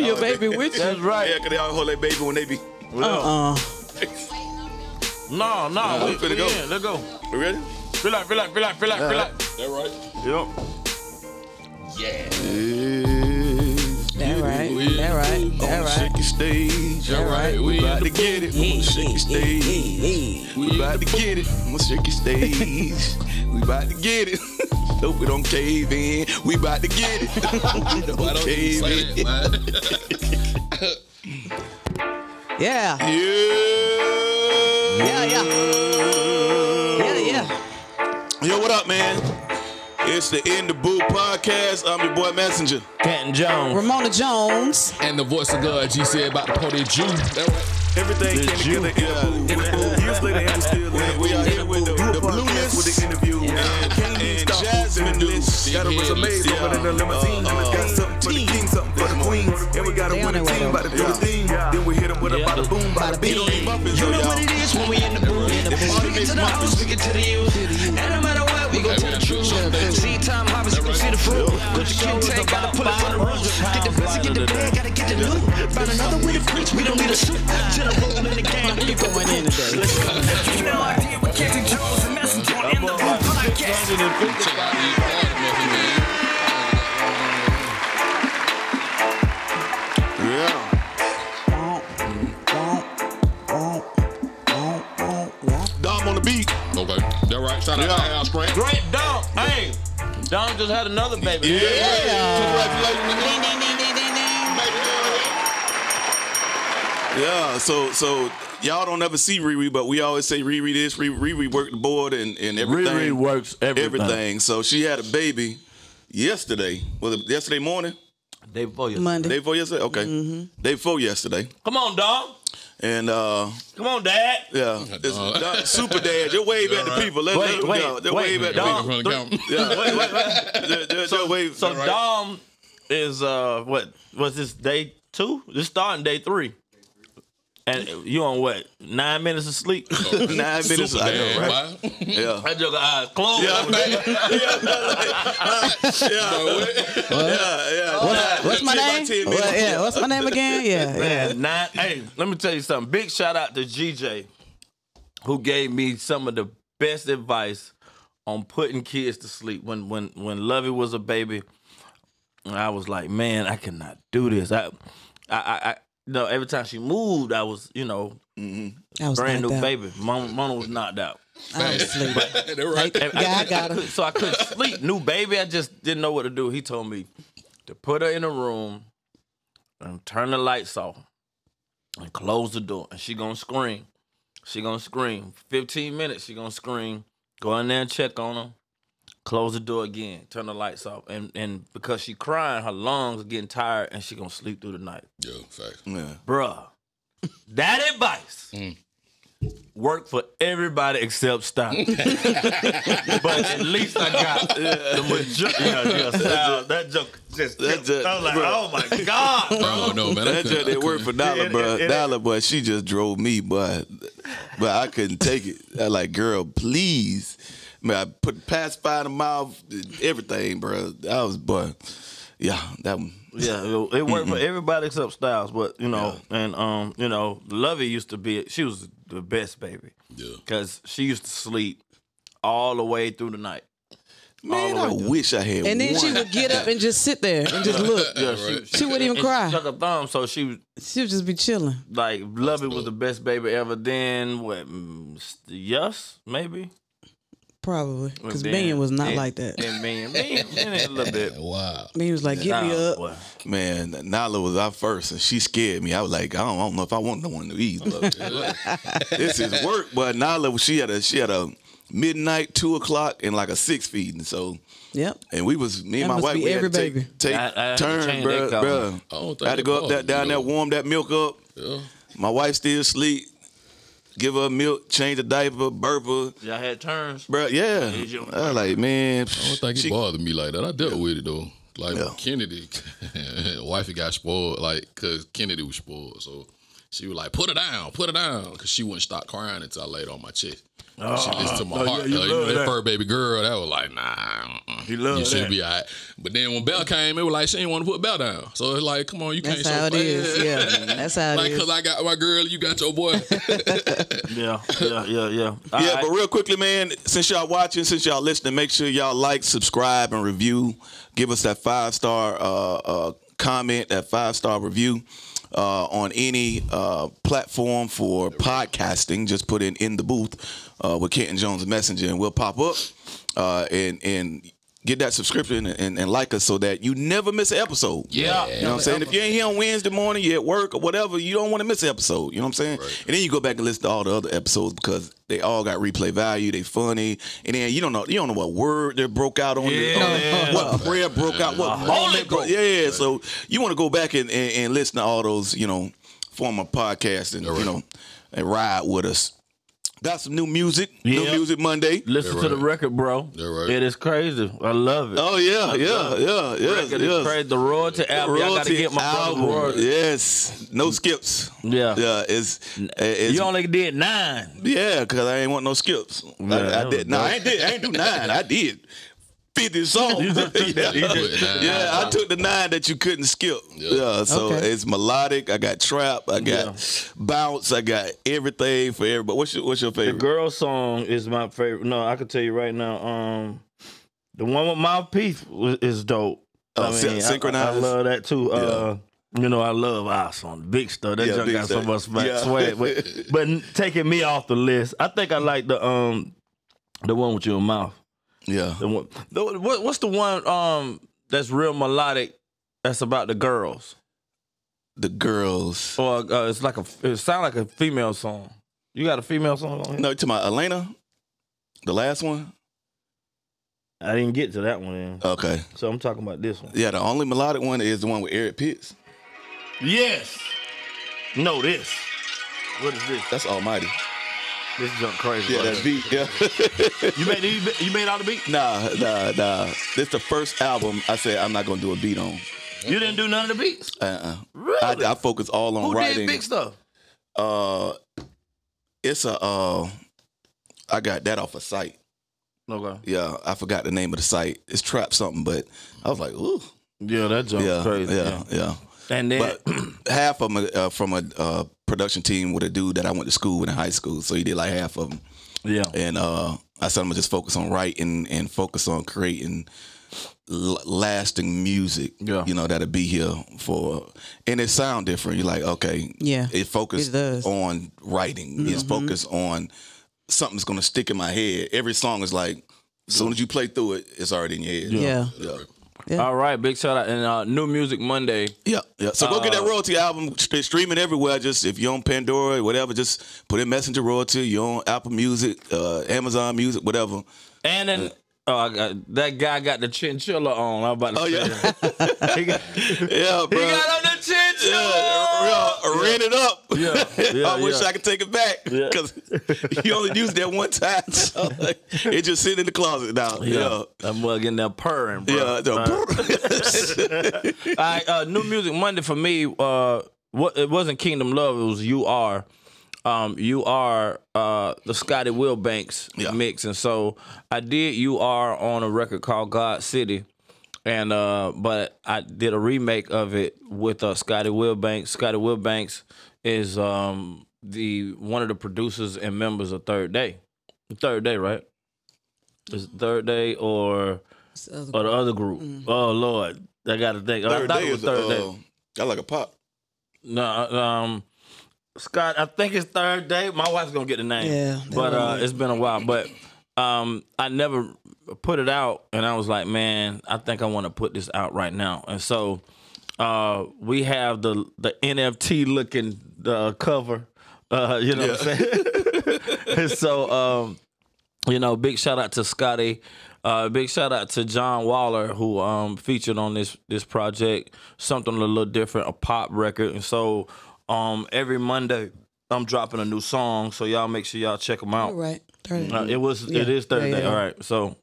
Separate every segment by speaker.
Speaker 1: baby with you.
Speaker 2: That's right.
Speaker 3: Yeah, cause they all hold their baby when they be.
Speaker 1: Uh,
Speaker 2: No, no, we,
Speaker 3: finna
Speaker 2: we
Speaker 3: go.
Speaker 2: in. Let's go.
Speaker 3: We ready?
Speaker 2: Relax, relax, relax, relax, relax.
Speaker 3: That right?
Speaker 2: Yep.
Speaker 1: that right. That right. That right.
Speaker 3: Shaky stage.
Speaker 1: That right.
Speaker 3: We about to get it. We shaky stage. We about to get it. I'm gonna shake your stage. we about to get it. Hope we don't cave in. We about to get it. we don't cave in.
Speaker 1: Yeah.
Speaker 3: Yeah.
Speaker 1: Yeah. Yeah. Yeah. Yeah.
Speaker 3: Yo, what up, man? It's the In the Boo podcast. I'm your boy Messenger.
Speaker 4: Canton Jones.
Speaker 1: Ramona Jones.
Speaker 5: And the voice of God, G said about the Pody Jew. That right.
Speaker 6: Everything
Speaker 2: The
Speaker 6: came
Speaker 2: Jew.
Speaker 6: together in the booth. Years later, and we still in the
Speaker 3: We are
Speaker 6: booth.
Speaker 3: here with the,
Speaker 6: Do a
Speaker 3: the Blue
Speaker 6: podcast with
Speaker 3: List
Speaker 6: the interview. Can't even
Speaker 3: and
Speaker 6: stop
Speaker 3: Jasmine List.
Speaker 6: Got a resume
Speaker 3: Yeah.
Speaker 6: over in the
Speaker 2: Uh,
Speaker 6: limousine. And I got something for the king, something for the queens. And we got a
Speaker 1: They on
Speaker 6: winning
Speaker 1: their way
Speaker 6: team,
Speaker 1: though.
Speaker 6: about to do the thing. Then we hit them with a bada boom, bada
Speaker 3: They
Speaker 6: bing.
Speaker 3: don't eat muffins,
Speaker 7: You
Speaker 3: though,
Speaker 7: know
Speaker 3: y'all.
Speaker 7: what it is when we in the booth. In the booth.
Speaker 3: All
Speaker 7: Speak it
Speaker 3: these
Speaker 7: to the
Speaker 3: muffins.
Speaker 7: hoes, speak it to the youth. And no matter what, we gon' tell the truth. See Tom Hobbs, you gon' see the fruit. Put the kid tag, gotta pull it from the roof. Get the blessing, get the bag, gotta get the loot. Find another way to preach, we don't need a suit. To the roll in the game, we going in today. Let's go. You know I did with Captain Jones and Messenger on in the booth podcast.
Speaker 5: Check out these bars,
Speaker 3: Yeah. Dom on the beat.
Speaker 5: man. Okay. That right. Shout out
Speaker 3: Yeah.
Speaker 5: to Al Grant.
Speaker 2: Great Dom. Hey, Dom just had another baby.
Speaker 3: Congratulations. Yeah, so so y'all don't ever see Riri, but we always say Riri this, Riri, Riri worked the board and, and everything.
Speaker 2: Riri works everything.
Speaker 3: everything. So she had a baby yesterday. Was it yesterday morning?
Speaker 2: Day before you.
Speaker 3: Day
Speaker 1: Monday.
Speaker 3: before yesterday? Okay. Day before yesterday.
Speaker 2: Come on, Dom.
Speaker 3: And uh
Speaker 2: Come on, Dad.
Speaker 3: yeah. It's, Dom- super dad, just wave at the people. Let,
Speaker 2: Wait,
Speaker 3: let,
Speaker 2: wait,
Speaker 3: yeah, just
Speaker 2: wait,
Speaker 3: wave at
Speaker 2: Dom.
Speaker 3: the
Speaker 5: In front of the camera.
Speaker 3: people. Yeah, wait, wait, wait. Just- just- just wave.
Speaker 2: So Dom is uh what was this day two? This starting day three. And you on what? Nine minutes of sleep?
Speaker 3: nine minutes. I know, right?
Speaker 5: Superman, boy.
Speaker 3: Yeah.
Speaker 2: I joke eyes closed.
Speaker 3: Yeah, yeah, yeah.
Speaker 1: What's, what's my
Speaker 3: Ten by
Speaker 1: name?
Speaker 3: ten
Speaker 1: Well,
Speaker 3: minutes.
Speaker 1: yeah. What's my name again? Yeah. Yeah.
Speaker 2: Man, nine. Hey, let me tell you something. Big shout out to GJ, who gave me some of the best advice on putting kids to sleep. When when when Lovey was a baby, and I was like, man, I cannot do this. I, I, I, I you know, every time she moved, I was, you know,
Speaker 1: I was
Speaker 2: brand new
Speaker 1: knocked out.
Speaker 2: baby. Mama, mama was knocked out.
Speaker 1: I was sleeping.
Speaker 5: That right.
Speaker 2: And
Speaker 1: Yeah, I
Speaker 2: couldn't-
Speaker 1: got her.
Speaker 2: couldn't- So I couldn't sleep. New baby, I just didn't know what to do. He told me to put her in a room and turn the lights off and close the door. And she gonna scream. She gonna scream. 15 minutes, she gonna scream. Go in there and check on her. Close the door again. Turn the lights off. And and because she crying, her lungs getting tired and she gonna sleep through the night.
Speaker 5: Yo, facts.
Speaker 3: Yeah.
Speaker 2: Bruh. That advice worked for everybody except Stop. but at least I got the majority. Yeah, yeah, Stop. that joke just.
Speaker 3: That just-
Speaker 2: I was like,
Speaker 3: bruh.
Speaker 2: oh my God, bro.
Speaker 5: Oh no, man. I
Speaker 3: That
Speaker 5: couldn't-
Speaker 3: just didn't
Speaker 5: I
Speaker 3: work for
Speaker 5: couldn't.
Speaker 3: Dollar,
Speaker 2: it-
Speaker 3: bro.
Speaker 2: it-
Speaker 3: Dollar, but she just drove me, but but I couldn't take it. I like, girl, please. Man, I put pacifier in the mouth, everything, bro. I was, boy, yeah, that one.
Speaker 2: Yeah, it- it worked for everybody except Styles, but you know, and um, you know, Lovey used to be she was the best baby.
Speaker 5: Yeah.
Speaker 2: Cause she used to sleep all the way through the night.
Speaker 3: Man, I
Speaker 2: All the way
Speaker 3: wish I had
Speaker 1: And then
Speaker 3: one.
Speaker 1: she would get up and just sit there and just look.
Speaker 2: Yeah, she,
Speaker 1: She wouldn't even
Speaker 2: and She
Speaker 1: cry.
Speaker 2: stuck her thumb, so she was
Speaker 1: She would just be chilling.
Speaker 2: like Lovey was the best baby ever. Then what? mm, s- Yes, maybe.
Speaker 1: Probably. Because
Speaker 2: then-
Speaker 1: Binion was not
Speaker 2: then-
Speaker 1: like that.
Speaker 2: And Binion, Binion, Binion a little bit.
Speaker 5: Wow.
Speaker 1: Binion was like, get me
Speaker 2: Nah,
Speaker 1: up.
Speaker 2: boy.
Speaker 3: Man, Nala was our first, and she scared me. I was like, I don't, I don't know if I want no one to eat. But this is work. But Nala, she had a she had a midnight, two o'clock, and like a six feeding. So,
Speaker 1: Yep.
Speaker 3: and we was me and my
Speaker 1: That must
Speaker 3: wife
Speaker 1: be
Speaker 3: we had
Speaker 1: every
Speaker 3: to take,
Speaker 1: baby.
Speaker 3: take
Speaker 2: I- I had to
Speaker 3: turn,
Speaker 2: change that
Speaker 3: bro,
Speaker 2: color.
Speaker 3: bro.
Speaker 5: I don't think
Speaker 3: I had to
Speaker 5: it
Speaker 3: go up that
Speaker 5: bothers
Speaker 3: down
Speaker 5: you,
Speaker 3: there,
Speaker 5: though.
Speaker 3: warm that milk up.
Speaker 5: Yeah.
Speaker 3: My wife still sleep. Give her milk, change the diaper, burp her,
Speaker 2: Y'all had turns.
Speaker 3: bro. Yeah,
Speaker 2: Is your-
Speaker 3: I was like, man,
Speaker 5: I don't think it
Speaker 3: she-
Speaker 5: bothered me like that. I dealt with it though. Like
Speaker 3: Yeah.
Speaker 5: Kennedy, wifey got spoiled. Like, cause Kennedy was spoiled, so She was like, put her down, put her down. Cause she wouldn't stop crying until I laid on my chest. she listened to my
Speaker 2: no,
Speaker 5: heart.
Speaker 2: Ah, oh, yeah, you
Speaker 5: though.
Speaker 2: love
Speaker 5: that,
Speaker 2: that.
Speaker 5: fur baby girl, that was like, nah, mm-mm.
Speaker 2: You love
Speaker 5: you should
Speaker 2: that.
Speaker 5: be all right. But then when Bell came, it was like, she didn't want to put Bell down. So it's like, come on, you
Speaker 4: That's
Speaker 5: can't
Speaker 4: how it
Speaker 5: so
Speaker 4: is.
Speaker 5: fast.
Speaker 4: Yeah, that's how it
Speaker 5: like,
Speaker 4: is.
Speaker 5: cause I got my girl, you got your boy.
Speaker 2: Yeah, yeah, yeah, yeah.
Speaker 3: Yeah,
Speaker 2: Alright.
Speaker 3: but real quickly, man, since y'all watching, since y'all listening, make sure y'all like, subscribe, and review. Give us that five star uh, uh, comment, that five star review uh, on any uh, platform for podcasting. Just put in in the booth uh, with Kenton Jones Messenger, and we'll pop up uh, and and get that subscription and, and like us so that you never miss an episode.
Speaker 5: Yeah.
Speaker 3: You know what I'm saying? If you ain't here on Wednesday morning, you at work or whatever, you don't want to miss an episode. You know what I'm saying? And then you go back and listen to all the other episodes because they all got replay value. They funny, and then you don't know you don't know what word they broke out on, you,
Speaker 2: Yeah.
Speaker 3: what prayer broke out, what moment broke. Yeah, yeah. So you want to go back and, and, and listen to all those, you know, former podcasts and you know, and ride with us. Got some new music. New
Speaker 2: Yeah.
Speaker 3: music Monday.
Speaker 2: Listen
Speaker 5: Yeah,
Speaker 2: to the
Speaker 5: right.
Speaker 2: record, bro.
Speaker 5: Yeah, right.
Speaker 2: It is crazy. I love it.
Speaker 3: Oh yeah, yeah, yeah, yeah,
Speaker 2: Record
Speaker 3: yeah.
Speaker 2: is crazy. The royalty album. Y'all gotta
Speaker 3: Royalty
Speaker 2: get my brother
Speaker 3: album.
Speaker 2: royalty.
Speaker 3: Yes, no skips.
Speaker 2: Yeah.
Speaker 3: yeah. It's, it's
Speaker 2: You only did nine.
Speaker 3: yeah, cause I ain't want no skips. I,
Speaker 2: that
Speaker 3: I
Speaker 2: was
Speaker 3: did. No, I ain't did. I ain't do nine. I did fifty songs. yeah, yeah, I took the nine that you couldn't skip. Yeah, so
Speaker 4: Okay.
Speaker 3: it's melodic. I got trap. I got bounce. I got everything for everybody. What's your What's your
Speaker 2: The
Speaker 3: favorite?
Speaker 2: girl song is my favorite. No, I can tell you right now. Um, the one with mouthpiece was, is dope.
Speaker 3: Oh,
Speaker 2: I
Speaker 3: Sy-
Speaker 2: mean, I-
Speaker 3: Synchronized?
Speaker 2: I, love that too. Uh, you know, I love our song, Big Stuff. That
Speaker 3: Yeah,
Speaker 2: junk
Speaker 3: Big
Speaker 2: got so
Speaker 3: Stuff.
Speaker 2: much back
Speaker 3: Yeah.
Speaker 2: swag. But, but taking me off the list, I think I like the um, the one with your mouth.
Speaker 3: yeah,
Speaker 2: The one, the, what, what's the one um that's real melodic? That's about the girls,
Speaker 3: the girls.
Speaker 2: or uh, it's like a it sound like a female song. You got a female song on here?
Speaker 3: No, to my Elena, the last one.
Speaker 2: I didn't get to that one, then.
Speaker 3: Okay,
Speaker 2: so I'm talking about this one.
Speaker 3: yeah. The only melodic one is the one with Eric Pitts.
Speaker 2: Yes. No, this. What is this?
Speaker 3: That's Almighty.
Speaker 2: This junk crazy.
Speaker 3: Yeah,
Speaker 2: right
Speaker 3: that's
Speaker 2: here.
Speaker 3: beat. Yeah.
Speaker 2: You made you made- you made all the beat.
Speaker 3: Nah, nah, nah. This the first album I said I'm not gonna do a beat on.
Speaker 2: You didn't do none of the beats.
Speaker 3: Uh-uh.
Speaker 2: Really?
Speaker 3: I, I focus all on
Speaker 2: Who
Speaker 3: writing.
Speaker 2: did big stuff?
Speaker 3: uh, it's a uh, I got that off a site.
Speaker 2: Okay.
Speaker 3: Yeah, I forgot the name of the site. It's trap something, but I was like, ooh,
Speaker 2: Yeah, that junk
Speaker 3: yeah,
Speaker 2: crazy.
Speaker 3: yeah, yeah.
Speaker 2: And then
Speaker 3: But half of them are, uh, from a uh, production team with a dude that I went to school with in high school, so he did like half of them.
Speaker 2: yeah.
Speaker 3: and uh, I said I'm gonna just focus on writing and focus on creating l- lasting music.
Speaker 2: Yeah.
Speaker 3: you know that'll be here for, and it sound different. You're like, okay,
Speaker 4: Yeah,
Speaker 3: It
Speaker 4: it
Speaker 3: focused
Speaker 4: does. Mm-hmm.
Speaker 3: on writing. It's focused on something's gonna stick in my head. Every song is like, as soon as you play through it, it's already in your head.
Speaker 4: yeah.
Speaker 3: yeah.
Speaker 2: All right, big shout out and uh, new music Monday.
Speaker 3: Yeah, yeah. So go get that royalty album. St- streaming everywhere. Just if you're on Pandora, or whatever, just put in Messenger royalty. You're on Apple Music, uh, Amazon Music, whatever.
Speaker 2: And then oh, I got, that guy got the chinchilla on. I'm about to
Speaker 3: Oh,
Speaker 2: say
Speaker 3: yeah.
Speaker 2: that. he, got, he
Speaker 3: Yeah, bro.
Speaker 2: got on the chinchilla.
Speaker 3: Yeah, yeah, rent it up.
Speaker 2: Yeah, yeah,
Speaker 3: I wish
Speaker 2: yeah.
Speaker 3: I could take it back because you only used that one time. So like, it just sitting in the closet now. Yeah,
Speaker 2: That mug in there purring, bro.
Speaker 3: yeah. the-
Speaker 2: All right, uh, new music Monday for me. Uh, what it wasn't Kingdom Love. It was You Are. Um, you are uh, the Scotty Wilbanks
Speaker 3: Yeah.
Speaker 2: mix, and so I did You Are on a record called God City, and uh, but I did a remake of it with uh, Scotty Wilbanks. Scotty Wilbanks is um, the one of the producers and members of Third Day. Third Day, right? Is it Third Day or or the other group. Oh Lord, I got to think. I
Speaker 3: third
Speaker 2: thought
Speaker 3: day
Speaker 2: it was
Speaker 3: is
Speaker 2: third
Speaker 3: uh,
Speaker 2: day.
Speaker 3: I like a pop.
Speaker 2: No, um, Scott, I think it's third day. My wife's gonna get the name.
Speaker 4: Yeah,
Speaker 2: but
Speaker 4: that
Speaker 2: uh,
Speaker 4: one.
Speaker 2: it's been a while. But um, I never put it out, and I was like, man, I think I want to put this out right now, and so. Uh, we have the the NFT looking uh, cover. Uh, you know what I'm saying? so um you know big shout out to scotty uh big shout out to john waller who um featured on this this project something a little different a pop record and so um every monday i'm dropping a new song so y'all make sure y'all check them out
Speaker 4: All right. Turn it
Speaker 2: Uh, it was it
Speaker 4: Yeah.
Speaker 2: is thursday
Speaker 4: Yeah, yeah.
Speaker 2: all right so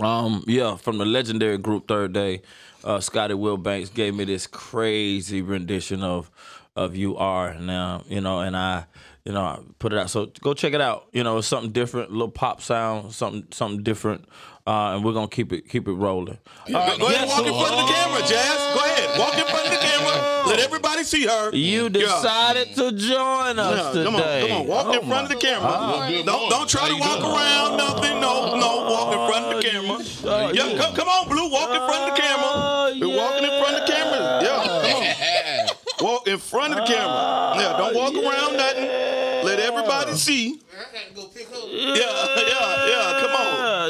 Speaker 2: Um, yeah, from the legendary group Third Day, uh, Scotty Will Banks gave me this crazy rendition of of "You Are" now, you know, and I, you know, I put it out. So go check it out. You know, it's something different, little pop sound, something something different, uh, and we're gonna keep it keep it rolling. Uh,
Speaker 3: Go
Speaker 2: yes,
Speaker 3: ahead and walk in front of the camera, Jazz. Go ahead. Walk in front of the
Speaker 2: Oh.
Speaker 3: camera. Let everybody see her.
Speaker 2: You decided to join us today.
Speaker 3: Yeah, come on, come on. Walk in
Speaker 2: Oh
Speaker 3: front of the camera.
Speaker 5: Good
Speaker 3: Don't
Speaker 5: morning.
Speaker 3: don't try to
Speaker 5: How you
Speaker 3: walk
Speaker 5: doing?
Speaker 3: around nothing. No, no. Walk in front of the
Speaker 2: Oh,
Speaker 3: camera. Yeah, come, come on, Blue. Walk in front of the
Speaker 2: Oh,
Speaker 3: camera. We're walking in front of the camera. Yeah, come on. Walk in front of the camera. Yeah, don't walk around nothing. Let everybody see. Yeah, yeah, yeah. Come
Speaker 2: Yeah,
Speaker 3: on.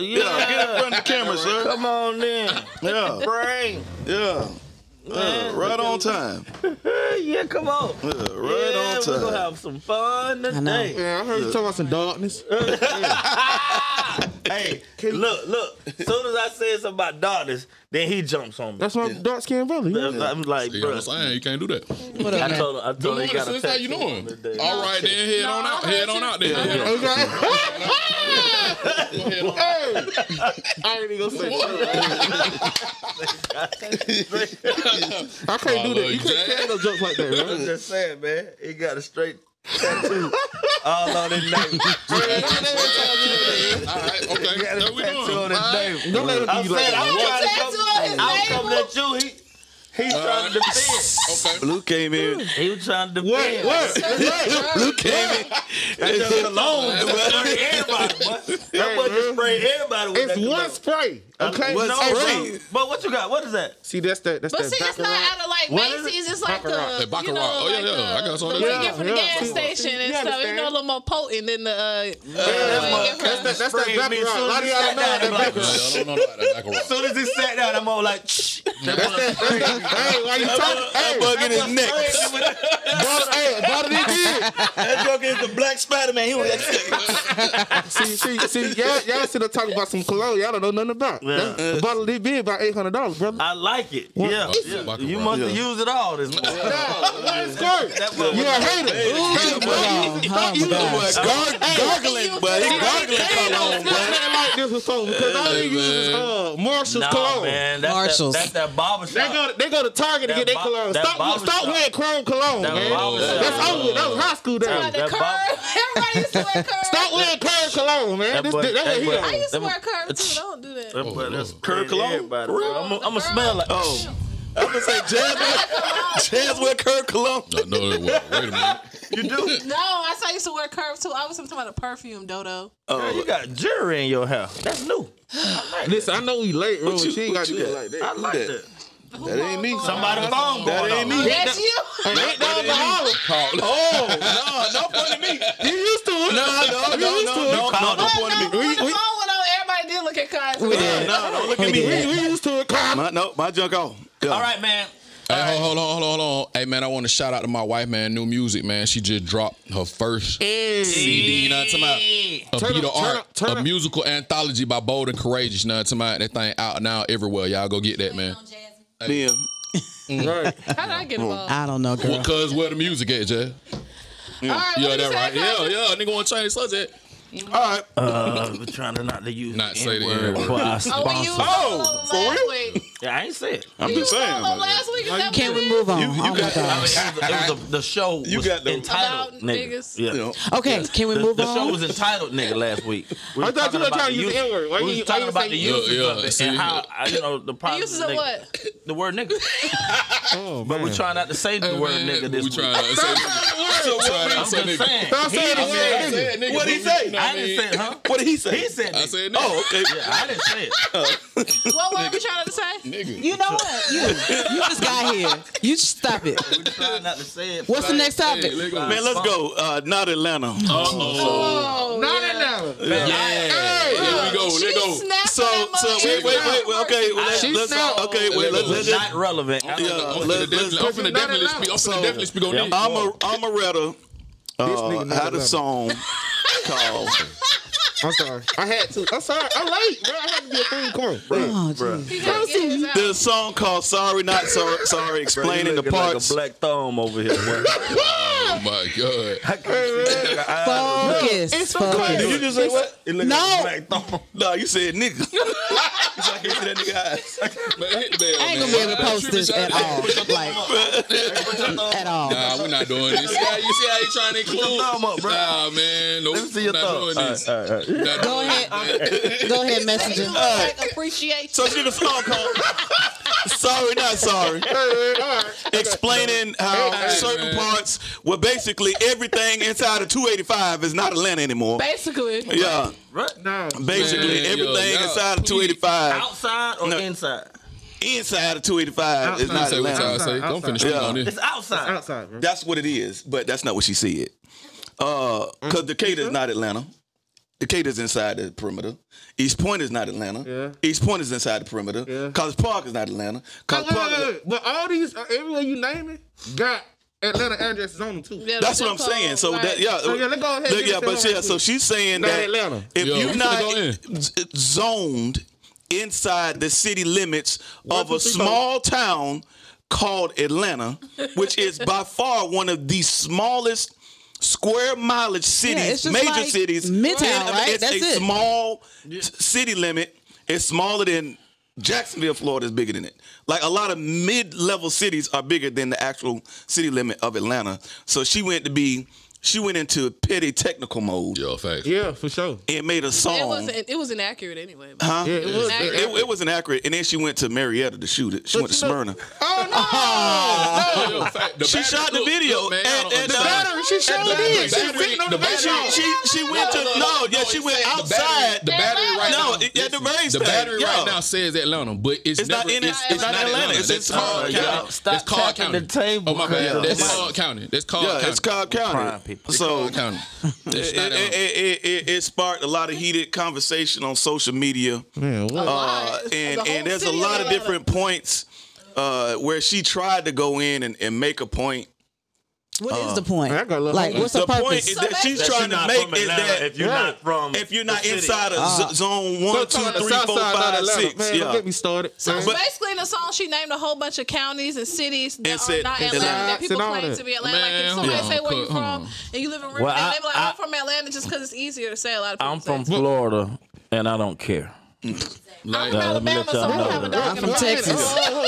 Speaker 3: Yeah,
Speaker 2: yeah.
Speaker 3: get in front of the camera, sir.
Speaker 2: Come on then.
Speaker 3: Yeah,
Speaker 2: Bring.
Speaker 3: yeah. Yeah, right on time.
Speaker 2: yeah, come on.
Speaker 3: Yeah, right
Speaker 2: yeah,
Speaker 3: on
Speaker 2: We're gonna
Speaker 3: time.
Speaker 2: have some fun
Speaker 1: I know.
Speaker 2: today.
Speaker 1: Yeah, I heard you talking about some darkness.
Speaker 2: Hey, look, look. As soon as I say something about darkness, then he jumps on me.
Speaker 1: That's my dark skinned brother. You know?
Speaker 2: I'm like,
Speaker 5: You know what
Speaker 2: bro.
Speaker 5: I'm saying? You can't do that.
Speaker 1: What
Speaker 2: I
Speaker 1: up, man?
Speaker 2: told him. I
Speaker 5: Good
Speaker 2: told him
Speaker 5: morning,
Speaker 2: he got a
Speaker 5: sis. How you
Speaker 2: tattoo
Speaker 5: doing?
Speaker 2: on today.
Speaker 5: All right, then head on out. Head on out then. Head on-
Speaker 1: Okay.
Speaker 5: head on out.
Speaker 1: Hey! I ain't even gonna say that. I can't do that. You can't tell no jokes like that, bro.
Speaker 5: Oh.
Speaker 2: I'm just saying, man. He got a straight tattoo all on his name.
Speaker 5: All right, okay. There we
Speaker 2: tattoo on
Speaker 5: going.
Speaker 2: his name.
Speaker 1: Don't let him
Speaker 2: I'm
Speaker 1: do you like
Speaker 2: saying,
Speaker 1: that.
Speaker 2: I'm trying to come. I'm
Speaker 4: Tattoo
Speaker 2: coming
Speaker 4: on
Speaker 2: at you. He, he's trying to
Speaker 5: Uh,
Speaker 2: defend.
Speaker 5: Okay.
Speaker 3: Blue came in.
Speaker 2: He was trying to defend.
Speaker 1: What? What?
Speaker 3: Blue came in.
Speaker 2: That's alone. everybody. boy. That boy just sprayed everybody with that
Speaker 1: It's one
Speaker 2: cologne.
Speaker 1: spray.
Speaker 2: Uh,
Speaker 1: Okay.
Speaker 3: one
Speaker 2: No,
Speaker 1: Hey, bro.
Speaker 3: spray.
Speaker 2: bro. But what you got? What is that?
Speaker 1: See, that's that. That's
Speaker 4: But
Speaker 1: that.
Speaker 4: see, it's not
Speaker 1: Baccarat.
Speaker 4: out of like
Speaker 1: What is
Speaker 4: Macy's.
Speaker 1: it?
Speaker 4: It's like
Speaker 1: Baccarat.
Speaker 4: the,
Speaker 5: The
Speaker 4: you know,
Speaker 5: Baccarat. Oh, yeah,
Speaker 4: like
Speaker 5: yeah. I
Speaker 4: the-
Speaker 5: got some of
Speaker 4: the one
Speaker 5: that.
Speaker 4: you get from the
Speaker 1: Yeah, yeah.
Speaker 4: gas
Speaker 1: See,
Speaker 4: station
Speaker 1: see,
Speaker 4: and
Speaker 1: you
Speaker 4: stuff. It's no
Speaker 1: understand?
Speaker 4: little more potent than the. Uh,
Speaker 1: That's that. That's that.
Speaker 2: Sprayed me as
Speaker 1: Baccarat.
Speaker 2: soon as
Speaker 1: A lot
Speaker 2: he
Speaker 1: of y'all
Speaker 2: sat
Speaker 1: don't know
Speaker 2: down.
Speaker 1: that
Speaker 2: I'm like,
Speaker 1: Baccarat.
Speaker 5: Yeah, I don't know about that.
Speaker 2: As soon as he sat down, I'm all like, shh.
Speaker 1: Hey, why you talking? Hey,
Speaker 3: Bug in his neck.
Speaker 1: brother, hey, brother, they did.
Speaker 2: That joke is the black Spider Man. He was
Speaker 1: See, see, see, y'all, y'all sit there talking about some cologne y'all don't know nothing about.
Speaker 2: Yeah.
Speaker 1: That- The bottle they bid about eight hundred dollars, brother.
Speaker 2: I like it. Yeah,
Speaker 5: What's
Speaker 2: yeah.
Speaker 5: Baccarat?
Speaker 2: You must have used it all this morning.
Speaker 1: That's good.
Speaker 2: That boy
Speaker 1: You a
Speaker 2: was-
Speaker 1: hater. Hey, boy,
Speaker 4: God.
Speaker 1: you- Don't use
Speaker 3: That
Speaker 1: it.
Speaker 3: boy gar- gargling, but he gargling cologne, but
Speaker 1: Nothing like this was so because all they use is uh, Marshall's
Speaker 2: Nah,
Speaker 1: cologne.
Speaker 2: man. That's
Speaker 4: Marshalls.
Speaker 2: That, that's that barber
Speaker 1: They
Speaker 2: shop.
Speaker 1: go, to, they go to Target
Speaker 2: That
Speaker 1: to get their
Speaker 2: bo-
Speaker 1: cologne.
Speaker 2: that
Speaker 1: Stop,
Speaker 2: barber
Speaker 1: stop
Speaker 2: shop.
Speaker 1: wearing chrome cologne,
Speaker 2: That
Speaker 1: man.
Speaker 2: barber shop.
Speaker 1: That's over. with. That was high school days.
Speaker 4: the
Speaker 2: that
Speaker 4: curve.
Speaker 2: bop-
Speaker 4: Everybody used to wear curves.
Speaker 1: Stop wearing chrome cologne, man.
Speaker 2: That
Speaker 1: This,
Speaker 2: boy-
Speaker 1: that's
Speaker 2: that
Speaker 1: what he
Speaker 2: boy-
Speaker 4: I
Speaker 1: on.
Speaker 4: used to
Speaker 2: Them-
Speaker 4: wear curves too. Don't do that.
Speaker 2: That boy, that's
Speaker 5: Lord.
Speaker 2: Kirk
Speaker 3: Cologne?
Speaker 2: Everybody.
Speaker 3: For real?
Speaker 2: I'm gonna smell like.
Speaker 3: Oh. I'm gonna say Jazz wear, Jazz wear Kurt Cologne.
Speaker 5: I know that. Wait a minute.
Speaker 2: You do?
Speaker 4: No, I saw you used to wear curves too. I was talking about a perfume, Dodo.
Speaker 2: Girl, you got jewelry in your hair. That's new.
Speaker 1: Listen, I know we late, bro.
Speaker 3: you-
Speaker 1: She ain't
Speaker 3: what
Speaker 1: got to
Speaker 3: you
Speaker 1: do it
Speaker 3: got?
Speaker 1: like that.
Speaker 2: I like
Speaker 3: that?
Speaker 2: that.
Speaker 3: That ain't me.
Speaker 2: Somebody phone
Speaker 3: That
Speaker 2: going
Speaker 3: ain't
Speaker 2: off.
Speaker 3: me.
Speaker 4: That's you.
Speaker 1: Hey, that dog Mahalo.
Speaker 3: Oh, no, no fun to me.
Speaker 1: You used to it.
Speaker 3: No, no, no,
Speaker 1: You used to
Speaker 3: no,
Speaker 1: it.
Speaker 3: no, no, no
Speaker 4: But
Speaker 3: fun to
Speaker 4: no,
Speaker 3: me.
Speaker 4: when
Speaker 1: We-
Speaker 4: the
Speaker 1: we-
Speaker 4: phone went on, everybody did look at Kai's.
Speaker 3: No, don't look at
Speaker 1: We,
Speaker 3: me.
Speaker 1: we used to it. Come on.
Speaker 3: My, no, my junk off. Yeah.
Speaker 2: All right, man.
Speaker 5: Hey, hold, hold on, hold on, hold on. Hey, man, I want to shout out to my wife, man. New music, man. She just dropped her first CD. You know what I'm talking about? A
Speaker 1: Turn
Speaker 5: beat
Speaker 1: up,
Speaker 5: of
Speaker 1: turn
Speaker 5: art,
Speaker 1: up, turn
Speaker 5: a
Speaker 1: up.
Speaker 5: musical anthology by Bold and Courageous. You know what I'm talking about? That thing out now everywhere. Y'all go get that, man.
Speaker 3: Then.
Speaker 1: Right.
Speaker 4: How did I get involved?
Speaker 8: I don't know, girl.
Speaker 5: Well, cuz where the music at, Jay?
Speaker 4: All right,
Speaker 5: Yeah,
Speaker 4: what did you
Speaker 5: that
Speaker 4: say,
Speaker 5: right.
Speaker 4: Kai's?
Speaker 5: Yeah, yeah. Nigga want to change subject.
Speaker 3: All right.
Speaker 2: Uh, we're trying to not to use
Speaker 5: Not
Speaker 2: the
Speaker 5: say the
Speaker 2: N-word
Speaker 5: N-word.
Speaker 2: for our
Speaker 4: Oh, when
Speaker 2: sponsor.
Speaker 4: you oh,
Speaker 3: for real?
Speaker 4: Week.
Speaker 2: Yeah, I ain't say it.
Speaker 3: I'm
Speaker 4: You
Speaker 3: just saying.
Speaker 4: solo last week. Is that
Speaker 8: Can
Speaker 4: what it
Speaker 8: we
Speaker 4: is?
Speaker 8: move on?
Speaker 3: You- you
Speaker 8: oh my
Speaker 3: got- I
Speaker 8: gosh.
Speaker 2: It was, it was a, the show was
Speaker 3: You got the-
Speaker 2: entitled
Speaker 4: About
Speaker 2: nigga.
Speaker 4: niggas.
Speaker 2: Yeah.
Speaker 3: You know,
Speaker 8: Okay, can we
Speaker 2: The,
Speaker 8: move
Speaker 2: the
Speaker 8: on?
Speaker 2: show was entitled nigga last week. We
Speaker 1: I
Speaker 2: was
Speaker 1: thought
Speaker 2: talking
Speaker 1: you were
Speaker 2: about
Speaker 1: trying to use the N-word.
Speaker 2: We
Speaker 1: Why you-
Speaker 2: was
Speaker 1: why
Speaker 2: talking
Speaker 1: you
Speaker 2: about
Speaker 1: say-
Speaker 2: the
Speaker 5: Yeah,
Speaker 2: uses
Speaker 5: yeah,
Speaker 2: of it
Speaker 5: see,
Speaker 2: and how I- you know the problem.
Speaker 4: uses of what?
Speaker 2: The word nigga.
Speaker 1: Oh,
Speaker 2: But we're
Speaker 1: man.
Speaker 2: trying not to say the word nigga this
Speaker 5: Uh, we
Speaker 2: week.
Speaker 5: trying to say
Speaker 2: I'm just
Speaker 5: nigga.
Speaker 2: saying.
Speaker 1: Stop saying the word. nigga.
Speaker 3: What'd he say?
Speaker 2: I didn't say it, huh?
Speaker 3: what did he say?
Speaker 2: He said
Speaker 5: I
Speaker 2: nigga.
Speaker 5: said nigga.
Speaker 3: oh, okay.
Speaker 2: Yeah, I didn't say it.
Speaker 4: What were we trying to say?
Speaker 5: nigga.
Speaker 8: you know what? You, you just got here. You just stop it.
Speaker 2: We're trying not to say it.
Speaker 8: What's the next topic?
Speaker 5: Hey, let go.
Speaker 3: Man, let's go. Uh, not Atlanta.
Speaker 4: Oh,
Speaker 1: Not
Speaker 4: yeah.
Speaker 1: in there.
Speaker 5: Yeah. Here we go.
Speaker 4: She
Speaker 5: Let go.
Speaker 4: snapped
Speaker 3: So,
Speaker 4: that
Speaker 3: so
Speaker 4: mug.
Speaker 3: wait, wait, wait, wait. Okay, well, let's,
Speaker 1: She's
Speaker 3: let's
Speaker 1: not-
Speaker 3: okay, wait, let's, let's,
Speaker 2: Not relevant.
Speaker 3: yeah,
Speaker 5: I'm
Speaker 3: let's,
Speaker 5: finna
Speaker 3: let's,
Speaker 5: definitely- I'm finna
Speaker 1: not
Speaker 5: definitely
Speaker 1: allowed.
Speaker 5: speak. I'm
Speaker 3: So-
Speaker 5: finna definitely speak on
Speaker 2: Yeah.
Speaker 5: this.
Speaker 3: Amar- Amaretta uh,
Speaker 1: nigga
Speaker 3: had a
Speaker 1: never
Speaker 3: song called
Speaker 1: I'm sorry. I had to. I'm sorry. I'm late, bro. I had to be a fool. Come on.
Speaker 8: Oh, jeez.
Speaker 4: He gotta get his out.
Speaker 3: the song called "Sorry Not Sorry." sorry explaining the parts.
Speaker 2: Like a black thumb over here.
Speaker 5: Oh my god.
Speaker 8: Focus.
Speaker 1: It's
Speaker 8: focus.
Speaker 1: okay.
Speaker 3: You just say what? It look
Speaker 8: No.
Speaker 3: like a black thumb. No, you said nigga. it's like it's that nigga eyes.
Speaker 5: Man, hit the bell,
Speaker 8: I ain't
Speaker 5: man.
Speaker 8: gonna be able to
Speaker 5: Nah,
Speaker 8: post this at all. Like at all.
Speaker 5: Nah, we're not doing this. See how you see how you trying to include?
Speaker 2: thumb up, bro.
Speaker 5: Nah, man. Nope.
Speaker 2: Let me see your
Speaker 5: not
Speaker 2: thumb.
Speaker 5: doing
Speaker 2: All
Speaker 5: this.
Speaker 2: right, all right, all right.
Speaker 5: Not
Speaker 8: Go
Speaker 5: doing
Speaker 8: ahead. Go ahead, messenger.
Speaker 4: Like appreciate
Speaker 3: So she did a song called Sorry Not Sorry. Explaining how
Speaker 5: Hey,
Speaker 3: certain
Speaker 5: man.
Speaker 3: parts well basically everything inside of 285 is not Atlanta anymore.
Speaker 4: Basically,
Speaker 3: Yeah.
Speaker 1: No.
Speaker 3: Basically
Speaker 5: Man, yo,
Speaker 3: everything
Speaker 5: y'all,
Speaker 3: inside of
Speaker 5: please.
Speaker 3: 285
Speaker 2: Outside or
Speaker 3: No.
Speaker 2: inside?
Speaker 3: inside of 285 is
Speaker 1: Outside.
Speaker 3: not
Speaker 5: Say what y'all
Speaker 3: Atlanta.
Speaker 5: say.
Speaker 1: Outside,
Speaker 5: Don't
Speaker 1: outside.
Speaker 5: finish speaking on this.
Speaker 2: It's outside.
Speaker 1: Outside, bro.
Speaker 3: That's what it is, but that's not what she said. Uh,
Speaker 5: Mm-hmm.
Speaker 3: cause Decatur is not Atlanta. Decatur's inside the perimeter. East Point is not Atlanta.
Speaker 1: Yeah.
Speaker 3: East Point is inside the perimeter.
Speaker 1: Yeah.
Speaker 3: College Park is not Atlanta. College
Speaker 1: Look, look,
Speaker 3: Park.
Speaker 1: look, look. But all these, uh, everywhere you name it, got Atlanta addresses on them too.
Speaker 4: Yeah,
Speaker 3: That's what I'm
Speaker 4: that's all,
Speaker 3: saying. So
Speaker 4: like,
Speaker 3: that yeah.
Speaker 1: So, yeah, let's go ahead and
Speaker 3: Look,
Speaker 1: get
Speaker 3: yeah,
Speaker 1: it
Speaker 3: but
Speaker 1: done.
Speaker 3: yeah. So she's saying
Speaker 1: Not
Speaker 3: that
Speaker 1: Atlanta.
Speaker 3: if
Speaker 5: Yo,
Speaker 3: you're
Speaker 5: we finna
Speaker 3: not
Speaker 5: go in.
Speaker 3: z- zoned inside the city limits of
Speaker 1: two,
Speaker 3: a
Speaker 1: three,
Speaker 3: small town called Atlanta, which is by far one of the smallest square mileage
Speaker 8: Yeah, it's
Speaker 3: cities,
Speaker 8: just
Speaker 3: major
Speaker 8: like
Speaker 3: cities.
Speaker 8: Midtown,
Speaker 3: And, I mean,
Speaker 8: right?
Speaker 3: It's
Speaker 8: That's
Speaker 3: a
Speaker 8: it.
Speaker 3: small t- city limit. It's smaller than Jacksonville, Florida is bigger than it. Like a lot of mid-level cities are bigger than the actual city limit of Atlanta. So she went to be she went into petty technical mode
Speaker 5: Yo, facts.
Speaker 1: Yeah, for sure.
Speaker 3: and made a
Speaker 4: It
Speaker 3: song.
Speaker 4: wasn't. It was inaccurate anyway.
Speaker 3: Um, Huh?
Speaker 1: Yeah, it was.
Speaker 4: It-
Speaker 3: It, it wasn't accurate. And then she went to Marietta to shoot it. She went to
Speaker 1: you know-
Speaker 3: Smyrna.
Speaker 1: Oh
Speaker 5: Yo, fact, the
Speaker 3: She
Speaker 5: battery-
Speaker 3: shot the
Speaker 5: look,
Speaker 3: video
Speaker 5: Look, man,
Speaker 3: and-
Speaker 5: I don't
Speaker 3: and, uh,
Speaker 1: no!
Speaker 5: understand.
Speaker 1: Battery, she sure
Speaker 5: battery-
Speaker 1: did. She
Speaker 5: battery-
Speaker 1: sitting on
Speaker 5: the
Speaker 1: the
Speaker 5: battery-
Speaker 1: base.
Speaker 3: She, she, she went to no, yeah, she went
Speaker 5: The battery-
Speaker 3: outside.
Speaker 5: The battery right
Speaker 3: no,
Speaker 5: now.
Speaker 3: it- at the race
Speaker 5: The
Speaker 3: thing.
Speaker 5: battery
Speaker 3: Yeah.
Speaker 5: right now says Atlanta, but it's,
Speaker 3: It's
Speaker 5: never,
Speaker 3: not in-
Speaker 5: it's,
Speaker 3: it's not Atlanta. It's in
Speaker 5: That's
Speaker 3: Small
Speaker 5: Cobb
Speaker 3: County.
Speaker 5: County.
Speaker 2: Stop
Speaker 5: That's Cobb
Speaker 2: tapping the
Speaker 5: County.
Speaker 2: table,
Speaker 5: oh my
Speaker 2: man.
Speaker 5: bad. That's
Speaker 2: Yeah.
Speaker 5: Cobb County. That's Cobb
Speaker 3: Yeah,
Speaker 5: County.
Speaker 3: it's Cobb
Speaker 2: Crying
Speaker 3: County.
Speaker 2: people.
Speaker 3: So
Speaker 5: Cobb County. It's
Speaker 3: it,
Speaker 5: not
Speaker 3: it,
Speaker 5: Atlanta.
Speaker 3: it, it, it sparked a lot of heated conversation on social media.
Speaker 1: Man, what?
Speaker 3: Uh, and
Speaker 4: The whole
Speaker 3: and there's a
Speaker 4: city
Speaker 3: lot
Speaker 4: of
Speaker 3: of different points uh, where she tried to go in and, and make a point.
Speaker 8: What is the point?
Speaker 1: I gotta let
Speaker 8: Like,
Speaker 1: her-
Speaker 8: what's the
Speaker 3: the point
Speaker 8: purpose?
Speaker 3: is that she's
Speaker 4: That
Speaker 3: trying to make is that
Speaker 2: if you're not from
Speaker 3: if you're not
Speaker 2: the city.
Speaker 3: inside of z- zone one,
Speaker 1: Don't
Speaker 3: two,
Speaker 1: Ah. talk about the
Speaker 3: three,
Speaker 1: South
Speaker 3: four,
Speaker 1: Side, not
Speaker 3: five,
Speaker 1: Atlanta.
Speaker 3: six.
Speaker 1: Man, don't
Speaker 3: yeah.
Speaker 1: get me started.
Speaker 4: So
Speaker 1: man.
Speaker 3: But-
Speaker 4: basically, in the song, she named a whole bunch of counties and cities that
Speaker 3: And
Speaker 4: are
Speaker 3: said-
Speaker 4: not
Speaker 3: and
Speaker 4: Atlanta that
Speaker 1: said-
Speaker 4: people
Speaker 1: and all
Speaker 4: claim
Speaker 1: that.
Speaker 4: to be Atlanta. like,
Speaker 5: Man,
Speaker 4: if somebody
Speaker 5: hold
Speaker 4: say
Speaker 5: on,
Speaker 4: where you
Speaker 5: cut- hold
Speaker 4: from
Speaker 5: on.
Speaker 4: and you live in Riverdale,
Speaker 2: Well, I-
Speaker 4: they be like,
Speaker 2: I-
Speaker 4: I'm from Atlanta just because it's easier to say a lot of people.
Speaker 2: I'm
Speaker 4: say
Speaker 2: from
Speaker 4: it.
Speaker 2: Florida and I don't care.
Speaker 4: I'm
Speaker 5: Like,
Speaker 4: from
Speaker 2: Yeah, let me
Speaker 4: Alabama,
Speaker 2: let
Speaker 4: so
Speaker 2: y'all
Speaker 4: I
Speaker 2: know
Speaker 4: have a
Speaker 2: that.
Speaker 4: dog
Speaker 8: I'm
Speaker 4: in
Speaker 8: from
Speaker 4: the fight.
Speaker 8: Texas.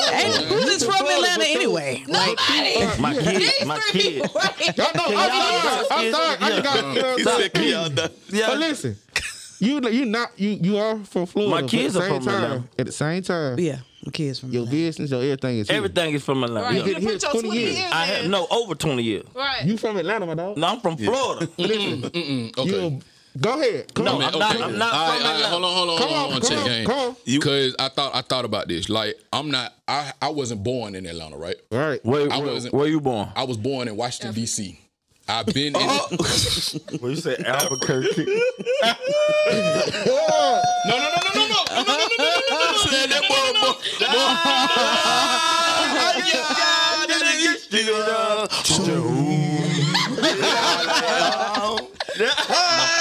Speaker 8: Hey, who's this from Atlanta anyway? Like,
Speaker 4: Nobody.
Speaker 2: My kid, my
Speaker 4: These three
Speaker 2: kid.
Speaker 4: people right here.
Speaker 1: Y'all know, I'm sorry. I'm sorry. I just got. you know what I'm
Speaker 3: He
Speaker 1: saying?
Speaker 3: said, "Yeah, I'm done."
Speaker 1: But
Speaker 2: Yeah.
Speaker 1: listen, you you not you you are from Florida.
Speaker 2: My
Speaker 1: but
Speaker 2: kids
Speaker 1: at
Speaker 2: are
Speaker 1: the same
Speaker 2: from
Speaker 1: time,
Speaker 2: Atlanta.
Speaker 1: At the same time,
Speaker 8: yeah, the kids from
Speaker 1: your
Speaker 8: Atlanta.
Speaker 1: business, your everything is here.
Speaker 2: Everything is from
Speaker 4: Right.
Speaker 2: Atlanta.
Speaker 4: You
Speaker 1: been
Speaker 4: put
Speaker 1: here
Speaker 4: your
Speaker 1: 20
Speaker 4: 20
Speaker 1: years.
Speaker 4: years
Speaker 2: I have
Speaker 4: in.
Speaker 2: no over 20 years.
Speaker 4: Right.
Speaker 1: You from Atlanta, my dog?
Speaker 2: No, I'm from Florida.
Speaker 5: Okay.
Speaker 1: You go ahead. Come
Speaker 2: No,
Speaker 1: on,
Speaker 5: Man,
Speaker 2: I'm not- I'm not from
Speaker 5: All right, all right,
Speaker 2: Atlanta.
Speaker 5: hold on, hold on,
Speaker 1: Come
Speaker 5: hold on,
Speaker 1: on,
Speaker 5: hold on,
Speaker 1: come
Speaker 5: check
Speaker 1: on,
Speaker 5: game.
Speaker 1: come on.
Speaker 5: Cause I thought I thought about this. Like I'm not. I I wasn't born in Atlanta, right?
Speaker 1: right.
Speaker 2: Where,
Speaker 5: I
Speaker 2: where,
Speaker 5: wasn't-
Speaker 2: where you born?
Speaker 5: I was born in Washington D.C. I've been in.
Speaker 2: Well, you said Albuquerque.
Speaker 5: No, no, no, no, no, no.
Speaker 3: Said that boy, boy, uh,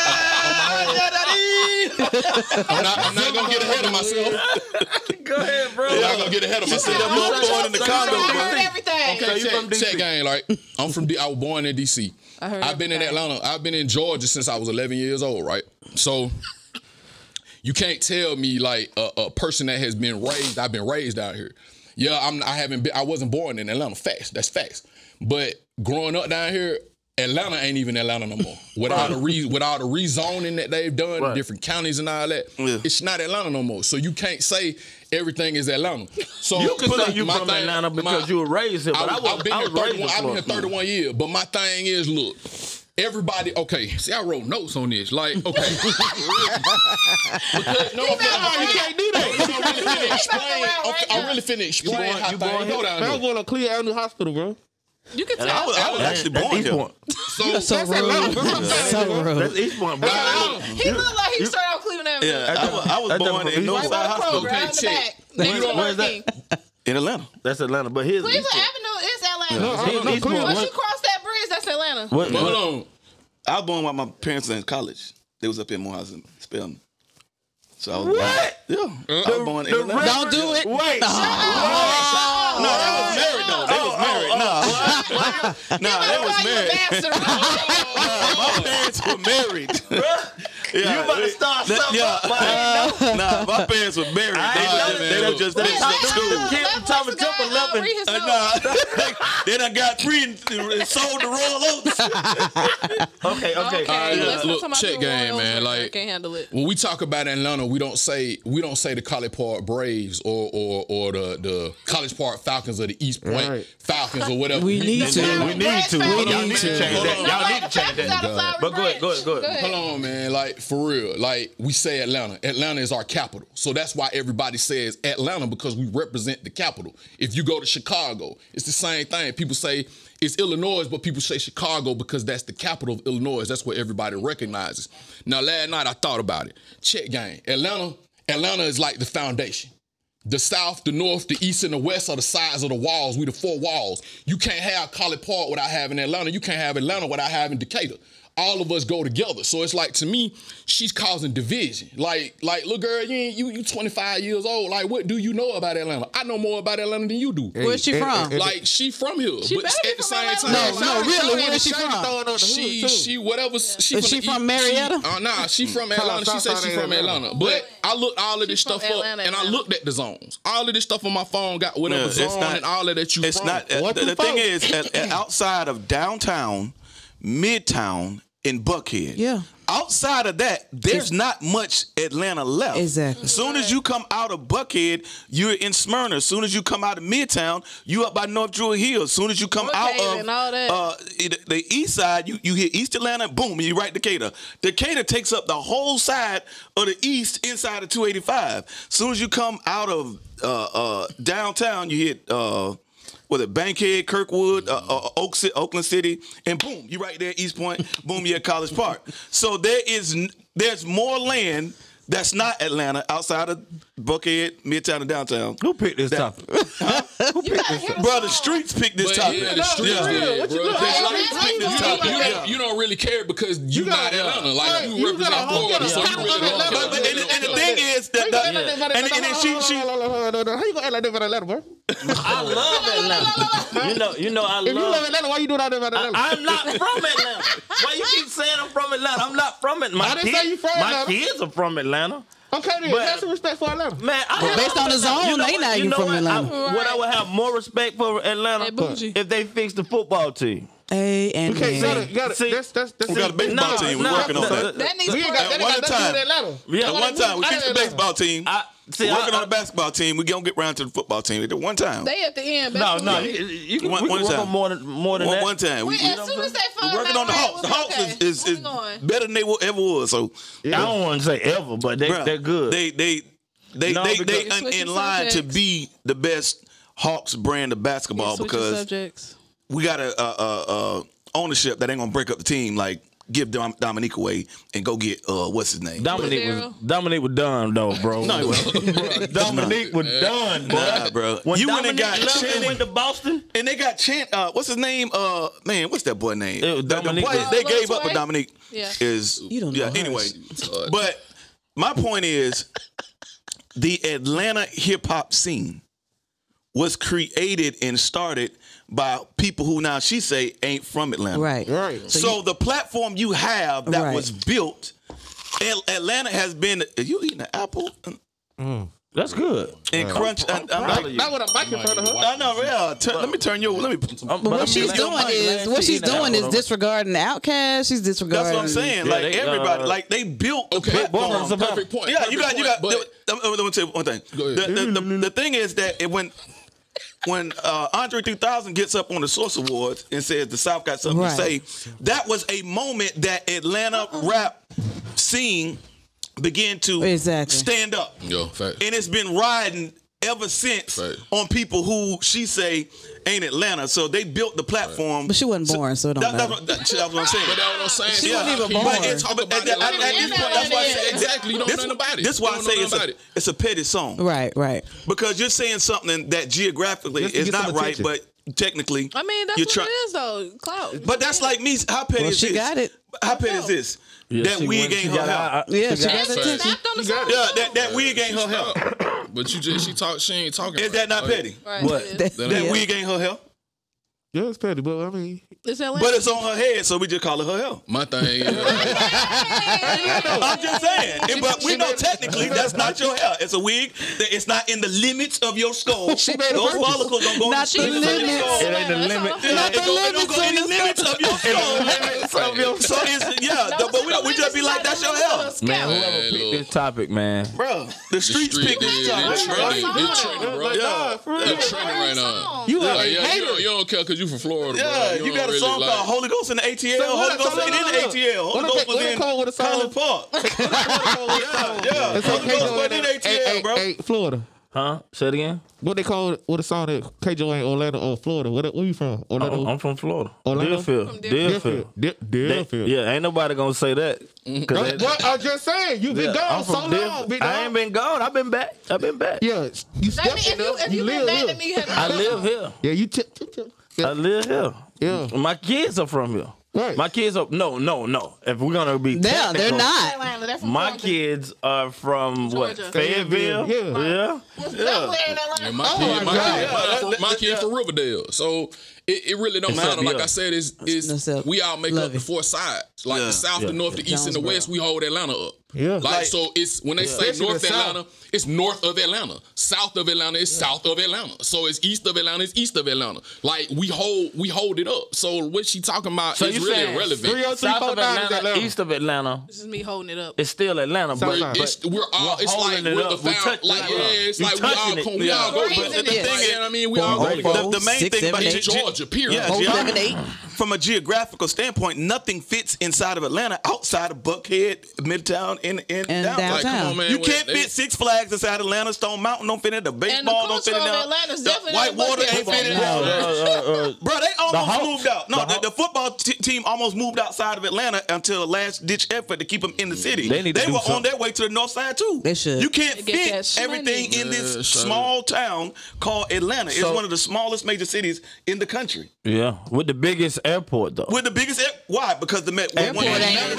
Speaker 5: I'm not, I'm not gonna get ahead of myself.
Speaker 2: Go ahead, bro.
Speaker 5: I'm not gonna get ahead of myself.
Speaker 3: that boy born in the condo.
Speaker 4: I
Speaker 3: boy.
Speaker 4: heard everything.
Speaker 5: Okay,
Speaker 2: you
Speaker 5: check,
Speaker 2: from DC?
Speaker 5: check gang. Like I'm from. D- I was born in D.C.
Speaker 4: I heard
Speaker 5: I've been in
Speaker 4: that.
Speaker 5: Atlanta. I've been in Georgia since I was 11 years old. Right. So you can't tell me like a, a person that has been raised. I've been raised out here. Yeah, I'm. I haven't been. I wasn't born in Atlanta. Facts. That's facts. But growing up down here. Atlanta ain't even Atlanta no more. Without the re, without the rezoning that they've done,
Speaker 2: Right.
Speaker 5: different counties and all that,
Speaker 3: Yeah.
Speaker 5: it's not Atlanta no more. So you can't say everything is Atlanta. So
Speaker 2: You can
Speaker 5: my
Speaker 2: say you from
Speaker 5: thing-
Speaker 2: Atlanta because
Speaker 5: my-
Speaker 2: you were raised here, but I,
Speaker 5: I,
Speaker 2: was,
Speaker 5: have been
Speaker 2: I
Speaker 5: here
Speaker 2: was raised
Speaker 5: 31.
Speaker 2: in
Speaker 5: I've been here
Speaker 2: Florida.
Speaker 5: 31 years, but my thing is, look, everybody. Okay, see, I wrote notes on this. Like, okay, Because- no, I'm
Speaker 1: Oh, you
Speaker 5: finna-
Speaker 1: can't do that.
Speaker 5: I'm really finna explain.
Speaker 4: around
Speaker 5: I'm
Speaker 4: right
Speaker 5: I'm
Speaker 4: now.
Speaker 5: really finna explain
Speaker 2: born-
Speaker 5: how
Speaker 2: you
Speaker 5: things
Speaker 2: born
Speaker 5: go
Speaker 2: here?
Speaker 5: down
Speaker 1: Man, I was
Speaker 5: here.
Speaker 1: going to Clear Avenue Hospital, bro.
Speaker 4: You can
Speaker 2: I
Speaker 4: tell.
Speaker 2: was,
Speaker 3: I was actually
Speaker 2: that's
Speaker 3: born
Speaker 2: East
Speaker 3: here.
Speaker 2: Point.
Speaker 5: So,
Speaker 8: So
Speaker 1: That's Atlanta, bro.
Speaker 8: rude. So rude.
Speaker 2: That's East Point, bro.
Speaker 4: He looked like he straight out Cleveland Avenue.
Speaker 3: Yeah, I was, I was
Speaker 2: That don't-
Speaker 3: born
Speaker 2: that
Speaker 3: in
Speaker 2: don't-
Speaker 3: Northside
Speaker 4: Right by the
Speaker 3: Hospital
Speaker 4: Kroger, out in the
Speaker 5: check.
Speaker 4: back. Next to
Speaker 2: Where's that?
Speaker 4: Burger King.
Speaker 3: in Atlanta.
Speaker 2: That's Atlanta, but here's
Speaker 4: Cleveland
Speaker 2: East Point.
Speaker 4: Avenue is Atlanta.
Speaker 1: No,
Speaker 2: Here's
Speaker 1: no,
Speaker 2: East
Speaker 1: Cleveland-
Speaker 2: Point.
Speaker 4: Once you
Speaker 2: What-
Speaker 4: cross that bridge, that's Atlanta.
Speaker 2: What,
Speaker 5: hold
Speaker 2: what,
Speaker 5: on.
Speaker 3: I was born while my parents were in college. They was up in Morehouse and Spelman. So I was what? Born, yeah, I was born in that.
Speaker 8: Don't do it.
Speaker 2: Wait.
Speaker 3: No, that was married though.
Speaker 2: Oh,
Speaker 3: They was married. Nah, nah, they was married. My parents were married. Yeah,
Speaker 2: You about to
Speaker 3: they-
Speaker 2: start
Speaker 3: that-
Speaker 2: something
Speaker 3: yeah.
Speaker 2: up, but I ain't know.
Speaker 3: Nah, my parents were married.
Speaker 2: I ain't
Speaker 3: dog.
Speaker 2: know
Speaker 3: They-
Speaker 2: that.
Speaker 3: They were just
Speaker 4: Wait,
Speaker 3: they
Speaker 4: why
Speaker 3: was
Speaker 4: y'all
Speaker 3: in school.
Speaker 4: don't
Speaker 2: Kid
Speaker 4: let
Speaker 2: from Thomas
Speaker 4: West Guy
Speaker 2: Temple loving-
Speaker 4: read his
Speaker 3: Uh,
Speaker 4: notes?
Speaker 3: nah, then I got free and, and sold the Royal Oaks.
Speaker 2: Okay, okay.
Speaker 4: Okay,
Speaker 5: right,
Speaker 4: let's
Speaker 5: look,
Speaker 4: not talk about
Speaker 5: check
Speaker 4: people
Speaker 5: game,
Speaker 4: who are
Speaker 5: man,
Speaker 4: older,
Speaker 5: like-
Speaker 4: can't handle it.
Speaker 5: when we talk about Atlanta, we don't say we don't say the College Park Braves or or or the the College Park Falcons or the East Point
Speaker 1: Right.
Speaker 5: Falcons or whatever.
Speaker 8: We need to.
Speaker 2: We need to.
Speaker 4: Hold
Speaker 2: Y'all
Speaker 8: on, hold
Speaker 2: need to change
Speaker 5: on.
Speaker 2: that. Y'all need to change that. But go ahead, go ahead, go ahead.
Speaker 5: Hold on, man. Like for real. Like we say Atlanta. Atlanta is our capital. So that's why everybody says Atlanta because we represent the capital. If you go to Chicago, it's the same thing. People say it's Illinois, but people say Chicago because that's the capital of Illinois. That's what everybody recognizes. Now last night I thought about it. Check game. Atlanta, Atlanta is like the foundation. The south, the north, the east, and the west are the sides of the walls. We the four walls. You can't have College Park without having Atlanta. You can't have Atlanta without having Decatur. All of us go together. So it's like to me, she's causing division. Like, like, look, girl, you ain't, you you 25 years old. Like, what do you know about Atlanta? I know more about Atlanta than you do.
Speaker 8: Where's she from?
Speaker 5: Like, she from here, but
Speaker 4: better be
Speaker 5: at the
Speaker 4: from
Speaker 5: same
Speaker 4: Atlanta.
Speaker 5: time,
Speaker 8: No,
Speaker 5: like,
Speaker 8: no, really,
Speaker 1: Shady
Speaker 8: where is she
Speaker 1: throwing
Speaker 8: from?
Speaker 1: on the hood,
Speaker 5: she
Speaker 1: too.
Speaker 5: she whatever she
Speaker 8: Is she
Speaker 5: the-
Speaker 8: from Marietta?
Speaker 5: She, uh, nah, she from Atlanta. she
Speaker 1: South
Speaker 5: said
Speaker 1: Side
Speaker 5: she
Speaker 1: ain't
Speaker 5: from
Speaker 1: Atlanta.
Speaker 5: Atlanta. But I looked all of this
Speaker 4: She from
Speaker 5: stuff up,
Speaker 4: Atlanta,
Speaker 5: and I
Speaker 4: Atlanta.
Speaker 5: looked at the zones. All of this stuff on my phone got whatever
Speaker 3: No, it's
Speaker 5: zone
Speaker 3: not-
Speaker 5: and all of that you
Speaker 3: It's
Speaker 5: from.
Speaker 3: not. uh,
Speaker 1: What
Speaker 3: the, the
Speaker 1: the
Speaker 3: thing
Speaker 1: fuck?
Speaker 3: is, at, at outside of downtown, midtown, and Buckhead.
Speaker 8: Yeah.
Speaker 3: Outside of that, there's not much Atlanta left.
Speaker 8: Exactly.
Speaker 3: As soon as you come out of Buckhead, you're in Smyrna. As soon as you come out of Midtown, you up by North Druid Hill. As soon as you come out
Speaker 4: Brookhaven
Speaker 3: of
Speaker 4: and all that.
Speaker 3: uh, it- the east side, you, you hit East Atlanta, boom, you right Decatur. Decatur takes up the whole side of the east inside of 285. As soon as you come out of uh, uh, downtown, you hit uh, was it Bankhead, Kirkwood, uh, uh, Oak Ci- Oakland City, and boom, you right there, East Point, boom, you're at College Park. So there is n- there's more land that's not Atlanta outside of Buckhead, Midtown, and downtown.
Speaker 2: Who picked this topic?
Speaker 3: Bro, the streets picked this
Speaker 5: But
Speaker 3: topic.
Speaker 5: yeah, the streets
Speaker 3: Yeah.
Speaker 5: did, bro. It's like-
Speaker 3: Streets picked this
Speaker 5: you,
Speaker 3: topic.
Speaker 5: you don't, you don't really care because you,
Speaker 1: got
Speaker 5: not Atlanta.
Speaker 1: Atlanta.
Speaker 5: Like
Speaker 1: Right.
Speaker 5: you,
Speaker 1: You got
Speaker 5: represent
Speaker 1: a whole
Speaker 5: Florida, so
Speaker 1: lot
Speaker 5: you
Speaker 1: of
Speaker 5: really
Speaker 1: Atlanta.
Speaker 5: don't
Speaker 3: But, but-
Speaker 5: care.
Speaker 3: and, and the thing is that the, and, and then she she
Speaker 1: How you gonna act like that about Atlanta, bro?
Speaker 2: I love Atlanta. You know, you know, I
Speaker 1: If you love
Speaker 2: love.
Speaker 1: Atlanta, why you doing all that about Atlanta?
Speaker 2: I'm not from Atlanta. Why you keep saying I'm from Atlanta? I'm not from Atlanta. My
Speaker 1: I didn't say
Speaker 2: kid-
Speaker 1: you from
Speaker 2: My
Speaker 1: Atlanta.
Speaker 2: kids are from Atlanta.
Speaker 1: Okay, then
Speaker 2: But-
Speaker 1: have some respect for Atlanta.
Speaker 2: Man, I have-
Speaker 8: based on the zone,
Speaker 2: You know
Speaker 8: they
Speaker 2: what-
Speaker 8: not even
Speaker 2: know
Speaker 8: from
Speaker 2: what? I-
Speaker 8: Atlanta.
Speaker 2: What I would have more respect for Atlanta
Speaker 4: They bougie.
Speaker 2: if they fixed the football team.
Speaker 8: A and
Speaker 1: You can't
Speaker 8: B.
Speaker 1: say that. You gotta-
Speaker 2: See,
Speaker 1: that's that's that's.
Speaker 3: We got a baseball
Speaker 2: No,
Speaker 3: team. We're
Speaker 2: no,
Speaker 3: working on
Speaker 2: no,
Speaker 3: that.
Speaker 2: no.
Speaker 4: That needs
Speaker 1: We ain't got that
Speaker 3: one
Speaker 1: got nothing to do
Speaker 3: time.
Speaker 1: with Atlanta.
Speaker 2: Yeah,
Speaker 3: At one time, we fixed the baseball team.
Speaker 2: I- see, I-
Speaker 3: working on
Speaker 2: I-
Speaker 3: the basketball team. We gonna get round to the football team. At the one time.
Speaker 4: They at the end.
Speaker 2: No,
Speaker 4: basketball.
Speaker 2: no, you, you can,
Speaker 3: One-
Speaker 2: we can
Speaker 3: one
Speaker 2: work
Speaker 3: time.
Speaker 2: on more than more than
Speaker 3: One,
Speaker 2: that.
Speaker 3: one time. We,
Speaker 4: Wait, as soon as they fall
Speaker 3: are working
Speaker 4: back
Speaker 3: on the
Speaker 4: right,
Speaker 3: Hawks. The
Speaker 4: we'll be
Speaker 3: Hawks
Speaker 4: okay.
Speaker 3: is, is,
Speaker 4: Where
Speaker 3: is
Speaker 4: we going?
Speaker 3: better than they will- ever was. So
Speaker 2: I don't want to say ever, but they
Speaker 3: bruh,
Speaker 2: they're good.
Speaker 3: They they they
Speaker 2: No,
Speaker 3: they,
Speaker 2: because-
Speaker 3: they un-
Speaker 4: Switching
Speaker 3: in line to
Speaker 4: subjects.
Speaker 3: be the best Hawks brand of basketball
Speaker 4: Switching
Speaker 3: because
Speaker 4: subjects.
Speaker 3: we got a, a, a, a ownership that ain't gonna break up the team. Like give Dom, Dominique away and go get uh what's his name?
Speaker 2: Dominique
Speaker 4: Daryl?
Speaker 2: was Dominique was done though, bro.
Speaker 3: no, he wasn't.
Speaker 2: Dominique was done, bro.
Speaker 3: nah, bro.
Speaker 2: When
Speaker 3: you went
Speaker 2: Dominique
Speaker 3: and got
Speaker 2: left and
Speaker 3: Channing-
Speaker 2: went to Boston.
Speaker 3: And they got Chan. Uh, what's his name? Uh, man, what's that boy name?
Speaker 2: It was
Speaker 3: The- the
Speaker 2: Dominique.
Speaker 3: boy
Speaker 2: Uh,
Speaker 3: they
Speaker 4: Lil
Speaker 3: gave up
Speaker 4: Tway?
Speaker 3: with Dominique.
Speaker 4: Yeah.
Speaker 3: Is
Speaker 8: You don't
Speaker 3: yeah.
Speaker 8: know her.
Speaker 3: anyway,
Speaker 5: Retarded.
Speaker 3: but my point is, the Atlanta hip hop scene was created and started by people who now she say ain't from Atlanta.
Speaker 8: Right.
Speaker 1: Right.
Speaker 3: So, the platform you have that
Speaker 8: Right.
Speaker 3: was built, Al- Atlanta has been. Are you eating an apple and
Speaker 2: That's good.
Speaker 3: crunch? and- I'm
Speaker 2: proud
Speaker 3: not-
Speaker 2: of you.
Speaker 1: Not with a mic in front of her.
Speaker 3: I know, yeah. Turn- let me turn your. Let me.
Speaker 2: Um,
Speaker 8: But
Speaker 2: but
Speaker 8: what
Speaker 2: I'm
Speaker 8: she's
Speaker 2: glad-
Speaker 8: doing
Speaker 2: I'm
Speaker 8: is
Speaker 2: glad
Speaker 8: what
Speaker 2: she
Speaker 8: she's
Speaker 2: eating that
Speaker 8: doing is
Speaker 2: apple, though.
Speaker 8: disregarding Outkast. She's disregarding.
Speaker 3: That's what I'm saying.
Speaker 2: Yeah,
Speaker 3: like
Speaker 2: they,
Speaker 3: everybody,
Speaker 2: uh,
Speaker 3: like they built. a
Speaker 5: Okay,
Speaker 3: platform.
Speaker 2: boy, it's a-
Speaker 5: perfect point.
Speaker 3: Yeah, you got, you got.
Speaker 5: Perfect point,
Speaker 3: the- I'm, I'm gonna tell you one thing.
Speaker 5: Go ahead.
Speaker 3: The, the, the, the thing is that it, when when uh, Andre 3000 gets up on the Source Awards and says the South got something to
Speaker 8: Right.
Speaker 3: say, that was a moment that Atlanta rap scene began to
Speaker 8: Exactly.
Speaker 3: stand up
Speaker 5: but- Yo, fact.
Speaker 3: and it's been riding ever since
Speaker 5: Right.
Speaker 3: on people who she say ain't Atlanta. So they built the platform.
Speaker 8: But she wasn't born, so it don't
Speaker 3: that, that's,
Speaker 8: matter.
Speaker 3: what, that- that's what I'm saying.
Speaker 5: But that's what I'm saying.
Speaker 8: She
Speaker 5: So
Speaker 8: wasn't
Speaker 5: how
Speaker 8: even
Speaker 5: people
Speaker 8: born.
Speaker 5: can't talk
Speaker 3: But
Speaker 5: about
Speaker 3: at, at,
Speaker 5: Atlanta
Speaker 3: at this point,
Speaker 5: like that.
Speaker 3: that's why I say
Speaker 5: exactly. You don't
Speaker 3: this,
Speaker 5: know nothing about it.
Speaker 3: This
Speaker 5: You
Speaker 3: why I
Speaker 5: don't know
Speaker 3: say it's
Speaker 5: nothing about
Speaker 3: a,
Speaker 5: it.
Speaker 3: it's a petty song
Speaker 8: Right. Right.
Speaker 3: because you're saying something that geographically
Speaker 1: Just to
Speaker 3: is
Speaker 1: get some
Speaker 3: not right,
Speaker 1: attention.
Speaker 3: but technically,
Speaker 4: I mean, that's
Speaker 3: you're
Speaker 4: what
Speaker 3: try-
Speaker 4: it is, though. Clout.
Speaker 3: But that's like me. How petty
Speaker 8: Well,
Speaker 3: is
Speaker 8: she
Speaker 3: this?
Speaker 8: got it.
Speaker 3: How petty is this? that
Speaker 2: she
Speaker 3: wig
Speaker 2: went- she
Speaker 3: ain't her
Speaker 2: got
Speaker 3: hair.
Speaker 2: out-
Speaker 8: Yeah, she got
Speaker 4: She
Speaker 8: attention.
Speaker 4: snapped on the side.
Speaker 3: Yeah, that, that wig ain't her hair.
Speaker 5: But you just she talk she ain't talking.
Speaker 3: Is
Speaker 5: right.
Speaker 3: that not
Speaker 5: Oh, yeah.
Speaker 3: petty?
Speaker 4: Right.
Speaker 2: What?
Speaker 4: yeah.
Speaker 8: That-
Speaker 5: That
Speaker 3: That
Speaker 5: ain't-
Speaker 3: wig ain't her hair.
Speaker 1: Yeah, it's petty, but I mean,
Speaker 4: It's Atlanta.
Speaker 3: But it's on her head, so we just call it her hair.
Speaker 5: My thing is
Speaker 3: I'm just saying. And- but we know technically that's not your hair. It's a wig. that It's not in the limits of your skull. Those
Speaker 1: made a purchase.
Speaker 3: follicles don't go
Speaker 8: Not
Speaker 3: in
Speaker 8: the
Speaker 3: the limits of your
Speaker 8: limits.
Speaker 3: skull.
Speaker 2: It ain't the limit.
Speaker 3: Yeah,
Speaker 8: Not
Speaker 3: it
Speaker 8: the
Speaker 3: go- it
Speaker 8: limits
Speaker 3: don't go
Speaker 8: of
Speaker 3: in the
Speaker 8: your
Speaker 3: limits of your skull. So it's yeah,
Speaker 4: No,
Speaker 3: the- but we,
Speaker 4: it's
Speaker 3: don't- we just be like that's your hair,
Speaker 4: Man,
Speaker 5: Man,
Speaker 2: Pick
Speaker 5: look,
Speaker 2: this topic, man.
Speaker 3: bro. The streets
Speaker 5: street
Speaker 3: pick this
Speaker 5: did,
Speaker 3: up,
Speaker 5: they
Speaker 3: bro.
Speaker 5: trending, they trending, bro.
Speaker 3: Yeah,
Speaker 5: They trending right now.
Speaker 8: You are
Speaker 5: Like,
Speaker 8: a
Speaker 5: yeah, you,
Speaker 8: hater.
Speaker 5: don't, you don't care because you from Florida,
Speaker 3: yeah.
Speaker 5: bro.
Speaker 3: You, got a
Speaker 5: don't really
Speaker 3: song
Speaker 5: like-
Speaker 3: called Holy Ghost in the ATL. Holy
Speaker 1: what?
Speaker 3: Ghost
Speaker 1: So look,
Speaker 3: ain't in
Speaker 1: look,
Speaker 3: the
Speaker 1: look.
Speaker 3: ATL. Holy
Speaker 1: What
Speaker 3: Ghost
Speaker 1: they- what they call it with a
Speaker 3: was in Collin
Speaker 1: song?
Speaker 3: Park. Yeah,
Speaker 1: it's
Speaker 3: Holy
Speaker 1: okay,
Speaker 3: Ghost
Speaker 1: though.
Speaker 3: wasn't in the
Speaker 1: Hey, hey,
Speaker 3: ATL, bro.
Speaker 1: hey, Florida.
Speaker 2: Huh? Say it again.
Speaker 1: What they call it? What a song that KJ ain't Orlando or Florida? Where, where you from?
Speaker 2: I'm,
Speaker 1: Orlando.
Speaker 2: Uh, I'm from Florida.
Speaker 1: Orlando?
Speaker 2: Deerfield. Deerfield.
Speaker 1: Deerfield. De- Deerfield.
Speaker 2: That- yeah, ain't nobody gonna say that. 'Cause
Speaker 8: Mm-hmm.
Speaker 1: That's
Speaker 2: that-
Speaker 1: what I'm just saying. You been
Speaker 2: yeah,
Speaker 1: gone
Speaker 2: I'm from
Speaker 1: so
Speaker 2: Deerfield.
Speaker 1: long, big
Speaker 2: I ain't
Speaker 1: dog.
Speaker 2: been gone. I've been back. I've been back.
Speaker 1: Yeah, you
Speaker 4: That mean,
Speaker 1: stepped
Speaker 4: if
Speaker 1: it
Speaker 4: you
Speaker 1: up.
Speaker 4: if
Speaker 1: You
Speaker 4: you been back
Speaker 1: live
Speaker 4: to
Speaker 1: here.
Speaker 4: me, have
Speaker 2: I live here.
Speaker 1: Yeah, you tip, tip, tip.
Speaker 2: I live here.
Speaker 1: Yeah.
Speaker 2: My kids are from here.
Speaker 1: Right.
Speaker 2: My kids are no, no, no. If we're gonna be
Speaker 8: No, they're
Speaker 2: technical,
Speaker 8: not.
Speaker 4: Atlanta. That's from
Speaker 2: My
Speaker 4: Georgia.
Speaker 2: kids are from
Speaker 4: Georgia.
Speaker 2: what? Fayetteville.
Speaker 1: Fayetteville, yeah.
Speaker 2: yeah.
Speaker 4: Was somewhere in
Speaker 5: Yeah,
Speaker 4: Atlanta.
Speaker 5: my kid, my
Speaker 1: God.
Speaker 5: kid, my-
Speaker 3: Yeah, that-
Speaker 5: my
Speaker 3: that-
Speaker 5: kid from Riverdale. So it, it really don't matter. Like
Speaker 2: yeah.
Speaker 5: I said, it's,
Speaker 8: No,
Speaker 5: it's
Speaker 8: sir.
Speaker 5: we all make
Speaker 8: Love
Speaker 5: up the
Speaker 8: it.
Speaker 5: four sides. Like
Speaker 3: Yeah.
Speaker 5: the south, the north, the east, and the
Speaker 8: Jonesboro.
Speaker 5: west. We hold Atlanta up.
Speaker 1: Yeah.
Speaker 5: Like,
Speaker 1: Like-
Speaker 5: so, it's when they say
Speaker 1: Especially
Speaker 5: North
Speaker 1: the South.
Speaker 5: Atlanta, it's north of Atlanta. South of Atlanta is south of Atlanta. So it's east of Atlanta, it's east of Atlanta. Like we hold we hold it up. So what she talking about
Speaker 2: So
Speaker 5: is
Speaker 2: you
Speaker 5: really
Speaker 2: saying
Speaker 5: irrelevant.
Speaker 1: Three oh three
Speaker 2: South
Speaker 1: four
Speaker 2: of
Speaker 1: nine is
Speaker 2: Atlanta,
Speaker 1: Atlanta.
Speaker 2: east of Atlanta.
Speaker 4: This is me holding it up.
Speaker 2: It's still Atlanta,
Speaker 1: South
Speaker 2: but,
Speaker 1: side.
Speaker 2: but
Speaker 5: it's, we're all.
Speaker 2: we're
Speaker 5: it's like
Speaker 2: holding it
Speaker 5: we're the
Speaker 2: up. We're
Speaker 5: found,
Speaker 2: touching
Speaker 5: like
Speaker 2: it
Speaker 5: yeah.
Speaker 2: up.
Speaker 5: It's
Speaker 2: You
Speaker 5: like we all
Speaker 2: touching it.
Speaker 5: come, we
Speaker 2: Yeah.
Speaker 5: all go. But
Speaker 4: Crazy.
Speaker 5: the thing
Speaker 8: Yes.
Speaker 5: is, you know what I mean, we all
Speaker 8: Four,
Speaker 5: go.
Speaker 8: four,
Speaker 3: The, the main
Speaker 8: six,
Speaker 3: thing
Speaker 8: seven,
Speaker 3: about
Speaker 8: eight.
Speaker 3: Ge- Ge-
Speaker 5: Georgia, period.
Speaker 3: Yeah,
Speaker 5: Four,
Speaker 3: Geog-
Speaker 8: seven, eight.
Speaker 3: From a geographical standpoint, nothing fits inside of Atlanta outside of Buckhead, Midtown, and, and,
Speaker 8: And
Speaker 3: downtown.
Speaker 5: Like, come on,
Speaker 8: downtown.
Speaker 5: man.
Speaker 3: you
Speaker 5: with-
Speaker 3: can't
Speaker 5: they-
Speaker 3: fit Six Flags inside Atlanta. Stone Mountain don't fit in. The baseball don't fit in.
Speaker 4: culture of
Speaker 3: there.
Speaker 4: Atlanta's
Speaker 3: The
Speaker 4: definitely
Speaker 3: white
Speaker 4: not
Speaker 3: water
Speaker 4: Buckhead.
Speaker 3: ain't fit in.
Speaker 4: No,
Speaker 3: there.
Speaker 2: uh, uh,
Speaker 3: Bro, they almost
Speaker 2: Hawks.
Speaker 3: moved out. No,
Speaker 2: The
Speaker 3: the,
Speaker 2: Haw-
Speaker 3: the football t- team almost moved outside of Atlanta until a last ditch effort to keep them in the city.
Speaker 2: They need to do
Speaker 3: were on
Speaker 2: something.
Speaker 3: their way to the north side too.
Speaker 8: They should.
Speaker 3: You can't
Speaker 4: Get
Speaker 3: fit
Speaker 4: that shmoney.
Speaker 3: everything in this
Speaker 5: Yeah, sure.
Speaker 3: small town called Atlanta. It's
Speaker 2: So-
Speaker 3: one of the smallest major cities in the country
Speaker 2: yeah, with the biggest airport though.
Speaker 3: with the biggest. Air- Why? Because the Met.
Speaker 8: Airport
Speaker 3: one-
Speaker 8: ain't-
Speaker 3: Atlanta-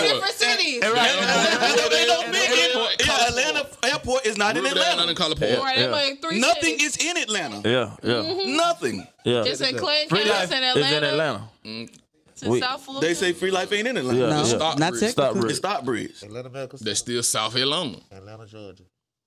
Speaker 4: Different cities.
Speaker 3: Atlanta- they don't fit in-
Speaker 5: Airport.
Speaker 3: Yeah, Atlanta airport is not in
Speaker 5: Riverdale,
Speaker 3: Atlanta.
Speaker 5: Atlanta, Colorado.
Speaker 4: Right, they like three
Speaker 3: Nothing
Speaker 4: cities.
Speaker 3: is in Atlanta.
Speaker 2: yeah, yeah,
Speaker 3: Nothing.
Speaker 2: yeah.
Speaker 4: Mm-hmm. It's in Clayton
Speaker 2: Free
Speaker 4: County,
Speaker 2: life
Speaker 4: it's in
Speaker 2: is in
Speaker 4: Atlanta,
Speaker 2: Atlanta.
Speaker 4: it's in
Speaker 2: We-
Speaker 4: South Florida.
Speaker 3: They say free life ain't in Atlanta.
Speaker 2: Yeah,
Speaker 8: No,
Speaker 5: Stop
Speaker 8: not
Speaker 5: real.
Speaker 2: Stop
Speaker 8: technically.
Speaker 2: real.
Speaker 3: It's Stockbridge.
Speaker 1: Atlanta Medical Center.
Speaker 5: That's still South Atlanta.
Speaker 1: Atlanta, Georgia.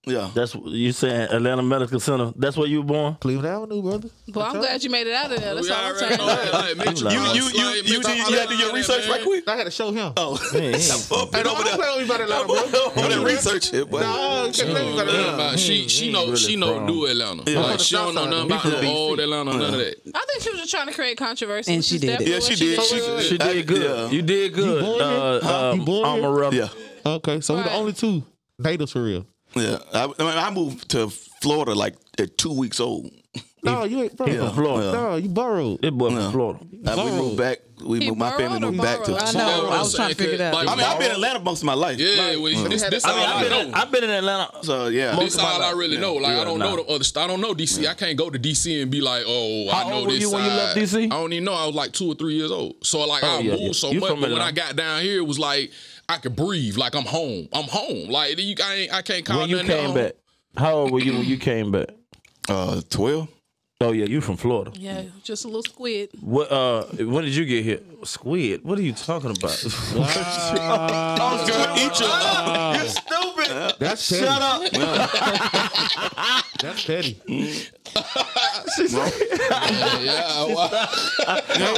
Speaker 3: Yeah.
Speaker 2: That's what you saying Atlanta Medical Center. That's where you were born.
Speaker 1: Cleveland Avenue, brother.
Speaker 4: Well, I'm glad you made it out of there. That's
Speaker 5: We
Speaker 4: all I'm
Speaker 5: already
Speaker 4: saying.
Speaker 5: know that. Like, make sure-
Speaker 2: You-
Speaker 3: You you you you, did- you had to do your research right quick.
Speaker 1: I had to show him.
Speaker 3: Oh,
Speaker 2: Man,
Speaker 3: Over
Speaker 1: Hey,
Speaker 3: there.
Speaker 1: don't play on me about Atlanta, bro.
Speaker 3: Over there, research it, boy.
Speaker 1: Nah, can't play me about
Speaker 5: Nothing
Speaker 1: Atlanta.
Speaker 5: about- She she know she know
Speaker 2: from-
Speaker 5: new Atlanta.
Speaker 3: Yeah.
Speaker 5: Like she don't know nothing about
Speaker 2: from
Speaker 5: the
Speaker 2: DC.
Speaker 5: old Atlanta, none of that.
Speaker 4: I think she was just trying to create controversy.
Speaker 8: And
Speaker 4: which
Speaker 8: she
Speaker 4: is
Speaker 8: did it.
Speaker 4: definitely
Speaker 3: Yeah, she
Speaker 4: what
Speaker 3: did.
Speaker 4: She,
Speaker 3: She,
Speaker 2: She
Speaker 3: I-
Speaker 2: did good.
Speaker 3: yeah.
Speaker 2: You did good.
Speaker 1: born here?
Speaker 2: uh,
Speaker 1: Huh?
Speaker 2: um,
Speaker 1: You born here?
Speaker 2: Amarella.
Speaker 3: Yeah,
Speaker 1: Okay, so we the
Speaker 4: Right.
Speaker 1: only two natives for real.
Speaker 3: yeah. I, I, mean, I moved to Florida like at two weeks old.
Speaker 1: No, you ain't bro.
Speaker 2: He from Florida.
Speaker 1: No, you borrowed.
Speaker 2: This boy from Florida.
Speaker 3: Uh, we moved back. We
Speaker 4: He
Speaker 3: moved. My family
Speaker 4: borrowed or
Speaker 3: moved back to.
Speaker 4: borrowed? I
Speaker 8: know.
Speaker 5: That's
Speaker 8: I
Speaker 5: what I'm
Speaker 8: was trying to
Speaker 5: saying,
Speaker 8: figure it out. Mm.
Speaker 5: like,
Speaker 3: I mean, I've been in Atlanta most of my life.
Speaker 5: Yeah, well, this this all
Speaker 2: I've
Speaker 5: I
Speaker 2: been,
Speaker 5: know.
Speaker 2: I've been in Atlanta.
Speaker 3: So yeah.
Speaker 5: This all I really know. Like I
Speaker 2: Yeah,
Speaker 5: don't
Speaker 2: nah.
Speaker 5: know the other. st- I don't know DC. I can't go to DC and be like, oh,
Speaker 2: How
Speaker 5: I know
Speaker 2: old were
Speaker 5: this.
Speaker 2: you when you left
Speaker 5: side.
Speaker 2: DC?
Speaker 5: I don't even know. I was like two or three years old. So like I
Speaker 2: yeah,
Speaker 5: moved
Speaker 2: yeah.
Speaker 5: so
Speaker 2: You
Speaker 5: much,
Speaker 2: from
Speaker 5: but when
Speaker 2: Atlanta.
Speaker 5: I got down here, it was like I could breathe. Like I'm home. I'm home. Like you, I ain't. I can't call
Speaker 2: When you
Speaker 5: nothing at
Speaker 2: came
Speaker 5: home.
Speaker 2: back, how old were you when you came back?
Speaker 3: Uh, twelve.
Speaker 2: Oh yeah, you from Florida.
Speaker 4: yeah, just a little squid.
Speaker 2: What? Uh, when did you get here? Squid. What are you talking about?
Speaker 3: Girl, eat your. you stupid.
Speaker 1: That's petty. Shut up. That's petty. hey,
Speaker 5: Yeah, well,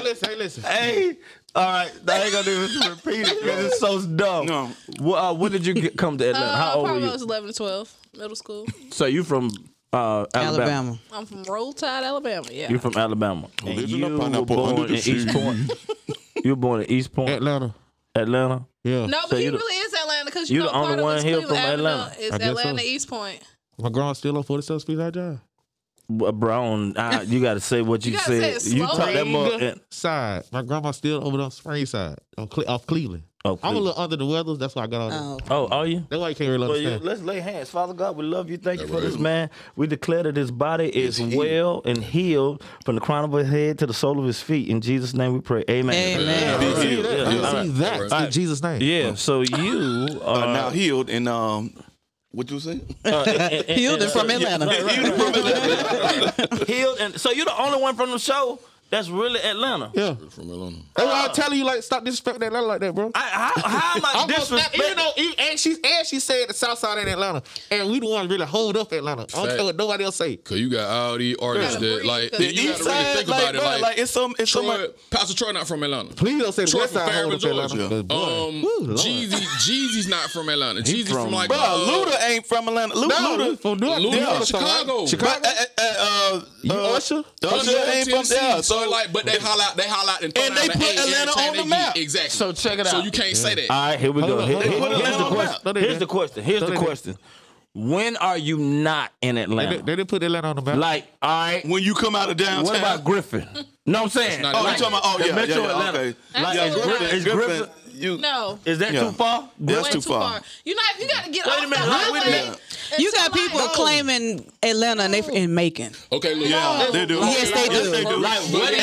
Speaker 1: listen, hey, listen.
Speaker 2: hey, all right, I ain't gonna even repeat it because it's so dumb.
Speaker 3: No.
Speaker 2: Well, uh, when did you get, come to Atlanta?
Speaker 4: Uh,
Speaker 2: how old were
Speaker 4: probably
Speaker 2: you?
Speaker 4: I was 11 or 12, middle school.
Speaker 2: So you from uh, Alabama.
Speaker 8: Alabama.
Speaker 4: I'm from Roll Tide, Alabama. Yeah.
Speaker 2: You from Alabama. And
Speaker 3: Living
Speaker 2: you
Speaker 3: up
Speaker 2: were
Speaker 3: pineapple
Speaker 2: born
Speaker 3: under
Speaker 2: in
Speaker 3: the
Speaker 2: East Point. you were born in East Point,
Speaker 1: Atlanta.
Speaker 2: Atlanta.
Speaker 1: Yeah.
Speaker 4: no, but
Speaker 2: so
Speaker 4: he
Speaker 2: you the-
Speaker 4: really is Atlanta because you
Speaker 2: you
Speaker 4: know
Speaker 2: the only
Speaker 4: part of
Speaker 2: one
Speaker 4: it's
Speaker 2: here
Speaker 4: Cleveland
Speaker 2: from
Speaker 4: Avenue
Speaker 2: Atlanta.
Speaker 4: is
Speaker 1: I guess
Speaker 4: Atlanta
Speaker 1: so.
Speaker 4: East Point.
Speaker 1: My grand's still on 47th Street. I drive.
Speaker 2: Bro, Brown, I, you gotta say what you,
Speaker 4: You gotta say
Speaker 2: said.
Speaker 4: it
Speaker 2: you
Speaker 4: slow.
Speaker 2: talk that mother.
Speaker 1: Side. My grandma's still over there on Spring Side, on Cle- off Cleveland.
Speaker 2: Oh,
Speaker 1: I'm a
Speaker 2: please.
Speaker 1: little under the weather. That's why I got all that.
Speaker 8: Oh,
Speaker 2: oh, are you?
Speaker 1: That's why you can't really
Speaker 2: Well, you,
Speaker 1: understand.
Speaker 2: let's lay hands. Father God, we love you. Thank you
Speaker 5: That
Speaker 2: for
Speaker 5: right.
Speaker 2: this man. We declare that his body is well and healed from the crown of his head to the sole of his feet. In Jesus' name we pray. Amen.
Speaker 8: Amen.
Speaker 2: Yeah,
Speaker 1: I see
Speaker 2: yeah,
Speaker 1: that.
Speaker 2: yeah, all
Speaker 1: I see
Speaker 2: right.
Speaker 1: that
Speaker 5: All
Speaker 1: in
Speaker 5: right.
Speaker 1: Jesus' name.
Speaker 2: Yeah, so you
Speaker 3: Uh, now
Speaker 2: are
Speaker 3: healed and um, what you say?
Speaker 8: healed and from Atlanta.
Speaker 2: healed, and so you're the only one from the show that's really Atlanta.
Speaker 1: Yeah.
Speaker 5: From Atlanta.
Speaker 1: That's why I tell you, like, stop disrespecting Atlanta like that, bro.
Speaker 2: I, how, how am I
Speaker 1: I'm gonna snap, even
Speaker 2: disrespecting?
Speaker 1: though, even, and she and she said the South Side ain't Atlanta, and we the ones really hold up Atlanta. I don't
Speaker 5: Fact.
Speaker 1: care what nobody else say.
Speaker 5: Cause you got all these artists
Speaker 4: Gotta
Speaker 5: that
Speaker 4: breathe,
Speaker 5: like
Speaker 4: cause
Speaker 5: you
Speaker 4: the
Speaker 5: gotta
Speaker 4: east
Speaker 5: really
Speaker 3: Side,
Speaker 5: think
Speaker 3: like,
Speaker 5: about it.
Speaker 3: bro,
Speaker 5: Like,
Speaker 3: like, it's some, it's some.
Speaker 5: Troy, Pastor Troy not from Atlanta.
Speaker 1: Please don't say the
Speaker 5: Troy
Speaker 1: West
Speaker 5: from
Speaker 1: Side hold
Speaker 5: Fairmont,
Speaker 1: up Atlanta.
Speaker 5: Georgia.
Speaker 1: 'cause boy,
Speaker 5: Um,
Speaker 1: woo, Lord.
Speaker 5: Jeezy, Jeezy's not from Atlanta. Jeezy's from,
Speaker 3: from-
Speaker 5: like
Speaker 3: Bro,
Speaker 5: uh,
Speaker 3: Luda ain't from Atlanta. Luda,
Speaker 1: no, we
Speaker 3: Luda,
Speaker 1: from New York.
Speaker 5: Luda
Speaker 1: New
Speaker 5: from
Speaker 1: York,
Speaker 5: Chicago.
Speaker 1: Chicago.
Speaker 3: but, uh, uh, uh,
Speaker 1: You
Speaker 3: uh,
Speaker 1: Usher?
Speaker 3: Usher
Speaker 5: Tennessee,
Speaker 3: ain't from there.
Speaker 5: So,
Speaker 3: So
Speaker 5: like, but they holla out, they holla out, and, throw
Speaker 3: And
Speaker 5: down
Speaker 3: they
Speaker 5: the
Speaker 3: put
Speaker 5: A every
Speaker 3: Atlanta
Speaker 5: time
Speaker 3: on
Speaker 5: they
Speaker 3: the map.
Speaker 5: get- Exactly.
Speaker 2: So check it
Speaker 5: So
Speaker 2: out.
Speaker 5: you can't say that.
Speaker 2: All right, here we
Speaker 1: Hold
Speaker 2: go.
Speaker 1: on,
Speaker 2: Here-
Speaker 1: hold on,
Speaker 2: here-
Speaker 1: hold on,
Speaker 2: here's, the
Speaker 1: hold on. No,
Speaker 2: question.
Speaker 1: they
Speaker 2: here's
Speaker 1: didn't.
Speaker 2: the question. Here's
Speaker 1: No,
Speaker 2: the
Speaker 1: they didn't.
Speaker 2: question. When are you not in
Speaker 1: They,
Speaker 2: Atlanta?
Speaker 1: didn't- they didn't put Atlanta on the map.
Speaker 2: Like, all right,
Speaker 3: when you come out of downtown,
Speaker 2: what about Griffin? No, I'm saying.
Speaker 5: not
Speaker 3: Oh,
Speaker 5: Like,
Speaker 3: you talking about? Oh,
Speaker 2: the
Speaker 3: yeah,
Speaker 2: Metro
Speaker 3: yeah, yeah,
Speaker 2: Atlanta.
Speaker 3: okay.
Speaker 4: Like,
Speaker 3: yeah,
Speaker 4: is Griffin-
Speaker 3: Griffin-
Speaker 2: is Griffin-
Speaker 3: you,
Speaker 4: No.
Speaker 2: Is that
Speaker 3: Yeah.
Speaker 2: too far?
Speaker 3: That's
Speaker 4: Way
Speaker 3: too far.
Speaker 4: You know, if you got to get
Speaker 2: Wait
Speaker 4: off
Speaker 2: a minute,
Speaker 4: the
Speaker 2: wait, wait a
Speaker 4: highway
Speaker 2: minute.
Speaker 4: and
Speaker 8: You
Speaker 4: to,
Speaker 8: got people
Speaker 4: like,
Speaker 8: claiming Atlanta and they f- in Macon.
Speaker 5: Okay, look.
Speaker 3: Yeah, they do.
Speaker 8: Yes, they do.
Speaker 2: Like, what do you-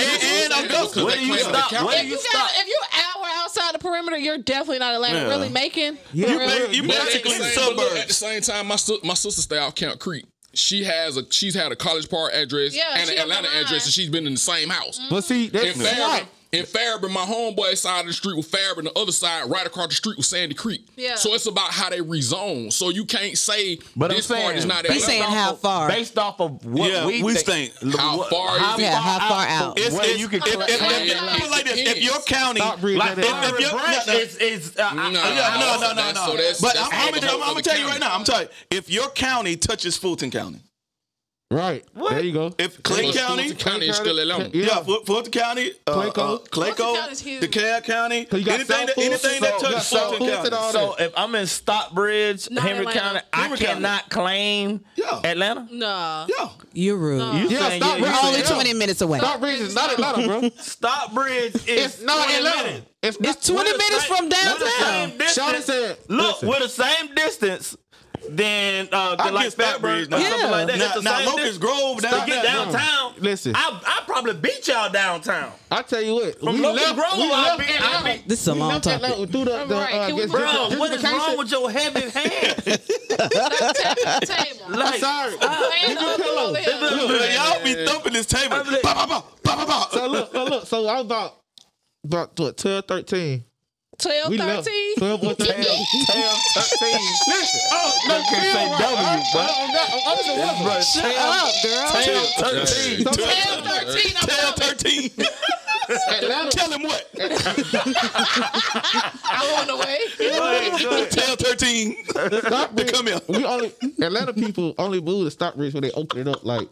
Speaker 3: And, and Augusta.
Speaker 2: Where do you
Speaker 5: They claim
Speaker 2: stop?
Speaker 5: they count.
Speaker 2: Where do
Speaker 4: If
Speaker 2: you
Speaker 4: you
Speaker 2: stop?
Speaker 4: got, if you're an hour outside the perimeter, you're definitely not Atlanta.
Speaker 3: Yeah.
Speaker 4: Really making?
Speaker 1: Yeah.
Speaker 4: Really?
Speaker 3: make- you
Speaker 5: But at the
Speaker 3: Basically
Speaker 5: same-
Speaker 3: suburbs.
Speaker 5: but look, At the same time, my sis- my sister stay out Camp Creek. She has a she's had a College Park address
Speaker 4: Yeah,
Speaker 5: and an
Speaker 4: she Mm-hmm. don't
Speaker 5: Atlanta
Speaker 4: come out.
Speaker 5: address, and she's been in the same house.
Speaker 1: but see,
Speaker 5: In
Speaker 1: that's
Speaker 5: Fairburn,
Speaker 1: right.
Speaker 5: in Fairburn, my homeboy side of the street with Fairburn, the other side, right across the street was Sandy Creek.
Speaker 4: Yeah.
Speaker 5: So it's about how they rezone. So you can't say
Speaker 2: But
Speaker 5: this
Speaker 2: I'm saying,
Speaker 5: part is not
Speaker 2: based
Speaker 8: He's saying
Speaker 5: Atlanta.
Speaker 2: off
Speaker 8: how
Speaker 2: of-
Speaker 8: far.
Speaker 2: Based off of what
Speaker 3: Yeah,
Speaker 2: we,
Speaker 3: we think.
Speaker 5: How
Speaker 2: what-
Speaker 5: far is it?
Speaker 8: Yeah, how far out?
Speaker 2: It's,
Speaker 3: It's-
Speaker 2: where
Speaker 3: it's-
Speaker 2: you can
Speaker 3: if, if, if,
Speaker 4: Yeah.
Speaker 3: put it like this, if your county,
Speaker 1: Stop breathing
Speaker 2: like
Speaker 1: that
Speaker 2: if,
Speaker 1: out.
Speaker 2: if your branch
Speaker 3: no, no.
Speaker 2: is is uh,
Speaker 5: No,
Speaker 2: uh, yeah,
Speaker 3: no, no, no,
Speaker 5: That's-
Speaker 3: no.
Speaker 5: so that's-
Speaker 3: but I'm,
Speaker 5: that's
Speaker 3: I'm,
Speaker 5: the
Speaker 3: gonna- I'm,
Speaker 5: whole
Speaker 3: gonna tell you
Speaker 5: county.
Speaker 3: right now. I'm telling you, if your county touches Fulton County,
Speaker 1: Right. There you go.
Speaker 3: if
Speaker 5: But
Speaker 3: Clay
Speaker 5: Fulton
Speaker 3: County,
Speaker 5: County is still Atlanta.
Speaker 1: Yeah.
Speaker 3: yeah, Ful- Fulton County, uh,
Speaker 1: Clayco.
Speaker 3: uh,
Speaker 4: Fulton
Speaker 3: Clayco,
Speaker 4: County's huge.
Speaker 3: DeKalb County,
Speaker 1: you got
Speaker 3: anything
Speaker 1: South
Speaker 3: that anything
Speaker 1: Fulton,
Speaker 3: that
Speaker 1: so-
Speaker 3: touches
Speaker 1: you got South
Speaker 3: Fulton
Speaker 1: Fulton, all
Speaker 3: County.
Speaker 1: that.
Speaker 2: So if I'm in Stockbridge,
Speaker 4: Not
Speaker 2: Henry
Speaker 4: Atlanta.
Speaker 2: County, I
Speaker 3: Henry County.
Speaker 2: cannot claim
Speaker 3: Yeah.
Speaker 2: Atlanta.
Speaker 4: Nah.
Speaker 3: Yeah,
Speaker 8: You're rude.
Speaker 2: You
Speaker 1: Yeah,
Speaker 2: saying
Speaker 1: stop.
Speaker 2: you-
Speaker 1: We're
Speaker 2: you
Speaker 1: all
Speaker 2: saying
Speaker 8: Only
Speaker 1: yeah.
Speaker 8: 20 Oh, minutes away.
Speaker 1: Stop reason. It's not Atlanta, bro.
Speaker 2: Stockbridge is
Speaker 1: It's not
Speaker 2: 20
Speaker 1: Atlanta.
Speaker 2: minutes.
Speaker 1: It's not.
Speaker 8: It's 20
Speaker 2: We're the
Speaker 8: minutes
Speaker 2: same-
Speaker 8: from
Speaker 2: we're the same
Speaker 8: downtown.
Speaker 2: distance.
Speaker 1: Shawty said,
Speaker 2: Look,
Speaker 1: listen.
Speaker 2: we're the same distance than uh, than like
Speaker 3: get Stockbridge
Speaker 2: Stockbridge
Speaker 3: now.
Speaker 2: or something like that.
Speaker 8: Yeah.
Speaker 2: It's
Speaker 3: now,
Speaker 2: the
Speaker 3: now
Speaker 2: same
Speaker 3: Locust
Speaker 2: distance.
Speaker 3: Grove
Speaker 2: To
Speaker 3: down
Speaker 2: get
Speaker 3: there.
Speaker 2: downtown,
Speaker 1: Listen.
Speaker 2: I, I probably beat y'all downtown.
Speaker 1: I tell you what.
Speaker 2: From
Speaker 1: we
Speaker 2: Locust
Speaker 1: left,
Speaker 2: Grove,
Speaker 1: we
Speaker 2: I
Speaker 1: left
Speaker 2: be,
Speaker 1: Atlanta.
Speaker 2: I be,
Speaker 8: This is a
Speaker 1: We
Speaker 8: long
Speaker 1: left
Speaker 8: topic.
Speaker 1: Atlanta through the, the
Speaker 4: Right,
Speaker 1: uh,
Speaker 4: can we-
Speaker 1: gentr-
Speaker 2: Bro, what is wrong
Speaker 1: gentrification.
Speaker 2: with your heavy hand?
Speaker 4: Table.
Speaker 2: Like,
Speaker 1: Sorry.
Speaker 4: Man,
Speaker 1: Leave your
Speaker 4: up
Speaker 1: pillow.
Speaker 4: over here.
Speaker 2: Look,
Speaker 3: Look, y'all be thumping this table.
Speaker 2: I'm like-
Speaker 3: Ba, ba, ba, ba, ba,
Speaker 1: So
Speaker 3: ba.
Speaker 1: look, look, look. So I was about about what, 12, 13.
Speaker 4: 12,
Speaker 1: We left
Speaker 4: 13.
Speaker 1: 12 or 13.
Speaker 2: Tam 13.
Speaker 1: Listen, oh, no,
Speaker 2: You can't say
Speaker 1: Bill,
Speaker 2: W,
Speaker 1: I-
Speaker 2: but-
Speaker 1: I- I'm not- I'm under the weather.
Speaker 2: Bro, Tam,
Speaker 8: Up, girl.
Speaker 2: Tam 13.
Speaker 1: So,
Speaker 4: 12, 13. I'm
Speaker 3: Tell
Speaker 4: coming.
Speaker 3: thirteen.
Speaker 1: Atlanta,
Speaker 3: Tell him what.
Speaker 4: I'm on the way.
Speaker 2: Go ahead, go ahead.
Speaker 3: Tell thirteen.
Speaker 1: Stockbridge,
Speaker 3: Come here.
Speaker 1: we only Atlanta people only move to Stockbridge when they open it up, like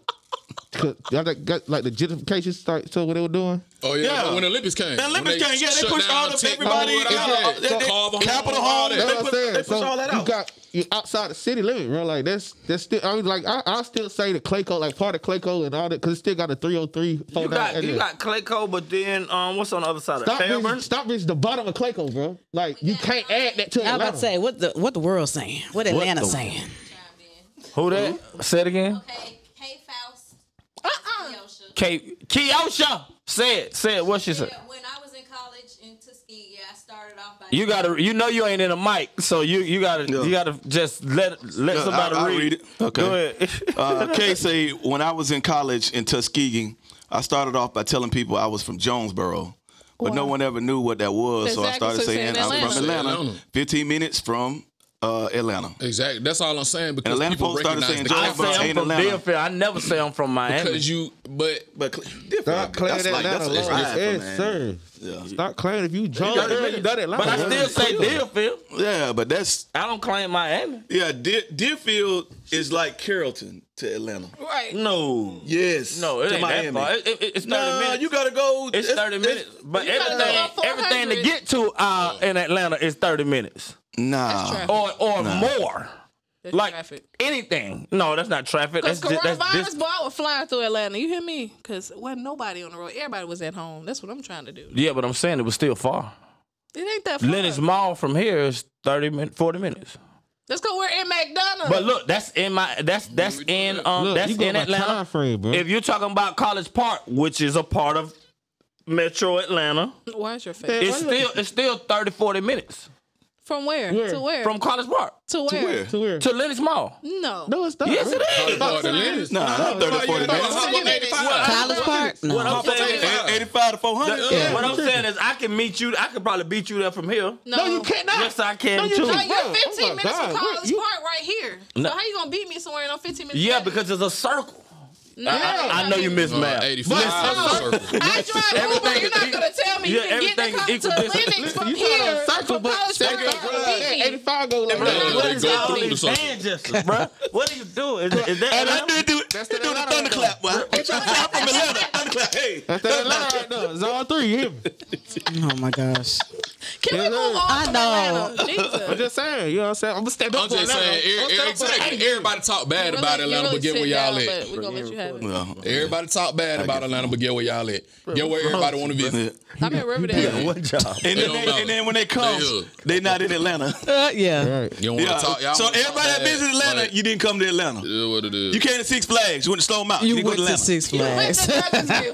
Speaker 1: 'cause y'all that got like the gentrification start. So what they were doing?
Speaker 5: Oh yeah,
Speaker 3: Yeah.
Speaker 5: but when the Olympics came,
Speaker 3: The Olympics
Speaker 5: when
Speaker 3: came, yeah, they
Speaker 5: shut
Speaker 3: pushed
Speaker 5: down
Speaker 3: all
Speaker 5: the
Speaker 3: of
Speaker 5: tech-
Speaker 3: everybody
Speaker 5: all
Speaker 1: out of-
Speaker 5: that.
Speaker 1: they-
Speaker 5: Carver
Speaker 1: they-
Speaker 5: Hall,
Speaker 3: Capitol
Speaker 5: all
Speaker 3: Hall,
Speaker 5: that.
Speaker 3: they
Speaker 1: That's
Speaker 3: put-
Speaker 1: what I'm saying.
Speaker 3: they push
Speaker 1: so
Speaker 3: all that
Speaker 1: you
Speaker 3: out.
Speaker 1: got you outside the city limit, bro. Like that's that's still. I mean, like I I still say the Clayco, like part of Clayco and all that, because it still got oh the 303.
Speaker 2: You
Speaker 1: 49
Speaker 2: got you
Speaker 1: area.
Speaker 2: got Clayco, but then um, what's on the other side of Fairburn?
Speaker 1: Stockbridge, Stockbridge, the bottom of Clayco, bro. Like you can't add that to
Speaker 8: I was
Speaker 1: Atlanta.
Speaker 8: about to say, what the, what the world's saying? What Atlanta's
Speaker 2: the-
Speaker 8: saying?
Speaker 2: Who that? Hmm? Say it again.
Speaker 9: Oh, Hey, hey, Faust.
Speaker 4: Uh-uh.
Speaker 9: Yosha.
Speaker 2: K Keosha. Say it. Say it. What she said.
Speaker 9: Yeah, when I was in college in Tuskegee, I started off by
Speaker 2: You gotta. You know you ain't in a mic, so you you gotta you gotta just let let
Speaker 3: No,
Speaker 2: somebody
Speaker 3: I- I
Speaker 2: read.
Speaker 3: read it. Okay.
Speaker 2: Go ahead.
Speaker 3: Uh, Kay say when I was in college in Tuskegee, I started off by telling people I was from Jonesboro, but no one ever knew what that was, so I
Speaker 4: Exactly,
Speaker 3: started
Speaker 4: so it's
Speaker 3: saying
Speaker 4: in
Speaker 3: I'm from
Speaker 5: Atlanta.
Speaker 3: Atlanta,
Speaker 5: Atlanta.
Speaker 3: 15 minutes from uh, Atlanta.
Speaker 5: Exactly. That's all I'm saying because
Speaker 3: Atlanta
Speaker 5: people
Speaker 3: folks started
Speaker 5: recognize
Speaker 3: saying
Speaker 5: the
Speaker 3: Joe
Speaker 2: I
Speaker 5: capital
Speaker 2: say
Speaker 3: Biden.
Speaker 2: I'm
Speaker 3: ain't
Speaker 2: from
Speaker 3: Atlanta.
Speaker 2: Deerfield. I never say I'm from Miami.
Speaker 5: because you. But
Speaker 3: But cl- different.
Speaker 1: Stop claiming
Speaker 3: that's
Speaker 1: that
Speaker 3: like that's,
Speaker 1: Atlanta
Speaker 3: that's
Speaker 1: alone.
Speaker 3: right,
Speaker 1: Yes,
Speaker 3: man.
Speaker 1: sir.
Speaker 3: Yeah.
Speaker 1: Stop claiming if you drunk,
Speaker 2: gotta admit
Speaker 1: you,
Speaker 2: it.
Speaker 1: done Atlanta.
Speaker 2: but I
Speaker 1: bro.
Speaker 2: still say Deerfield.
Speaker 3: yeah, but that's
Speaker 2: I don't claim Miami.
Speaker 3: yeah. Deer, Deerfield is like Carrollton to Atlanta.
Speaker 4: Right.
Speaker 2: No.
Speaker 3: Yes,
Speaker 2: No, it
Speaker 3: to
Speaker 2: ain't
Speaker 3: Miami.
Speaker 2: that far. It, it- it's 30
Speaker 3: Nah,
Speaker 2: minutes.
Speaker 3: you gotta go.
Speaker 2: it's, 30 minutes. but
Speaker 4: gotta go
Speaker 2: everything
Speaker 4: about 400.
Speaker 2: everything to get to uh, in Atlanta is 30 minutes
Speaker 3: Nah,
Speaker 4: traffic.
Speaker 2: or or more.
Speaker 4: That's
Speaker 2: Like
Speaker 4: traffic.
Speaker 2: anything. No, that's not traffic. That's
Speaker 4: Because
Speaker 2: just,
Speaker 4: coronavirus,
Speaker 2: that's dis-
Speaker 4: boy, I was flying through Atlanta. You hear me? Because wasn't nobody on the road. Everybody was at home. That's what I'm trying to do.
Speaker 2: Yeah, but I'm saying it was still far.
Speaker 4: It ain't that far.
Speaker 2: Lennox Mall from here is 30 minutes, 40 minutes.
Speaker 4: Let's go. We're in McDonald's.
Speaker 2: But look, that's in my that's that's in um
Speaker 1: Look,
Speaker 2: that's
Speaker 1: you go
Speaker 2: in
Speaker 1: by time
Speaker 2: Atlanta.
Speaker 1: frame, bro.
Speaker 2: If you're talking about College Park, which is a part of Metro Atlanta,
Speaker 4: Why is your face?
Speaker 2: it's still it's still 30 40 minutes
Speaker 4: From where?
Speaker 1: Where?
Speaker 4: To where?
Speaker 2: from College Park
Speaker 4: to where?
Speaker 1: to where?
Speaker 2: to Lennox Mall.
Speaker 4: No.
Speaker 1: no, it's not.
Speaker 2: Yes, it is.
Speaker 5: Park to Lennox.
Speaker 3: Nah, not 30, 40 minutes.
Speaker 8: College Park? No.
Speaker 2: What I'm saying is,
Speaker 3: 85 to 400.
Speaker 1: Yeah.
Speaker 2: uh, what I'm saying is I can meet you. I could probably beat you there from here.
Speaker 4: No.
Speaker 1: No, you cannot.
Speaker 2: Yes, I
Speaker 1: No,
Speaker 2: can
Speaker 1: you
Speaker 2: too.
Speaker 1: can't.
Speaker 4: You're
Speaker 1: Yeah.
Speaker 4: 15
Speaker 1: Oh my
Speaker 4: minutes
Speaker 1: God.
Speaker 4: from College
Speaker 1: You-
Speaker 4: Park right here. So how you gonna beat me somewhere and I'm 15 minutes?
Speaker 2: Yeah,
Speaker 4: back?
Speaker 2: because it's a circle.
Speaker 4: no,
Speaker 2: I, I know you miss math.
Speaker 5: Uh, 85.
Speaker 4: I drive Uber. You're not gonna tell me
Speaker 2: Yeah,
Speaker 4: you can get
Speaker 2: everything
Speaker 4: to come to
Speaker 2: equal distance.
Speaker 4: Linux from
Speaker 1: You
Speaker 4: here.
Speaker 1: talking about circle,
Speaker 4: from
Speaker 1: but
Speaker 4: College
Speaker 1: second
Speaker 4: Park,
Speaker 1: row,
Speaker 4: I'm
Speaker 1: that
Speaker 4: beat you.
Speaker 1: 85 go like
Speaker 5: Bro,
Speaker 1: that.
Speaker 5: what is all these
Speaker 2: ancestors, bro? What are you doing? Is, is that
Speaker 3: And I do do it.
Speaker 1: That's
Speaker 3: They
Speaker 1: the
Speaker 3: do the
Speaker 1: Atlanta
Speaker 3: thunderclap, boy. They try to clap from Atlanta. Thunderclap. Hey.
Speaker 1: That's that line right there. It's all three. You hear me?
Speaker 8: Oh my gosh.
Speaker 4: Can we
Speaker 1: Yeah,
Speaker 4: move on?
Speaker 8: I
Speaker 4: from
Speaker 8: know.
Speaker 4: Atlanta? Jesus.
Speaker 1: I'm just saying. You know what I'm saying? I'm gonna stand up
Speaker 5: I'm
Speaker 1: for
Speaker 5: just
Speaker 1: Atlanta.
Speaker 5: saying,
Speaker 1: I'm
Speaker 5: every-
Speaker 1: gonna
Speaker 5: every-
Speaker 1: stand up for
Speaker 5: every-
Speaker 1: Atlanta.
Speaker 5: everybody talk bad about
Speaker 4: Really, you
Speaker 5: Atlanta,
Speaker 4: really
Speaker 5: but get
Speaker 4: sit
Speaker 5: where y'all
Speaker 4: down,
Speaker 5: at.
Speaker 4: but We're gonna let you have it.
Speaker 3: Well,
Speaker 5: Everybody talk bad about Atlanta, but get where y'all at. Get where everybody want to visit.
Speaker 4: I'm in Riverdale.
Speaker 2: What job?
Speaker 3: And
Speaker 5: They
Speaker 3: then,
Speaker 5: don't
Speaker 3: they,
Speaker 5: know.
Speaker 3: and then when they come,
Speaker 5: They hood.
Speaker 3: they not in Atlanta.
Speaker 8: Uh, yeah.
Speaker 1: Right.
Speaker 5: You don't want to
Speaker 3: Yeah.
Speaker 5: talk. Y'all
Speaker 3: so
Speaker 5: wanna talk
Speaker 3: everybody that
Speaker 5: bad,
Speaker 3: visited Atlanta,
Speaker 5: like,
Speaker 3: you didn't come to Atlanta.
Speaker 5: it is what it is.
Speaker 3: You came to Six Flags. You went to Stone Mountain.
Speaker 8: You
Speaker 3: didn't
Speaker 8: went
Speaker 3: go
Speaker 8: to Six Flags.
Speaker 2: you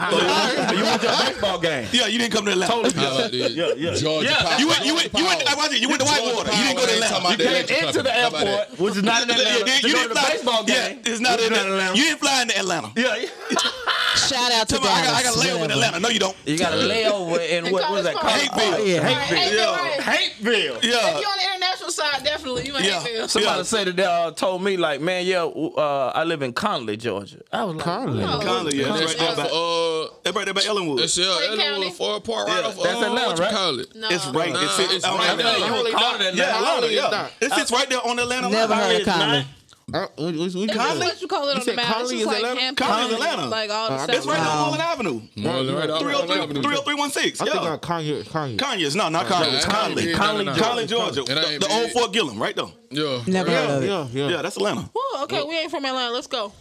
Speaker 2: went to a baseball game.
Speaker 3: Yeah, you didn't come to Atlanta.
Speaker 5: How about this? Georgia
Speaker 2: Yeah,
Speaker 5: Power.
Speaker 3: You went, you went, you went. I watched it. You went to
Speaker 5: Georgia
Speaker 3: Whitewater.
Speaker 5: Power.
Speaker 3: You didn't go to
Speaker 5: Ain't
Speaker 3: Atlanta.
Speaker 5: talking about
Speaker 2: You
Speaker 5: that
Speaker 2: came into
Speaker 5: extra country.
Speaker 2: the
Speaker 5: How about that?
Speaker 2: airport, which is not in
Speaker 3: Yeah,
Speaker 2: Atlanta.
Speaker 3: you
Speaker 2: to go to
Speaker 3: didn't
Speaker 2: the
Speaker 3: fly.
Speaker 2: baseball game.
Speaker 3: Yeah, it's not in
Speaker 2: Which is
Speaker 3: Atlanta. You didn't fly into Atlanta.
Speaker 2: Yeah, yeah.
Speaker 8: Shout out to
Speaker 3: Tell me, I got, I got
Speaker 8: Dallas,
Speaker 3: layover in
Speaker 8: whatever.
Speaker 3: Atlanta. No, you don't.
Speaker 2: You got a layover in what was that? College
Speaker 4: College
Speaker 3: Park.
Speaker 2: Park.
Speaker 8: Yeah.
Speaker 4: Hey,
Speaker 2: Hateville.
Speaker 4: you're right.
Speaker 2: Hateville.
Speaker 4: If
Speaker 3: Yeah,
Speaker 4: you're on the international side, definitely you ain't
Speaker 3: yeah.
Speaker 4: feel.
Speaker 2: Somebody
Speaker 3: yeah.
Speaker 2: said that they uh, told me like, man, yeah, uh, I live in Conley, Georgia. I was like,
Speaker 1: Conley.
Speaker 4: No.
Speaker 3: Conley, yeah.
Speaker 5: That's
Speaker 3: That's
Speaker 5: right there
Speaker 3: right there.
Speaker 5: for, uh,
Speaker 3: That's right there by Ellenwood.
Speaker 5: that's yeah,
Speaker 4: Wayne
Speaker 5: that
Speaker 4: County.
Speaker 5: was far apart right
Speaker 3: Yeah,
Speaker 5: off.
Speaker 2: that's
Speaker 5: uh,
Speaker 2: Atlanta,
Speaker 5: what you
Speaker 2: right?
Speaker 5: call it?
Speaker 4: No.
Speaker 3: It's right.
Speaker 5: Nah,
Speaker 3: It's, it's,
Speaker 5: it's
Speaker 3: on
Speaker 5: right
Speaker 3: Atlanta.
Speaker 5: there.
Speaker 2: You only call it Atlanta.
Speaker 3: Yeah, Atlanta.
Speaker 1: Conley is
Speaker 3: Yeah,
Speaker 1: not.
Speaker 3: it sits right there on the Atlanta
Speaker 8: Never
Speaker 3: line.
Speaker 8: heard
Speaker 2: Conley
Speaker 8: of
Speaker 2: is not-
Speaker 8: Conley.
Speaker 1: Uh, what- what- what you
Speaker 4: It's
Speaker 1: call
Speaker 4: just
Speaker 1: it?
Speaker 4: what you call it on
Speaker 1: said
Speaker 4: the map. It's
Speaker 1: Conley
Speaker 4: just
Speaker 1: is
Speaker 4: like
Speaker 1: Atlanta?
Speaker 4: Hampton,
Speaker 3: Conley is Atlanta.
Speaker 4: Like all the
Speaker 1: Uh,
Speaker 4: stuff.
Speaker 1: that's
Speaker 3: It's right there on
Speaker 8: Wow.
Speaker 3: Mullen Avenue.
Speaker 5: More than right off.
Speaker 3: 303, 3036.
Speaker 1: I think
Speaker 3: Yeah.
Speaker 1: I'm Kanye. Kanye.
Speaker 3: Conyers, no, not Conyers.
Speaker 5: Nah, that ain't
Speaker 3: Conley.
Speaker 5: big.
Speaker 2: Conley,
Speaker 5: No, no, no.
Speaker 3: Conley, Georgia.
Speaker 5: That
Speaker 3: The,
Speaker 5: ain't
Speaker 3: the old
Speaker 5: big.
Speaker 3: Fort Gilliam, right there.
Speaker 5: Yeah.
Speaker 8: Never heard of it.
Speaker 1: Yeah, yeah.
Speaker 3: Yeah, that's Atlanta.
Speaker 4: Whoa, okay, we ain't from Atlanta. Let's go.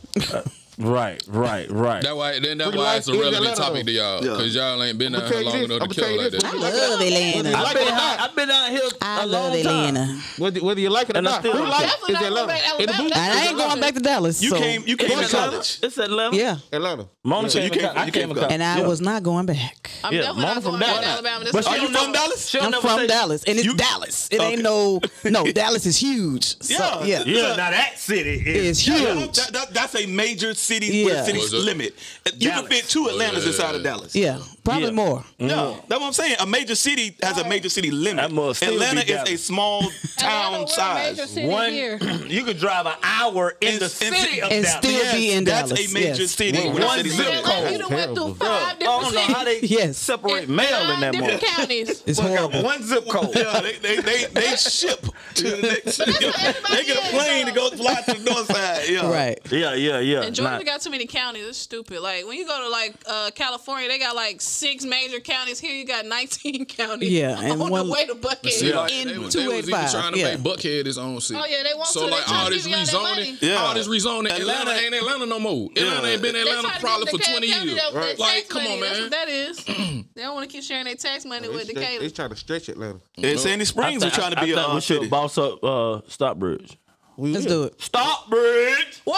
Speaker 2: Right, right, right.
Speaker 5: That why then that's
Speaker 1: Free
Speaker 5: why
Speaker 1: life
Speaker 5: it's a
Speaker 1: in
Speaker 5: relevant
Speaker 1: Atlanta.
Speaker 5: topic to y'all.
Speaker 3: Yeah.
Speaker 5: Cause y'all ain't been out here
Speaker 1: tell you
Speaker 5: long
Speaker 1: this,
Speaker 5: enough to
Speaker 1: I'ma
Speaker 5: kill
Speaker 1: tell you
Speaker 5: like
Speaker 1: this,
Speaker 5: that.
Speaker 8: I love Atlanta.
Speaker 2: I've been, I've been out here
Speaker 8: I
Speaker 2: a
Speaker 8: love
Speaker 2: long time.
Speaker 8: Atlanta.
Speaker 1: Whether, whether you like it or
Speaker 2: And I
Speaker 1: not,
Speaker 2: still-
Speaker 1: free
Speaker 2: I'm
Speaker 1: life
Speaker 4: definitely
Speaker 1: is
Speaker 4: not going
Speaker 1: Atlanta. In the
Speaker 4: back to Alabama.
Speaker 1: booth,
Speaker 8: And I ain't going back to Dallas.
Speaker 3: You
Speaker 8: so-
Speaker 3: came, you came to college.
Speaker 2: It's Atlanta.
Speaker 8: Yeah.
Speaker 1: Atlanta.
Speaker 2: Mona
Speaker 3: you
Speaker 2: came,
Speaker 3: came-
Speaker 2: I came
Speaker 3: you came
Speaker 2: to
Speaker 3: from-
Speaker 2: college.
Speaker 8: And I
Speaker 2: Yeah.
Speaker 8: was not going back.
Speaker 4: I'm
Speaker 2: Yeah,
Speaker 4: definitely
Speaker 2: Mona
Speaker 4: not
Speaker 2: from
Speaker 4: going back to
Speaker 2: Dallas.
Speaker 4: Alabama.
Speaker 2: But
Speaker 4: This
Speaker 2: she
Speaker 4: is
Speaker 3: Are you
Speaker 2: don't
Speaker 3: from
Speaker 2: know-
Speaker 3: Dallas?
Speaker 2: she don't
Speaker 8: I'm
Speaker 2: never
Speaker 8: from
Speaker 2: say-
Speaker 8: Dallas, and it's
Speaker 3: You-
Speaker 8: Dallas. It ain't no no. Dallas is huge. So,
Speaker 3: Yeah.
Speaker 8: yeah,
Speaker 2: Yeah, now that city is
Speaker 8: It's
Speaker 3: Yeah,
Speaker 8: huge.
Speaker 3: that, that, that's a major city
Speaker 8: Yeah.
Speaker 3: where cities
Speaker 5: Was it?
Speaker 3: limit. You can
Speaker 2: Dallas.
Speaker 3: fit two Atlantas inside of Dallas.
Speaker 8: Yeah, probably
Speaker 2: Yeah.
Speaker 8: more.
Speaker 3: No, that's what I'm saying. A major city has a major city limit.
Speaker 2: That must still
Speaker 3: Atlanta
Speaker 2: be
Speaker 3: is
Speaker 2: Dallas.
Speaker 3: a small
Speaker 4: Atlanta, we're
Speaker 3: town
Speaker 4: a major
Speaker 3: size.
Speaker 4: city
Speaker 2: one.
Speaker 4: here.
Speaker 2: You could drive an hour in
Speaker 3: And-
Speaker 2: the
Speaker 3: and-
Speaker 2: city of
Speaker 8: and
Speaker 2: Dallas.
Speaker 8: still be in
Speaker 3: that's
Speaker 8: Dallas.
Speaker 3: a major
Speaker 8: yes.
Speaker 3: city.
Speaker 1: Well,
Speaker 3: with a
Speaker 2: one
Speaker 3: city
Speaker 2: zip
Speaker 3: limit.
Speaker 2: code.
Speaker 4: Atlanta, you done went
Speaker 1: Terrible.
Speaker 4: through
Speaker 2: Bro,
Speaker 4: five
Speaker 2: I don't
Speaker 4: different
Speaker 2: know how
Speaker 4: cities.
Speaker 2: they
Speaker 8: Yes.
Speaker 2: separate
Speaker 4: in
Speaker 2: mail in
Speaker 4: nine
Speaker 2: that
Speaker 4: different
Speaker 2: motherfucker.
Speaker 4: counties.
Speaker 8: It's
Speaker 2: Got
Speaker 8: horrible.
Speaker 2: One zip code.
Speaker 3: Yeah, they, they, they, they ship to the next city.
Speaker 4: everybody
Speaker 3: They get
Speaker 4: is,
Speaker 3: a plane to
Speaker 4: though.
Speaker 3: go fly to the north side. Yeah.
Speaker 8: Right.
Speaker 2: Yeah, yeah, yeah.
Speaker 4: And Georgia got too many counties. It's stupid. Like when you go to like uh, California, they got like six major counties. Here you got 19 counties.
Speaker 8: Yeah, and
Speaker 4: on
Speaker 8: one-
Speaker 4: the way to Buckhead.
Speaker 5: See, like,
Speaker 8: In
Speaker 5: they, was- they was even
Speaker 8: 285,
Speaker 5: trying to
Speaker 8: yeah.
Speaker 5: make Buckhead his own city.
Speaker 4: Oh, yeah, they want
Speaker 5: so
Speaker 4: to. They
Speaker 5: like
Speaker 4: trying
Speaker 5: all
Speaker 4: to
Speaker 5: this
Speaker 4: give y'all that money.
Speaker 5: rezoning,
Speaker 3: Yeah.
Speaker 5: all this rezoning. Atlanta,
Speaker 3: Atlanta-
Speaker 5: ain't Atlanta no more. Atlanta ain't been
Speaker 4: They
Speaker 5: Atlanta
Speaker 4: trying to
Speaker 5: probably
Speaker 4: give
Speaker 5: for
Speaker 4: Dekalb
Speaker 5: twenty
Speaker 4: County
Speaker 5: years.
Speaker 4: that- that
Speaker 1: Right.
Speaker 4: tax
Speaker 5: Like, come
Speaker 4: money.
Speaker 5: on,
Speaker 4: That's
Speaker 5: man.
Speaker 4: what that is. they don't want to keep sharing their tax money with
Speaker 1: It's, they,
Speaker 4: Decatur.
Speaker 1: it's trying to stretch Atlanta.
Speaker 3: And Sandy Springs was trying to be a
Speaker 2: I think
Speaker 3: uh,
Speaker 2: we should
Speaker 3: city.
Speaker 2: boss up uh, Stockbridge.
Speaker 1: We
Speaker 8: Let's
Speaker 1: will.
Speaker 8: do it.
Speaker 2: Stockbridge.
Speaker 3: Hey,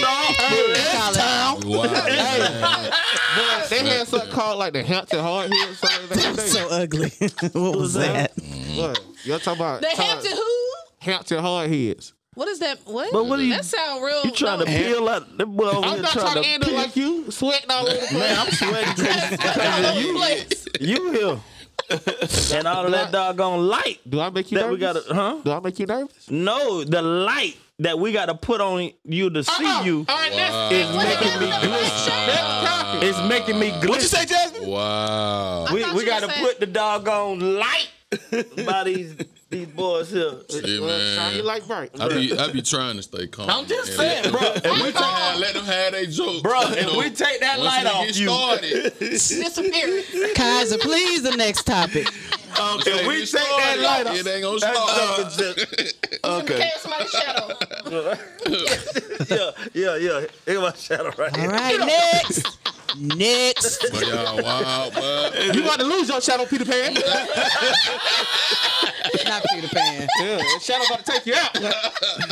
Speaker 2: Stockbridge.
Speaker 8: College.
Speaker 5: Wow, man.
Speaker 1: Boy, they had something called like the Hampton Hard Head. something like that.
Speaker 8: So ugly. what was that?
Speaker 1: Boy, Y'all talking about
Speaker 4: They
Speaker 1: talking
Speaker 4: have to who?
Speaker 1: Hampton Hard Heads.
Speaker 4: What is that? What?
Speaker 2: But what are you-
Speaker 4: That sound real.
Speaker 2: You trying to
Speaker 4: no.
Speaker 2: peel out? That boy over
Speaker 1: I'm
Speaker 2: here
Speaker 1: not
Speaker 2: trying to
Speaker 1: end up
Speaker 2: peel-
Speaker 1: like you, sweating all over the place.
Speaker 2: Man, I'm sweating.
Speaker 4: All over the place.
Speaker 2: You here? and all of that doggone light
Speaker 1: Do I make you
Speaker 2: that we
Speaker 1: nervous?
Speaker 2: got to, huh?
Speaker 1: Do I make you nervous?
Speaker 2: No, the light that we got to put on you to see
Speaker 1: Uh-uh.
Speaker 2: you
Speaker 1: All right, that's
Speaker 2: is making me
Speaker 4: happened to
Speaker 2: glisten. It's making me glisten.
Speaker 3: what you say, Jasmine?
Speaker 5: wow.
Speaker 2: We,
Speaker 4: thought
Speaker 2: we
Speaker 4: you
Speaker 2: got to
Speaker 4: said-
Speaker 2: put the doggone light by these these boys here.
Speaker 5: Hey,
Speaker 1: Well, shine you
Speaker 5: man.
Speaker 1: like bright.
Speaker 5: I be I be trying to stay calm.
Speaker 2: I'm just
Speaker 5: and
Speaker 2: saying,
Speaker 5: let
Speaker 2: bro.
Speaker 5: them-
Speaker 2: If we take,
Speaker 5: Man, let them have their jokes,
Speaker 2: bro,
Speaker 5: you
Speaker 2: if
Speaker 5: know.
Speaker 2: we take that
Speaker 5: Once
Speaker 2: light
Speaker 5: we
Speaker 2: off
Speaker 5: get
Speaker 2: you,
Speaker 5: started,
Speaker 4: Disappearing.
Speaker 8: Kaiser, please. The next topic.
Speaker 3: Um,
Speaker 2: if we take
Speaker 5: get
Speaker 2: that
Speaker 5: started,
Speaker 2: light off,
Speaker 5: it ain't gonna
Speaker 2: that
Speaker 5: stop.
Speaker 2: joker just-
Speaker 3: okay.
Speaker 4: Cast my shadow.
Speaker 2: yeah, yeah, yeah. It was shadow right
Speaker 8: All
Speaker 2: here.
Speaker 8: right, next. Next.
Speaker 5: But y'all wild, but
Speaker 1: You about to lose your shadow, Peter Pan.
Speaker 8: Not Peter Pan.
Speaker 1: yeah, shadow about to take you out.
Speaker 2: Come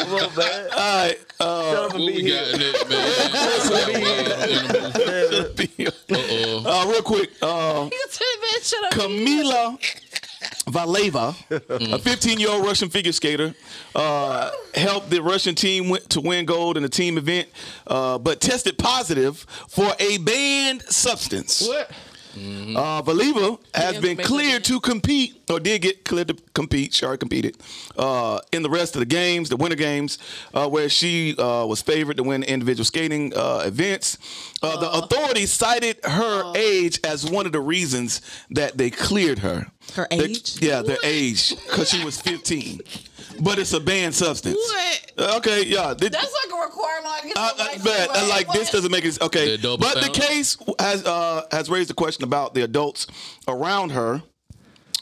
Speaker 2: on, man.
Speaker 3: All right. Uh,
Speaker 2: Shut up and
Speaker 5: what
Speaker 2: be
Speaker 5: we
Speaker 2: here.
Speaker 5: got in it, man. Uh-oh.
Speaker 3: uh, real quick, uh,
Speaker 4: You tell the man, shut up.
Speaker 3: Camila Valeva, a
Speaker 2: Mm.
Speaker 3: 15-year-old Russian figure skater, uh, helped the Russian team win- to win gold in a team event, uh, but tested positive for a banned substance.
Speaker 1: What?
Speaker 3: Uh, Valiva has
Speaker 4: Yeah,
Speaker 3: been
Speaker 4: maybe.
Speaker 3: cleared to compete, or did get cleared to compete. She already competed uh, in the rest of the games, the winter games, uh, where she uh, was favored to win individual skating uh, events. Uh, the authorities cited her age as one of the reasons that they cleared her.
Speaker 8: Her
Speaker 3: They-
Speaker 8: age?
Speaker 3: yeah, their age, because she was 15. But it's a banned substance. Uh,
Speaker 4: What?
Speaker 3: Okay, yeah. Did-
Speaker 4: That's like a requirement. Like,
Speaker 3: I, I, but uh, like this doesn't make it okay.
Speaker 5: The double
Speaker 3: But the
Speaker 5: found?
Speaker 3: case has uh, has raised the question about the adults around her,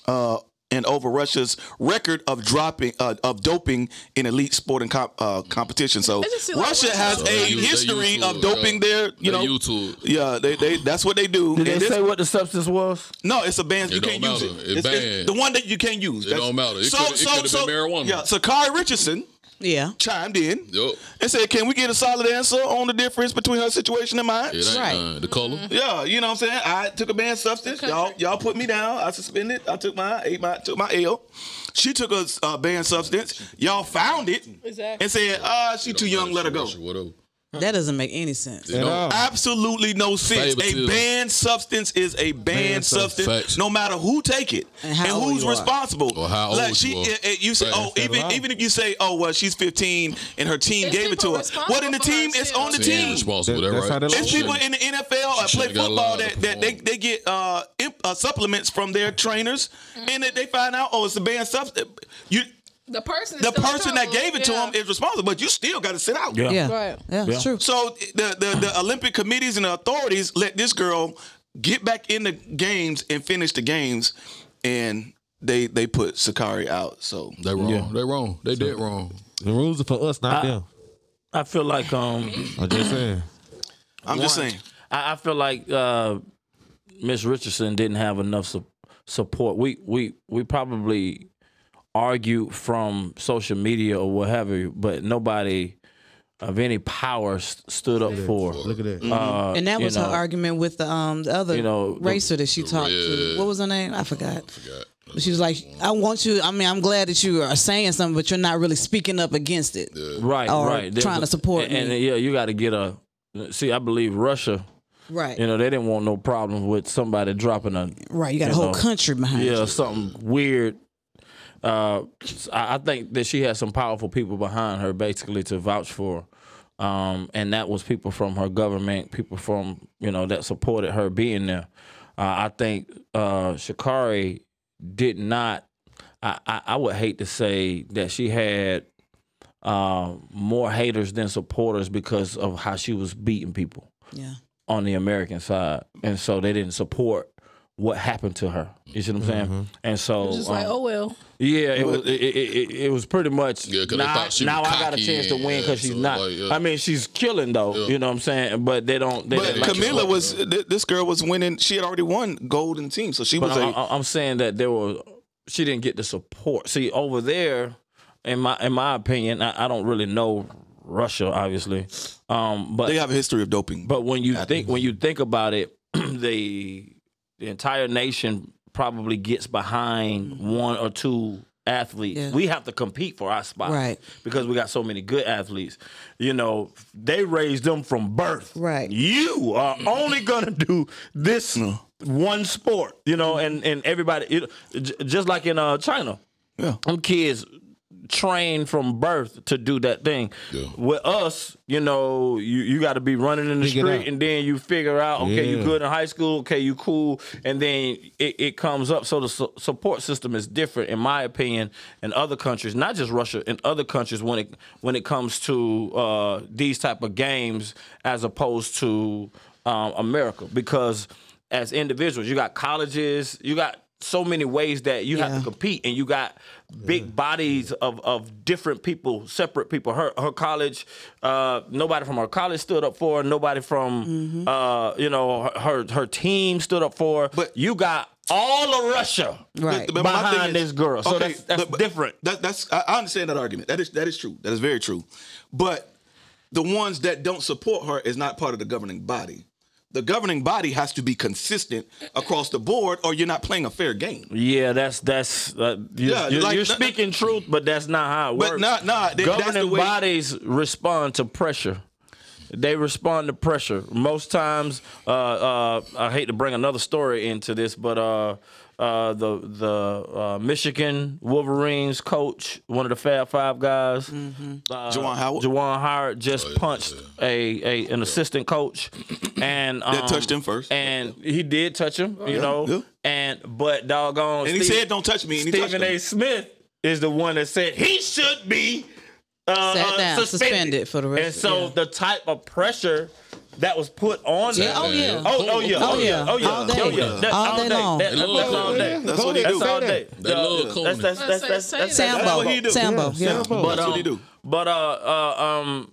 Speaker 3: uh, and over Russia's record of dropping uh, of doping in elite sporting comp, uh, competition. So
Speaker 4: just seem like
Speaker 3: Russia
Speaker 4: Russia.
Speaker 3: has
Speaker 5: They
Speaker 3: a
Speaker 5: use- they
Speaker 3: history
Speaker 5: use
Speaker 3: of
Speaker 5: tools,
Speaker 3: doping
Speaker 5: yeah.
Speaker 3: their you
Speaker 5: They
Speaker 3: know
Speaker 5: use tools.
Speaker 3: Yeah, they, they that's what they do.
Speaker 2: Did
Speaker 3: And
Speaker 2: they
Speaker 3: this-
Speaker 2: say what the substance was?
Speaker 3: no, it's a ban. you
Speaker 5: don't
Speaker 3: can't
Speaker 5: matter.
Speaker 3: use it.
Speaker 5: It's
Speaker 3: It's, it's
Speaker 5: banned.
Speaker 3: the one that you can't use. That's-
Speaker 5: don't matter. It coulda- it coulda been marijuana.
Speaker 3: Yeah, so Kari Richardson
Speaker 8: Yeah.
Speaker 3: chimed in
Speaker 5: Yup.
Speaker 3: and said, "Can we get a solid answer on the difference between her situation and mine?"
Speaker 5: It ain't
Speaker 8: Right. Mm-hmm.
Speaker 5: uh, the color.
Speaker 3: Yeah, you know what I'm saying? I took a banned substance. Y'all, y'all put me down. I suspended. I took my ate my took my L. She took a uh, banned substance. Y'all found it
Speaker 4: Exactly.
Speaker 3: and said, "Ah, she too young. Let her go."
Speaker 5: Russian, Whatever.
Speaker 8: That doesn't make any sense.
Speaker 5: It don't-
Speaker 1: Uh,
Speaker 3: Absolutely no sense.
Speaker 5: Favoritism.
Speaker 3: A banned substance is a banned, substance,
Speaker 5: Facts.
Speaker 3: no matter who take it
Speaker 8: And
Speaker 3: and,
Speaker 8: how old
Speaker 3: who's
Speaker 8: you are.
Speaker 3: responsible.
Speaker 5: Or how
Speaker 3: Like,
Speaker 5: old
Speaker 3: she,
Speaker 5: you are.
Speaker 3: eh, eh, you say,
Speaker 5: Facts.
Speaker 3: oh, even
Speaker 1: Wow.
Speaker 3: even if you say, oh, well, she's 15 and her team
Speaker 4: It's
Speaker 3: gave it to
Speaker 4: people
Speaker 3: her. What in the
Speaker 4: responsible for
Speaker 3: team?
Speaker 4: her
Speaker 3: It's
Speaker 4: too.
Speaker 3: on the
Speaker 4: It's
Speaker 5: Team
Speaker 3: team.
Speaker 5: responsible. That,
Speaker 1: That's
Speaker 5: right.
Speaker 1: how they look.
Speaker 3: It's
Speaker 1: Shit.
Speaker 3: people in the NFL that play
Speaker 5: should've got
Speaker 3: football
Speaker 5: live
Speaker 3: that,
Speaker 5: to
Speaker 3: that they,
Speaker 5: perform.
Speaker 3: they get uh, imp- uh, supplements from their trainers,
Speaker 2: Mm-hmm.
Speaker 3: and that they find out oh it's a banned substance. You
Speaker 4: The person. is
Speaker 3: the
Speaker 4: still in
Speaker 3: person that
Speaker 4: trouble.
Speaker 3: gave it to
Speaker 4: Yeah.
Speaker 3: him is responsible, but you still got to sit out.
Speaker 8: Yeah.
Speaker 4: Right.
Speaker 8: Yeah, it's true.
Speaker 3: So the, the the Olympic committees and the authorities let this girl get back in the games and finish the games, and they they put Sakari out. So
Speaker 5: They wrong. They wrong. They dead wrong.
Speaker 1: The rules are for us, not
Speaker 2: I-
Speaker 1: them.
Speaker 2: I feel like um
Speaker 1: I'm just saying.
Speaker 3: I'm just
Speaker 2: One,
Speaker 3: saying.
Speaker 2: I, I feel like uh, Miss Richardson didn't have enough su- support. We we we probably argued from social media or what have you, but nobody of any power s- stood up for.
Speaker 1: Look at that.
Speaker 2: Uh,
Speaker 8: And that
Speaker 2: you
Speaker 8: was
Speaker 2: know,
Speaker 8: her argument with the um the other
Speaker 2: You know, the-
Speaker 8: racer that she talked to.
Speaker 5: red-
Speaker 8: What was her name? I forgot. But she was like, I want you. I mean, I'm glad that you are saying something, but you're not really speaking up against it.
Speaker 2: Right,
Speaker 8: or
Speaker 2: right. There's
Speaker 8: trying to support
Speaker 2: and, and,
Speaker 8: me.
Speaker 2: yeah, you got to get a. See, I believe Russia.
Speaker 8: Right.
Speaker 2: You know, they didn't want no problems with somebody dropping a
Speaker 8: right. You got a
Speaker 2: you
Speaker 8: whole
Speaker 2: know,
Speaker 8: country behind
Speaker 2: yeah,
Speaker 8: you.
Speaker 2: something weird. Uh, I I think that she had some powerful people behind her, basically, to vouch for, her. um, and that was people from her government, people from you know that supported her being there. Uh, I think uh, Shikari did not. I, I I would hate to say that she had uh, more haters than supporters because of how she was beating people
Speaker 8: Yeah.
Speaker 2: on the American side, and so they didn't support what happened to her. You see what I'm saying?
Speaker 5: Mm-hmm.
Speaker 2: And so,
Speaker 4: Just like,
Speaker 2: um,
Speaker 4: oh well.
Speaker 2: yeah, it was it, it, it, it was pretty much.
Speaker 5: Yeah, 'cause they
Speaker 2: now
Speaker 5: thought she
Speaker 2: now
Speaker 5: was
Speaker 2: I got a
Speaker 5: cocky
Speaker 2: chance to
Speaker 5: and-
Speaker 2: win because
Speaker 5: yeah,
Speaker 2: she's
Speaker 5: so,
Speaker 2: not.
Speaker 5: like, yeah.
Speaker 2: I mean, she's killing though. You know what I'm saying? But they don't. They
Speaker 3: But
Speaker 2: didn't like her.
Speaker 3: Camilla was th- this girl was winning. She had already won gold in the team, so she
Speaker 2: But
Speaker 3: was
Speaker 2: I,
Speaker 3: a
Speaker 2: I, I'm saying that there were she didn't get the support. See, over there, in my in my opinion, I, I don't really know Russia, obviously. Um, but
Speaker 3: they have a history of doping.
Speaker 2: But when you think when you think about it, the the entire nation probably gets behind one or two athletes.
Speaker 8: Mm-hmm. Yeah.
Speaker 2: We have to compete for our spot.
Speaker 8: Right.
Speaker 2: Because we got so many good athletes. You know, they raised them from birth.
Speaker 8: Right.
Speaker 2: You are only gonna do this one sport, you know, and and everybody it, j- just like in uh China.
Speaker 3: Yeah.
Speaker 2: Them kids trained from birth to do that thing. With us, you know, you, you got to be running in the
Speaker 1: Figure it
Speaker 2: street,
Speaker 1: out.
Speaker 2: and then you figure out, okay, you
Speaker 1: Yeah.
Speaker 2: good in high school, okay, you cool, and then it, it comes up. So the su- support system is different, in my opinion, in other countries, not just Russia, in other countries when it when it comes to uh, these type of games as opposed to um, America, because as individuals, you got colleges, you got so many ways that you have
Speaker 8: Yeah.
Speaker 2: to compete, and you got big bodies of, of different people, separate people. Her her college, uh, nobody from her college stood up for. her, Nobody from
Speaker 3: Mm-hmm.
Speaker 2: uh, you know her- her her team stood up for. her.
Speaker 3: But-
Speaker 2: you got all of Russia
Speaker 8: Right.
Speaker 3: But my thing
Speaker 2: behind
Speaker 3: is-
Speaker 2: this girl, so that's, that's
Speaker 3: but- but
Speaker 2: different.
Speaker 3: That, that's I I understand that argument. That is that is true. That is very true. But the ones that don't support her is not part of the governing body. The governing body has to be consistent across the board, or you're not playing a fair game.
Speaker 2: Yeah, that's that's uh, you're,
Speaker 3: Yeah,
Speaker 2: you're,
Speaker 3: like-
Speaker 2: you're speaking truth, but that's not how it
Speaker 3: But
Speaker 2: works.
Speaker 3: nah, nah, th- that's
Speaker 2: governing
Speaker 3: the way-
Speaker 2: bodies respond to pressure. They respond to pressure most times. Uh, uh, I hate to bring another story into this, but uh, uh, the the uh, Michigan Wolverines coach, one of the Fab Five guys,
Speaker 3: Mm-hmm.
Speaker 2: uh,
Speaker 3: Juwan Howard?
Speaker 2: Juwan Howard just
Speaker 3: Oh,
Speaker 2: punched a, a an assistant coach, and um,
Speaker 3: touched him first. Oh,
Speaker 2: and he did touch him, you know,
Speaker 3: yeah.
Speaker 2: and but doggone,
Speaker 3: And he
Speaker 2: Steve-
Speaker 3: said, "Don't touch me." And he touched
Speaker 2: Stephen A.
Speaker 3: me.
Speaker 2: Smith is the one that said he should be uh,
Speaker 8: Sat
Speaker 2: uh,
Speaker 8: down,
Speaker 2: suspended.
Speaker 8: suspended for the rest
Speaker 2: And
Speaker 8: of-
Speaker 2: so
Speaker 8: yeah.
Speaker 2: the type of pressure that was put on
Speaker 8: Yeah,
Speaker 2: them-
Speaker 8: oh, yeah.
Speaker 2: Oh, oh, yeah.
Speaker 8: Oh, yeah.
Speaker 2: Oh, yeah.
Speaker 8: All day.
Speaker 2: Oh, yeah. That-
Speaker 8: All day long.
Speaker 2: That- that's
Speaker 5: They love
Speaker 1: Oh,
Speaker 2: all
Speaker 5: it.
Speaker 2: day.
Speaker 3: That's what he
Speaker 2: That's
Speaker 3: do.
Speaker 2: all day.
Speaker 5: They love
Speaker 2: Yeah.
Speaker 5: Conan.
Speaker 2: That's that's that's that's
Speaker 4: Say
Speaker 2: that's
Speaker 4: that.
Speaker 8: Sambo.
Speaker 3: That's what he do.
Speaker 8: Sambo.
Speaker 1: Yeah,
Speaker 8: Yeah.
Speaker 1: Sambo.
Speaker 2: but
Speaker 3: That's what he
Speaker 2: um,
Speaker 3: do.
Speaker 2: But uh, uh, um,